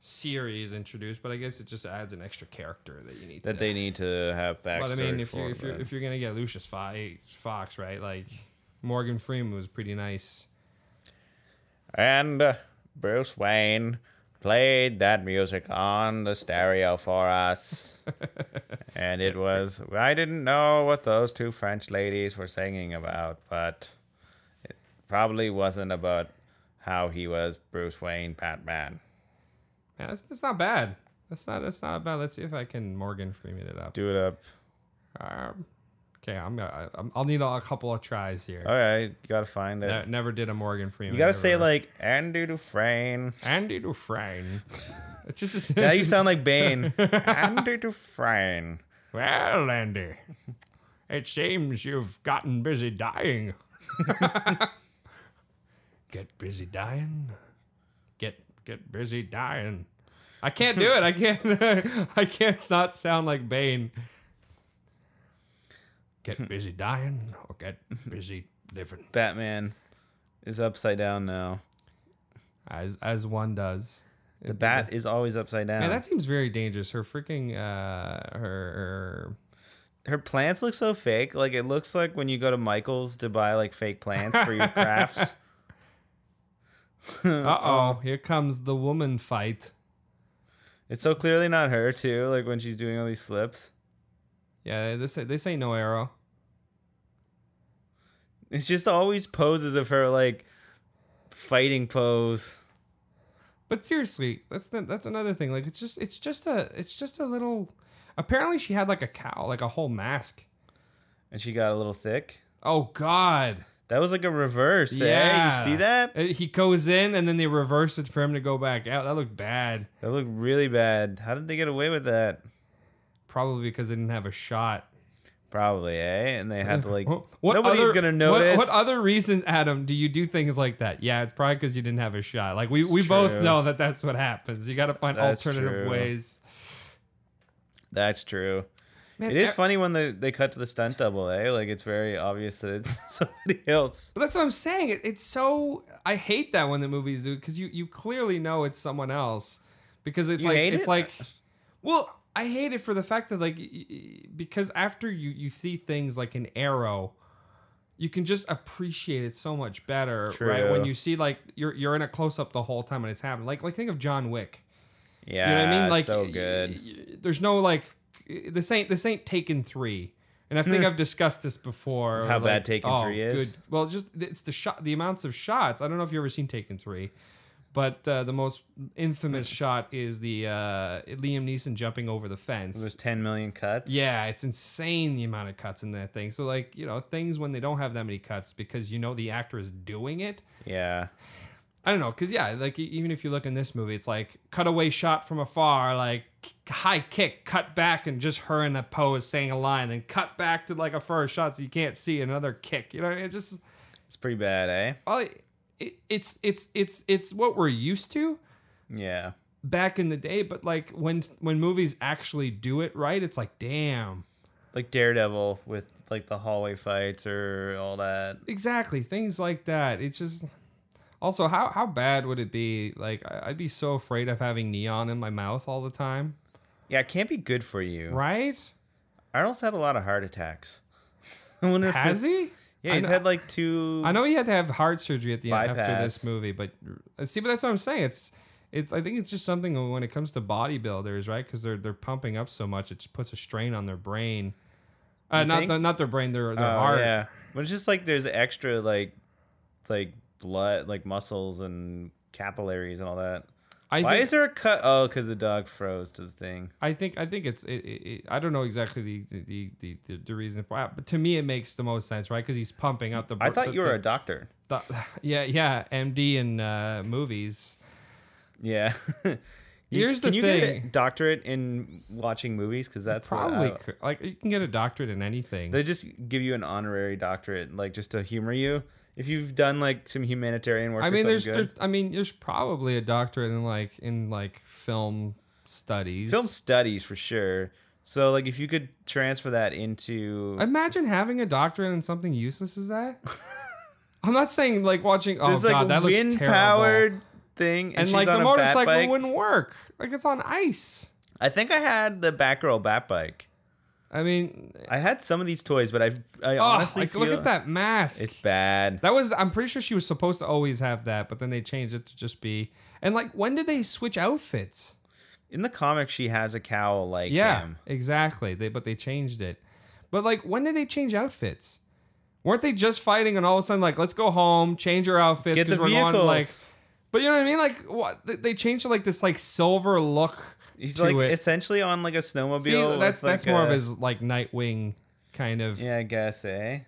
series introduced, but I guess it just adds an extra character that you need. that to, they need to have backstory. But I mean, if for, you're if you're but- if you're gonna get Lucius Fo- Fox, right? Like Morgan Freeman was pretty nice. And uh, Bruce Wayne played that music on the stereo for <laughs> us. and it was, I didn't know what those two French ladies were singing about, but it probably wasn't about how he was Bruce Wayne Batman. Yeah, that's, that's not bad. That's not that's not bad. Let's see if I can Morgan Freeman it up. Do it up. Um, okay, I'm, I, I'm I'll need a, couple of tries here. All right, Oh, you gotta find it. Ne- never did a Morgan Freeman. you gotta say never- like Andrew Dufresne. Andy <laughs> Dufresne. it's just Now you sound like <laughs> Bane. Andrew Dufresne. well, Andy. It seems you've gotten busy dying. <laughs> get busy dying. Get get busy dying. I can't do it. I can't. <laughs> I can't not sound like Bane. <laughs> Get busy dying or get busy living, Batman is upside down now. as as one does. The bat is always upside down. Man, that seems very dangerous. Her freaking uh, her, her plants look so fake. Like it looks like when you go to Michael's to buy like fake plants for your <laughs> crafts. <laughs> her uh oh, here comes the woman fight. It's so clearly not her too. Like when she's doing all these flips, Yeah, this this ain't no arrow. it's just always poses of her like fighting pose. But seriously, that's the, that's another thing. Like it's just it's just a it's just a little. Apparently, she had like a cow, like a whole mask. and she got a little thick. Oh God! That was like a reverse. Yeah, yeah, you see that? Uh, He goes in, and then they reverse it for him to go back out. That looked bad. That looked really bad. How did they get away with that? Probably because they didn't have a shot. Probably, eh? And they had to like Wh- nobody's other- gonna <laughs> what- notice. What, other reason, Adam, do you do things like that? Yeah, it's probably because you didn't have a shot. Like we, we true. both know that that's what happens. You got to find That's alternative true. ways. That's true. Man, it is e- funny when they, they cut to the stunt double, eh? Like it's very obvious that it's <laughs> somebody else. But that's what I'm saying. It, it's so I hate that when the movies do because you you clearly know it's someone else because it's You like hate it's it? like well I hate it for the fact that like y- y- because after you you see things like an arrow. You can just appreciate it so much better, right? When True. you see like you're you're in a close up the whole time and it's happening. Like like think of John Wick. Yeah, You know what I mean? Like so y- good. y- There's no like this ain't this ain't Taken three, and I think I've discussed this before. How like, bad Taken oh, 3 is? Well, just it's the shot, the amounts of shots. I don't know if you've ever seen Taken three, but uh, the most infamous shot is the uh, Liam Neeson jumping over the fence. There's 10 million cuts. Yeah, it's insane the amount of cuts in that thing. So like you know things when they don't have that many cuts because you know the actor is doing it. yeah. I don't know, cause yeah, like e- even if you look in this movie, it's like cutaway shot from afar, like k- high kick, cut back, and just her in a pose saying a line, then cut back to like a first shot so you can't see another kick. You know, it's just It's pretty bad, eh? all it, it, it's it's it's it's what we're used to Yeah. back in the day. But like when when movies actually do it right, it's like damn, Like Daredevil with like the hallway fights or all that. exactly things like that. It's just also how how bad would it be? Like I- I'd be so afraid of having neon in my mouth all the time, Yeah, it can't be good for you. right? Arnold's had a lot of heart attacks. <laughs> I wonder if Has this- he? Yeah, I he's kn- had like two. I know he had to have heart surgery at the end after Bypass. this movie, but uh, see, but that's what I'm saying. It's, it's. I think it's just something when it comes to bodybuilders, right? Because they're they're pumping up so much, it just puts a strain on their brain. Uh, You not think? the, not their brain, their their Oh, heart. Yeah, but it's just like there's extra like, like blood, like muscles and capillaries and all that. I Why think, is there a cut? Oh, because the dog froze to the thing. I think I think it's. It, it, it, I don't know exactly the the, the, the, the the reason for, uh, but to me it makes the most sense, right? Because he's pumping up the. I br- the- thought you were a the- doctor. the- <laughs> yeah, yeah, MD in uh, movies. Yeah. <laughs> You- Here's the can you get a thing. doctorate in watching movies? Because that's What Probably I- cou- like you can get a doctorate in anything. they just give you an honorary doctorate, like just to humor you. If you've done like some humanitarian work, I mean, or there's, something there's, good. I mean, there's probably a doctorate in like in like film studies. film studies for sure. So like, if you could transfer that into Imagine having a doctorate in something useless <laughs> as that. I'm not saying like watching. Oh this god, like that looks wind terrible. powered thing, and, and she's like on the a bat motorcycle bike. wouldn't work. Like it's on ice. I think I had the Batgirl bat bike. I mean, I had some of these toys, but I I oh, honestly like feel look at that mask. It's bad. That was. I'm pretty sure she was supposed to always have that, but then they changed it to just be. And like, when did they switch outfits? In the comic, she has a cowl like Yeah, him. exactly. They but they changed it. But like, when did they change outfits? Weren't they just fighting and all of a sudden like, let's go home, change our outfits? Get the 'cause we're vehicles. going, like, but you know what I mean? Like, what they- they changed to like this like silver look. He's to like it. essentially on like a snowmobile. See, with, that's like, that's more of a- his like Nightwing kind of Yeah, I guess, eh?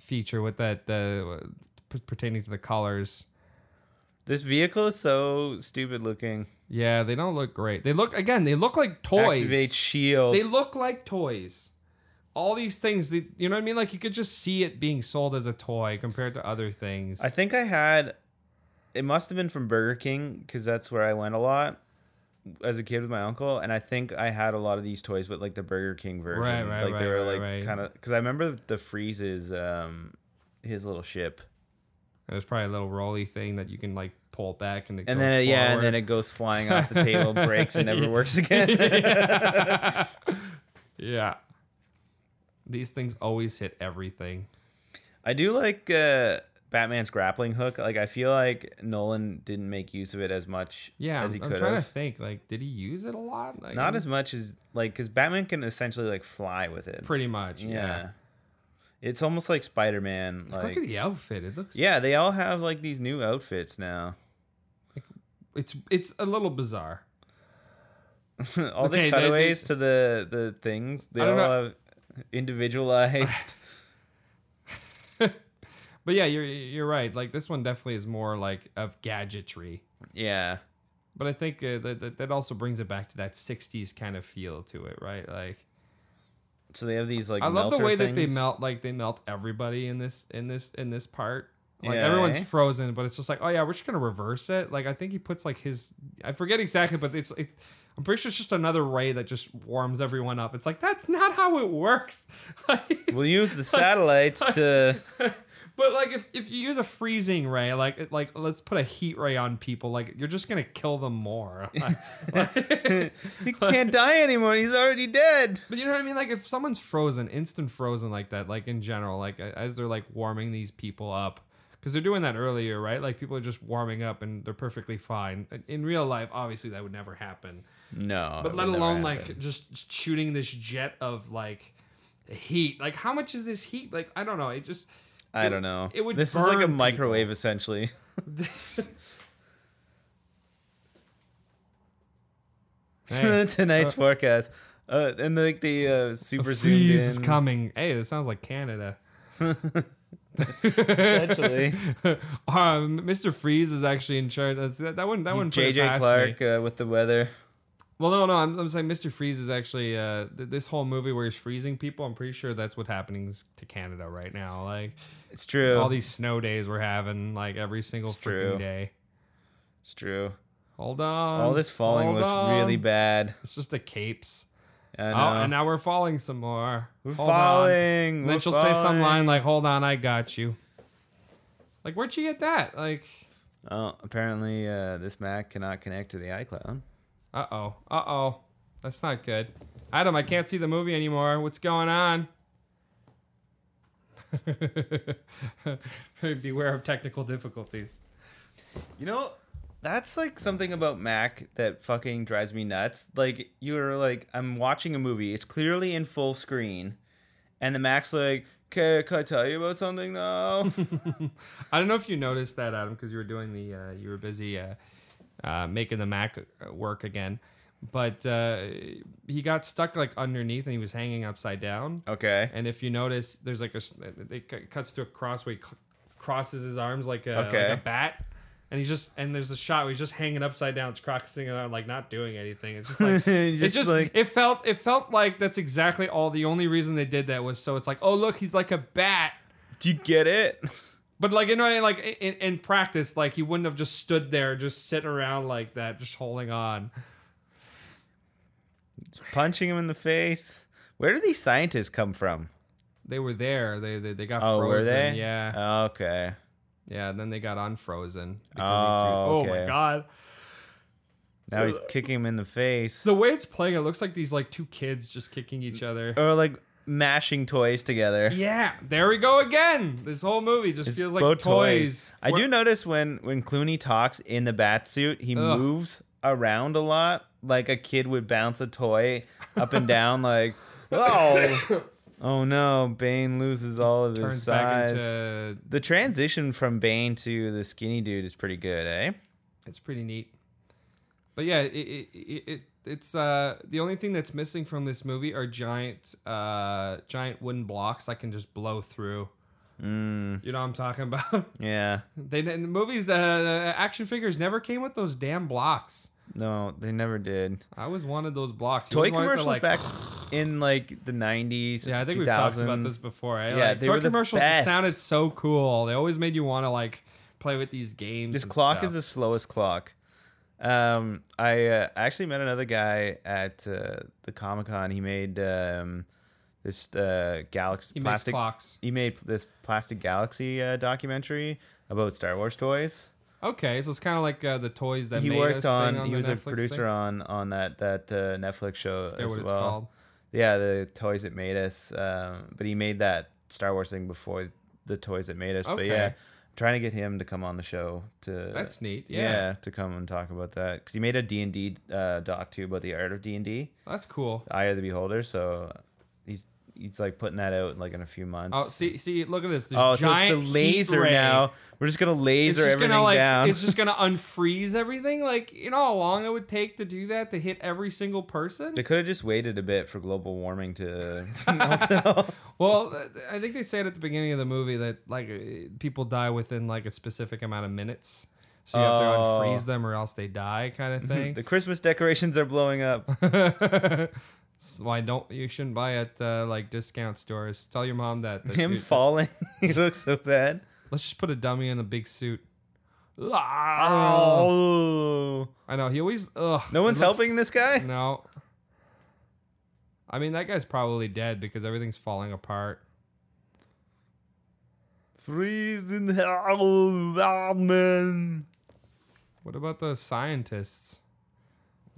feature with that uh, p- pertaining to the colors. This vehicle is so stupid looking. Yeah, they don't look great. They look again. They look like toys. Activate shield. They look like toys. All these things, they, you know what I mean? Like you could just see it being sold as a toy compared to other things. I think I had. It must have been from Burger King because that's where I went a lot as a kid with my uncle, and I think I had a lot of these toys, but like the Burger King version, Right, right, like they right, were right, like right. kind of because I remember the freezes, um, his little ship, There's probably a little rolly thing that you can like pull back and it and goes then it- yeah, and forward. then it goes flying off <laughs> the table, breaks, and never works again. yeah. These things always hit everything. <laughs> I do like uh, Batman's grappling hook. Like I feel like Nolan didn't make use of it as much Yeah, as he I'm, I'm could trying to have. think. Like, did he use it a lot? Like, Not as much as like because Batman can essentially like fly with it. pretty much. yeah. Yeah. It's almost like Spider Man. Like, Look at the outfit. It looks. yeah, they all have like these new outfits now. <laughs> It's it's a little bizarre. all Okay, they- they- the cutaways to the the things they I all don't know. have individualized. <laughs> But yeah, you're you're right. Like this one definitely is more like of gadgetry. yeah, But I think uh, that, that that also brings it back to that '60s kind of feel to it, right? Like so they have these like. I love the melter way that they things. melt, like they melt everybody in this in this in this part. Like Yeah, everyone's eh? frozen, but it's just like, oh yeah, we're just gonna reverse it. Like I think he puts like his, I forget exactly, but it's it, I'm pretty sure it's just another ray that just warms everyone up. It's like that's not how it works. <laughs> Like, We'll use the <laughs> satellites to. <laughs> But like if if you use a freezing ray, like it- like let's put a heat ray on people, like you're just gonna kill them more. <laughs> but He can't die anymore. He's already dead. you know what I mean? Like if someone's frozen, instant frozen like that, like in general, like as they're like warming these people up, because they're doing that earlier, right? Like people are just warming up and they're perfectly fine. In real life, obviously that would never happen. No, But let alone like just shooting this jet of like heat. Like how much is this heat? Like I don't know. It just I don't know. it would This is like burn a people. microwave essentially. <laughs> <laughs> Hey. Tonight's forecast. Uh, and like the, uh, super zoomed freeze is in, coming. Hey, this sounds like Canada. <laughs> Essentially, Um, Mr. Freeze is actually in charge. That's, that, that one, that one. put it JJ past Clark me. uh, with the weather. Well, no, no, I'm, I'm saying Mr. Freeze is actually uh, th- this whole movie where he's freezing people. I'm pretty sure that's what's happening s- to Canada right now. Like It's true. all these snow days we're having, like every single It's freaking true. day. it's true. Hold on. All this falling hold looks really on. bad. It's just the capes. I know. Oh, and now we're falling some more. we're Hold on. falling. And we're then she'll say some falling. line like, "Hold on, I got you." Like, where'd you get that? Like. Oh, apparently uh, this Mac cannot connect to the iCloud. Uh oh. Uh oh. That's not good. Adam, I can't see the movie anymore. What's going on? <laughs> Beware of technical difficulties. You know, that's like something about Mac that fucking drives me nuts. Like you're like, I'm watching a movie. It's clearly in full screen, and the Mac's like, "Can, can I tell you about something <laughs> now?" I don't know if you noticed that, Adam, because you were doing the, uh, you were busy uh, uh, making the Mac uh, work again. But uh, he got stuck like underneath and he was hanging upside down. okay. <laughs> And if you notice, there's like a s- it cu- cuts to a cross where he cl- crosses his arms like a, Okay. like a bat, and he's just and there's a shot where he's just hanging upside down, it's crossing his arm, like not doing anything. It's <laughs> just like Just it's just like- it felt it felt like that's exactly all. The only reason they did that was so it's like oh look he's like a bat. Do you get it? <laughs> But like you know, what I mean? like in, in practice, like he wouldn't have just stood there, just sitting around like that, just holding on. Punching him in the face. Where do these scientists come from? They were there. They they, they got Oh, frozen. were they? Yeah. Okay. Yeah, and then they got unfrozen. Oh, he threw, oh okay. my god. Now he's kicking him in the face. The way it's playing, it looks like these like two kids just kicking each other. or like mashing toys together. Yeah, there we go again. This whole movie just It's feels like both toys. I We're- do notice when when Clooney talks in the bat suit, he Ugh. moves around a lot, like a kid would bounce a toy up and <laughs> down, like oh, oh no, Bane loses all of his turns back size. into the transition from Bane to the skinny dude is pretty good, eh? it's pretty neat. But yeah, it it, it, it it's uh the only thing that's missing from this movie are giant uh giant wooden blocks I can just blow through. Mm. You know what I'm talking <laughs> about? Yeah. they the movies uh action figures never came with those damn blocks. No, they never did. I always wanted those blocks. You Toy always wanted to, commercials like, back in like the 90s, Yeah, I think 2000s. we've talked about this before. eh? Yeah, Like, they toy were the commercials best. sounded so cool. They always made you want to like play with these games. This and clock stuff. is the slowest clock. Um, I uh, actually met another guy at uh, the Comic Con. He made um, this uh, galaxy He makes plastic clocks. He made this plastic galaxy uh, documentary about Star Wars toys. okay. So it's kind of like uh, the toys that he made worked us thing on, on He the was Netflix a producer thing. on on that that uh, Netflix show Yeah, as what it's well. called. Yeah, the toys that made us. Um, but he made that Star Wars thing before the toys that made us. But Okay. yeah, I'm trying to get him to come on the show to. That's neat. Yeah, yeah. to come and talk about that because he made a d&d uh, doc too about the art of d&d that's cool. eye of the beholder so he's he's like putting that out like in a few months Oh, see, see, look at this. this Oh, so giant it's the heat laser ray. now we're just gonna It's laser just everything gonna like down it's just gonna unfreeze everything. Like you know how long it would take to do that to hit every single <laughs> person. they could have just waited a bit for global warming to <laughs> melt it all. Well, th- I think they said at the beginning of the movie that like uh, people die within like a specific amount of minutes, so you have to Oh. Mhm. unfreeze them or else they die, kind of thing. The Christmas decorations are blowing up. So Why don't you shouldn't buy at uh, like discount stores? Tell your mom that. that Him you- falling. <laughs> he looks so bad. Let's just put a dummy in a big suit. Oh. I know he always. Ugh, No it one's looks- helping this guy? <laughs> No. I mean that guy's probably dead because everything's falling apart. Freeze in hell, ah, man. What about the scientists?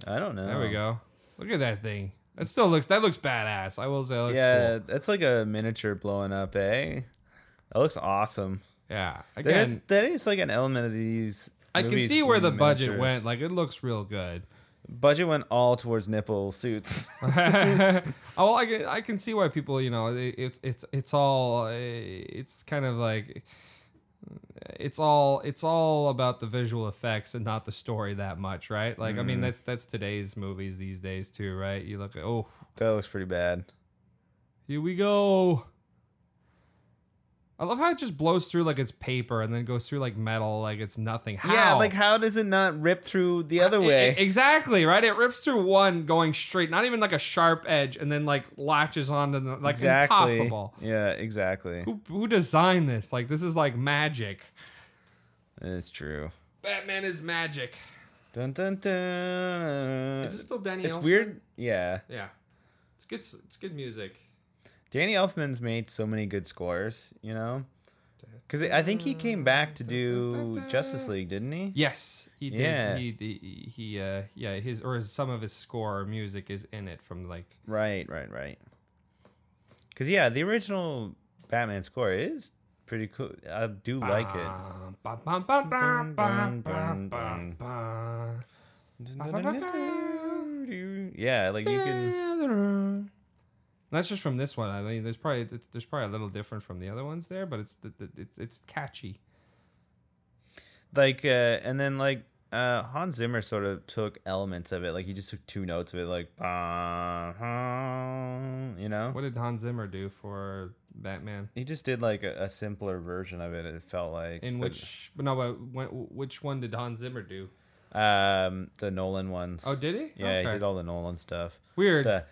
I don't know. There we go. Look at that thing. That still looks. That looks badass. I will say. That looks Yeah, Cool. that's like a miniature blowing up, eh? That looks awesome. Yeah. Again, That's, that is like an element of these. I can movies see where the with budget miniatures. went. Like it looks <laughs> real good. <laughs> Budget went all towards nipple suits. oh, I can, I can see why people. You know, it, it's it's it's all. uh, It's kind of like. It's all it's all about the visual effects and not the story that much, right? Like, I mean, Mm. that's that's today's movies these days too, right? You look at oh, that looks pretty bad. Here we go. I love how it just blows through like it's paper and then goes through like metal like it's nothing. How? Yeah, like how does it not rip through the other I- I- way? exactly, right? It rips through one going straight, not even like a sharp edge, and then like latches onto the, like impossible. Yeah, exactly. Who, who designed this? Like this is like magic. It's true. Batman is magic. Dun dun dun. Is this still Danny it's Elfman? weird. Yeah, Yeah. It's good s- it's good music. Danny Elfman's made so many good scores. You know, because I think he came back to do Justice League, didn't he? Yes, he did. Yeah. He, he he uh yeah, his or some of his score or music is in it from like Right, right, right. Because yeah, the original Batman score is pretty cool. I do like it. Ah. Bum, bum, bum, bum, bum, Bum, bum, bum, bum, bum. <laughs> Yeah, like you <laughs> can. That's just from this one. I mean, there's probably it's, there's probably a little different from the other ones there, but it's the, the, it's, it's catchy. like uh and then like uh Hans Zimmer sort of took elements of it like he just took two notes of it like bah, you know What did Hans Zimmer do for Batman? he just did like a, a simpler version of it it felt like In but, which but no, but when, which one did Hans Zimmer do? um the Nolan ones Oh, did he? yeah he Okay. did all the Nolan stuff Weird. the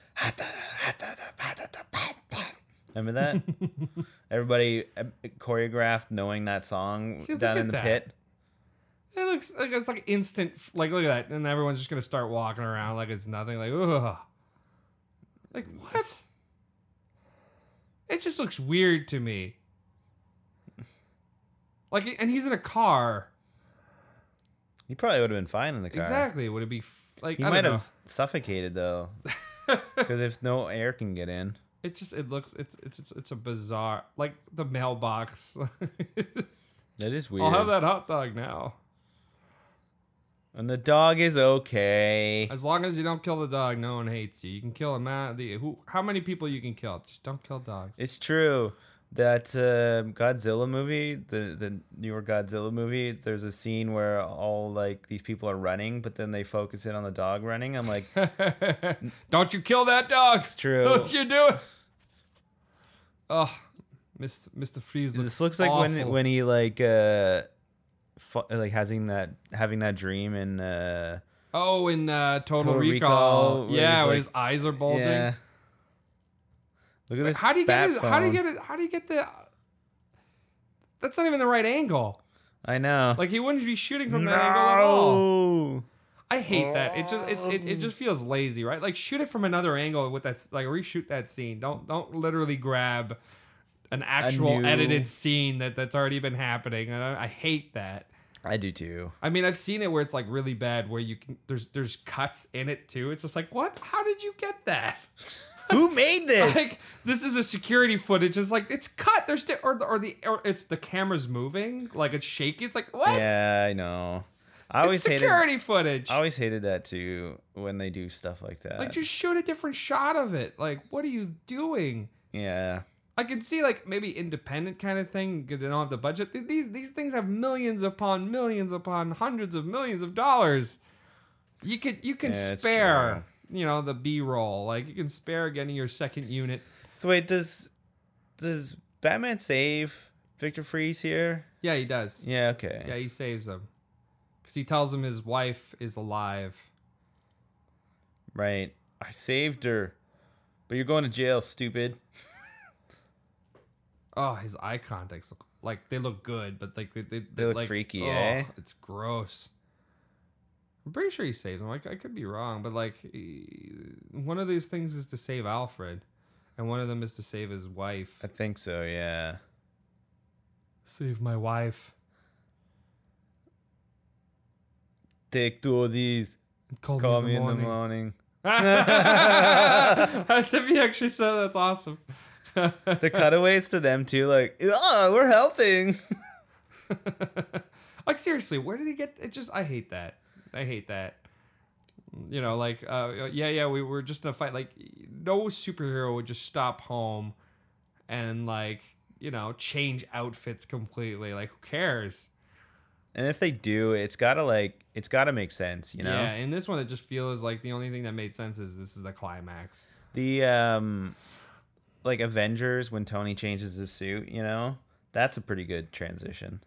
remember that <laughs> everybody uh, choreographed knowing that song See, look down at in the that. pit It looks like it's like instant. Like look at that, and everyone's just gonna start walking around like it's nothing. Like ugh. Like what? It just looks weird to me. Like and he's in a car. he probably would have been fine in the car Exactly. Would it be f- like He I might might have suffocated <laughs> though, because if no air can get in, It just it looks it's it's it's, it's a bizarre like the mailbox. <laughs> that is weird. I'll have that hot dog now. And the dog is okay. As long as you don't kill the dog, no one hates you. You can kill a man. The who? How many people you can kill? Just don't kill dogs. It's true. that uh, Godzilla movie, the the newer Godzilla movie, there's a scene where all like these people are running, but then they focus in on the dog running. I'm like, Don't you kill that dog? It's <laughs> true. Don't you do it? Oh, Mr. Mr. Freeze. Looks this looks like when awful. when he like uh, fu- like having that having that dream and uh, oh in uh, Total, Total Recall, Recall, where yeah, he's where like- his eyes are bulging. yeah. Look at this. How do you bat get? His, how do you phone. get? It, how do you get the? That's not even the right angle. I know. Like he wouldn't be shooting from that angle at all. No. I hate that. It just it's, it, it Um. just feels lazy, right? Like shoot it from another angle with that s- like reshoot that scene. Don't don't literally grab an actual new- edited scene that that's already been happening. And I, I hate that. I do <laughs> too. I mean, I've seen it where it's like really bad where you can there's there's cuts in it too. It's just like, "What? How did you get that?" <laughs> Who made this? like this is a security footage. It's like it's cut. There's di- or the or the or it's the camera's moving, like it's shaky. It's like, <laughs> "What?" yeah, I know. I it's always hated security footage. I always hated that too when they do stuff like that. Like just shoot a different shot of it. Like what are you doing? yeah, I can see like maybe independent kind of thing because they don't have the budget. Th- These these things have millions upon millions upon hundreds of millions of dollars. You could you can Yeah, it's spare you know the B roll. Like you can spare getting your second unit. So wait, does does Batman save Victor Freeze here? Yeah, he does. Yeah, Yeah, okay. he saves him because he tells him his wife is alive. Right. I saved her. But you're going to jail, stupid. Oh, his eye contacts look like they look good, but like they, they, They look like, freaky, oh, eh? It's gross. I'm pretty sure he saves him. Like I could be wrong, but like he- one of these things is to save Alfred, and one of them is to save his wife. I think so, yeah. Save my wife Take two of these. and call, Call me in the morning. <laughs> morning. <laughs> That's if he actually said that's awesome. The cutaways to them too, like, oh, we're helping. like seriously, where did he get? It just I hate that. I hate that. You know, like uh, yeah, yeah, we were just in a fight. Like no superhero would just stop home and like you know change outfits completely. Like who cares? <laughs> And if they do, it's gotta like it's gotta make sense, you know? Yeah, in this one it just feels like the only thing that made sense is this is the climax. The um like Avengers when Tony changes his suit, you know? That's a pretty good transition.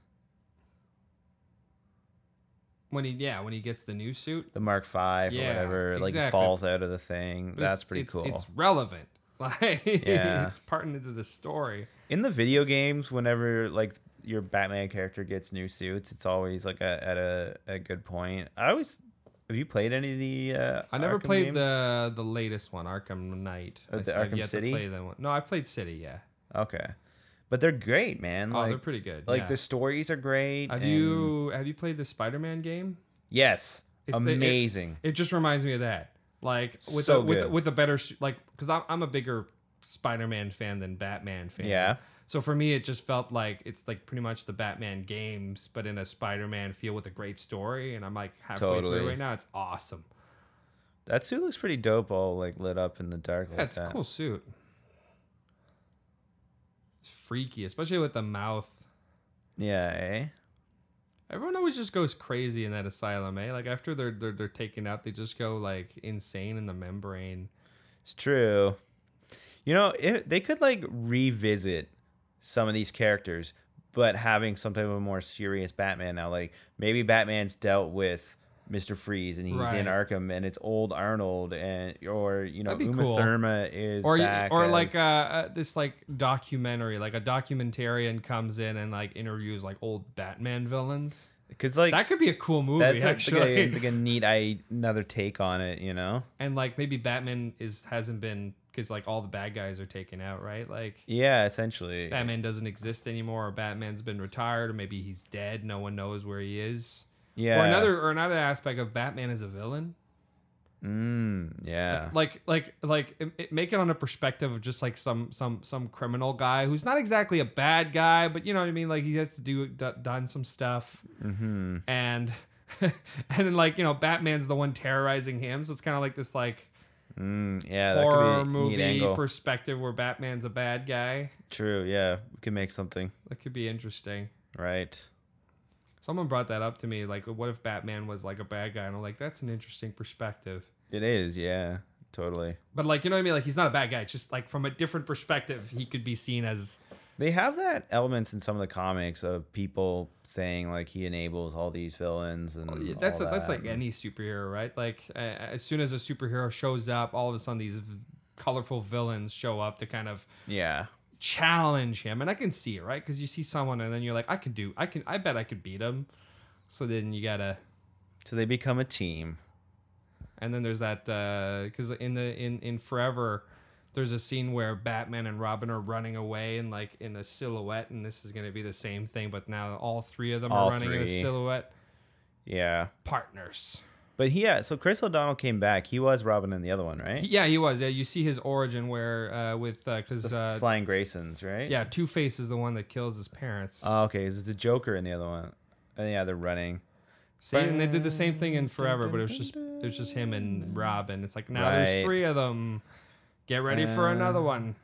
When he yeah when he gets the new suit, The Mark Five Yeah, or whatever, like exactly. falls out of the thing. but That's it's- pretty it's- cool. It's relevant. <laughs> Like Yeah. it's parting into the story. In the video games, whenever like your Batman character gets new suits, it's always like a, at a, a good point. I always have you played any of the? Uh, I never Arkham played games? the the latest one, Arkham Knight. Oh, I the still have Arkham yet to City? play that one. No, I played City. Yeah. Okay, but they're great, man. oh, like, they're pretty good. Like yeah. the stories are great. Have and- you have you played the Spider Man game? Yes, It's- it- it- amazing. It just reminds me of that. Like with So a, with a, good. with a better s- like because I'm I'm a bigger Spider Man fan than Batman fan. Yeah. So for me, it just felt like it's like pretty much the Batman games, but in a Spider Man feel with a great story. And I'm like halfway Totally. through right now. It's awesome. that suit looks pretty dope, all like lit up in the dark. like That's that. a cool suit. It's freaky, especially with the mouth. Yeah, eh? Everyone always just goes crazy in that asylum, eh? Like after they're they're, they're taken out, they just go like insane in the membrane. It's true. You know, it, they could like revisit some of these characters, but having some type of more serious Batman now. Like maybe Batman's dealt with Mister Freeze and he's in Right. Arkham, and it's old Arnold, and or you know That'd be Uma cool. Thurma is Or back or as- like uh, uh, this like documentary, like a documentarian comes in and like interviews like old Batman villains. because like That could be a cool movie that's like, actually. like, a, like a neat I, another take on it. You know? <laughs> and like maybe Batman is hasn't been because like all the bad guys are taken out, right? Like Yeah, essentially. Batman doesn't exist anymore, or Batman's been retired, or maybe he's dead. No one knows where he is. yeah. Or another or another aspect of Batman as a villain, Mm, yeah. like like like it- it- make it on a perspective of just like some some some criminal guy who's not exactly a bad guy, but you know what I mean. Like he has to do d- done some stuff, mm-hmm. <laughs> and and then like you know Batman's the one terrorizing him, so it's kind of like this like Mm, Yeah, that horror could be a neat movie angle. perspective where Batman's a bad guy. True. Yeah, we could make something. That could be interesting. Right. Someone brought that up to me. Like, what if Batman was like a bad guy? And I'm like, that's an interesting perspective. It is. Yeah. Totally. But like, you know what I mean? Like, he's not a bad guy. It's just like from a different perspective, he could be seen as They have that elements in some of the comics of people saying like he enables all these villains and Oh, Yeah, that's all that's that. like any superhero, right? Like uh, as soon as a superhero shows up, all of a sudden these v- colorful villains show up to kind of yeah. challenge him, and I can see it, right? Because you see someone, and then you're like, I can do, I can, I bet I could beat him. So then you gotta, So they become a team. and then there's that because in the in in Forever, there's a scene where Batman and Robin are running away and like in a silhouette, and this is gonna be the same thing, but now all three of them All are running in a three. silhouette, Yeah. partners. But he, yeah, so Chris O'Donnell came back. He was Robin in the other one, right? Yeah, he was. Yeah, you see his origin where uh, with because uh, Flying Graysons, right? yeah, Two Face is the one that kills his parents. Oh, okay. Is it the Joker in the other one? And yeah, they're running. See, and they did the same thing in Forever, but it was just it was just him and Robin. It's like now Right. Uh. there's three of them. Get ready for another one.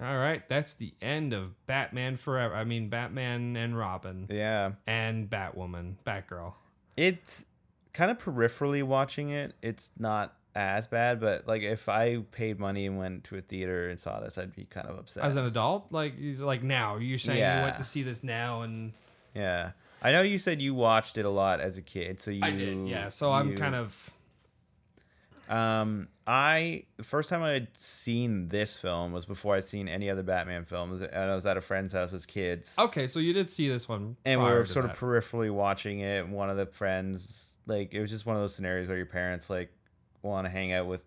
All right, that's the end of Batman Forever. I mean, Batman and Robin Yeah. and Batwoman, Batgirl. It's kind of peripherally watching it. It's not as bad, but like if I paid money and went to a theater and saw this, I'd be kind of upset. As an adult, like he's like now you're saying you Yeah. want to see this now, and yeah. I know you said you watched it a lot as a kid, so you I did, yeah. So I'm you- kind of Um, I the first time I had seen this film was before I'd seen any other Batman films, and I was at a friend's house as kids, okay. So you did see this one, and we Oh, prior were to sort that. of peripherally watching it. and One of the friends, like, it was just one of those scenarios where your parents like want to hang out with,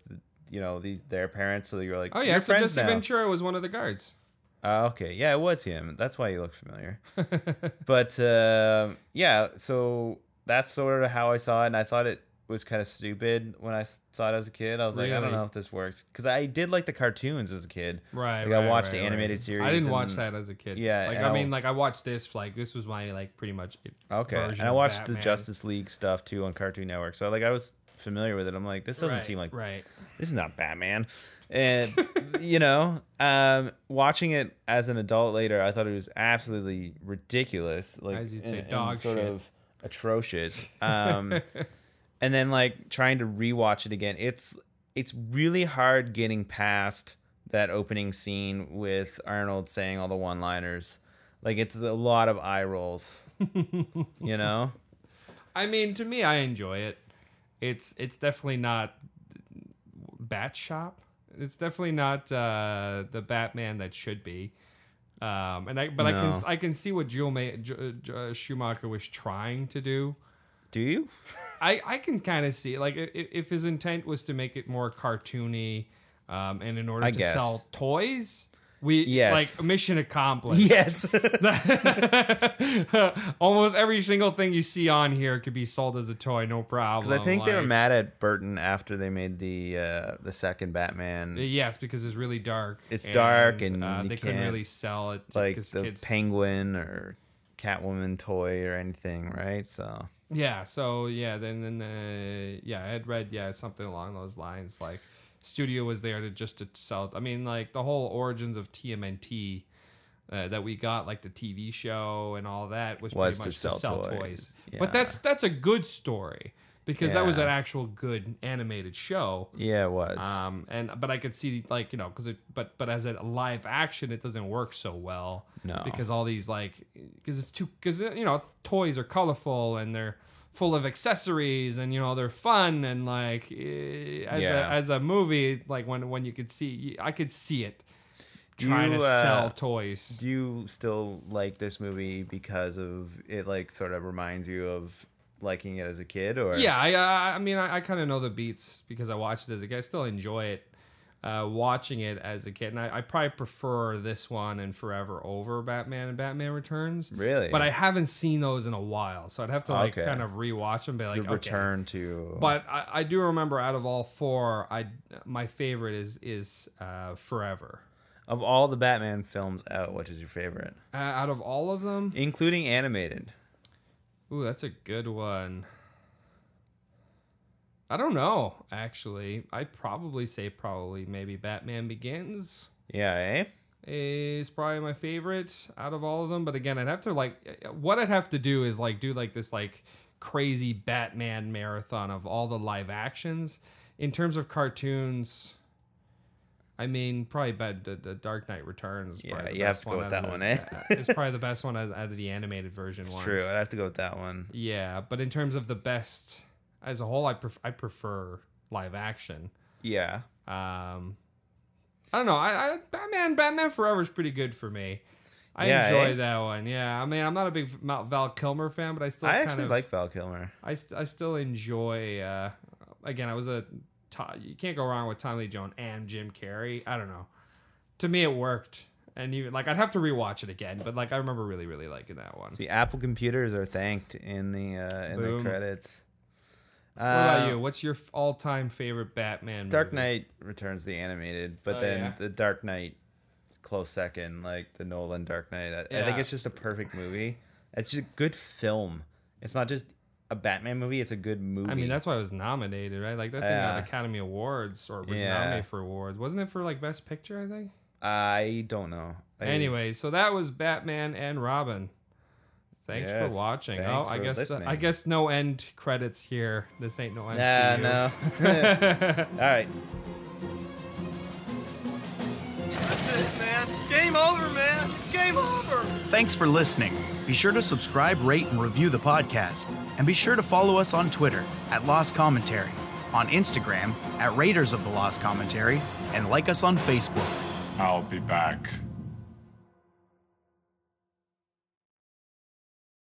you know, these their parents, so you're like, Oh yeah, your so friends Jesse now. Ventura was one of the guards. Uh, okay, yeah, it was him. That's why he looked <laughs> familiar. but um yeah, so that's sort of how I saw it, and I thought it was kind of stupid when I s- saw it as a kid. I was like, I don't Really? know if this works because I did like the cartoons as a kid. Right. like, right I watched the right, right. animated series. I didn't watch and- that as a kid. Yeah, Like and I I- mean, like I watched this. Like this was my like pretty much. It Okay, version and I of watched the Batman. Justice League stuff too on Cartoon Network. So like I was familiar with it. I'm like, this doesn't right, seem like right. this is not Batman. And <laughs> you know, um, watching it as an adult later, I thought it was absolutely ridiculous. Like As you'd say, and- and dog sort shit. of <laughs> atrocious. Um, and then like trying to rewatch it again, it's it's really hard getting past that opening scene with Arnold saying all the one-liners. Like it's a lot of eye rolls. <laughs> you know? I mean, to me, I enjoy it. It's it's definitely not Bat Shop. It's definitely not uh, the Batman that should be. Um, and I, but I can No. I can see what Joel May, J- J- uh, Schumacher was trying to do. Do <laughs> you? I, I can kind of see like if, if his intent was to make it more cartoony, um, and in order I to guess. sell toys, we Yes. like <laughs> mission accomplished. Yes. <laughs> Almost every single thing you see on here could be sold as a toy, no problem. Because I think they were like- mad at Burton after they made the uh, the second Batman. Yes, because it's really dark. It's dark and uh, you they couldn't can't, really sell it to- like 'cause the kids- penguin or Catwoman toy or anything, right? So Yeah, so yeah, then then uh, yeah, I had read yeah something along those lines. Like studio was there to just to sell. I mean, like the whole origins of TMNT uh, that we got, like the TV show and all that, was, Was to pretty much sell to sell toys. toys. Yeah. But that's that's a good story because that was Yeah. an actual good animated show. yeah, it was. Um, and but I could see like you know because it but but as a live action it doesn't work so well. No. because all these like because it's too because you know toys are colorful and they're full of accessories and you know they're fun and like eh, as Yeah. a as a movie like when when you could see I could see it Do trying you, to uh, sell toys. Do you still like this movie because of it? Like, sort of reminds you of liking it as a kid, or Yeah, I uh, I mean I, I kind of know the beats because I watched it as a kid. I still enjoy it. Uh, watching it as a kid, and I, I probably prefer this one and Forever over Batman and Batman Returns. Really? but I haven't seen those in a while, so I'd have to like Okay. kind of rewatch them. Be like, the okay. return to. But I, I do remember out of all four, I my favorite is is uh, Forever. of all the Batman films out, which is your favorite, Uh, out of all of them, including animated? ooh, that's a good one. I don't know, actually. I probably say probably maybe Batman Begins Yeah, eh? is probably my favorite out of all of them. But again, I'd have to like what I'd have to do is like do like this like crazy Batman marathon of all the live actions. In terms of cartoons, I mean, probably Bad the, the Dark Knight Returns. is Yeah, probably the you have best to go with that out of the- one, eh? <laughs> it's probably the best one out out of the animated version. It's ones. true. I'd have to go with that one. Yeah, but in terms of the best as a whole, I pref- I prefer live action. Yeah. Um, I don't know. I, I Batman Batman Forever is pretty good for me. I Yeah, enjoy eh? that one. Yeah, I mean, I'm not a big Val Val Kilmer fan, but I still I kind actually of, like Val Kilmer. I, st- I still enjoy. Uh, again, I was a To- you can't go wrong with Tommy Lee Jones and Jim Carrey. I don't know. To me, it worked, and you like I'd have to rewatch it again, but like I remember really really liking that one. See, Apple computers are thanked in the uh, in Boom. the credits. Uh, what about you? What's your all time favorite Batman? Dark movie? Knight Returns the animated, but Oh, then yeah. the Dark Knight close second, like the Nolan Dark Knight. I, I think Yeah. it's just a perfect movie. It's just a good film. It's not just a Batman movie. It's a good movie. I mean, that's why it was nominated, right? Like that thing Yeah. got Academy Awards or was Yeah. nominated for awards. Wasn't it for like Best Picture? I think. I don't know. I- Anyway, so that was Batman and Robin. Thanks Yes, for watching. thanks oh, I for guess listening. I guess no end credits here. This ain't no end. Nah, no. <laughs> <laughs> All right. That's it, man. Game over, man. Game over. Thanks for listening. Be sure to subscribe, rate, and review the podcast. And be sure to follow us on Twitter at Lost Commentary, on Instagram at Raiders of the Lost Commentary, and like us on Facebook. I'll be back.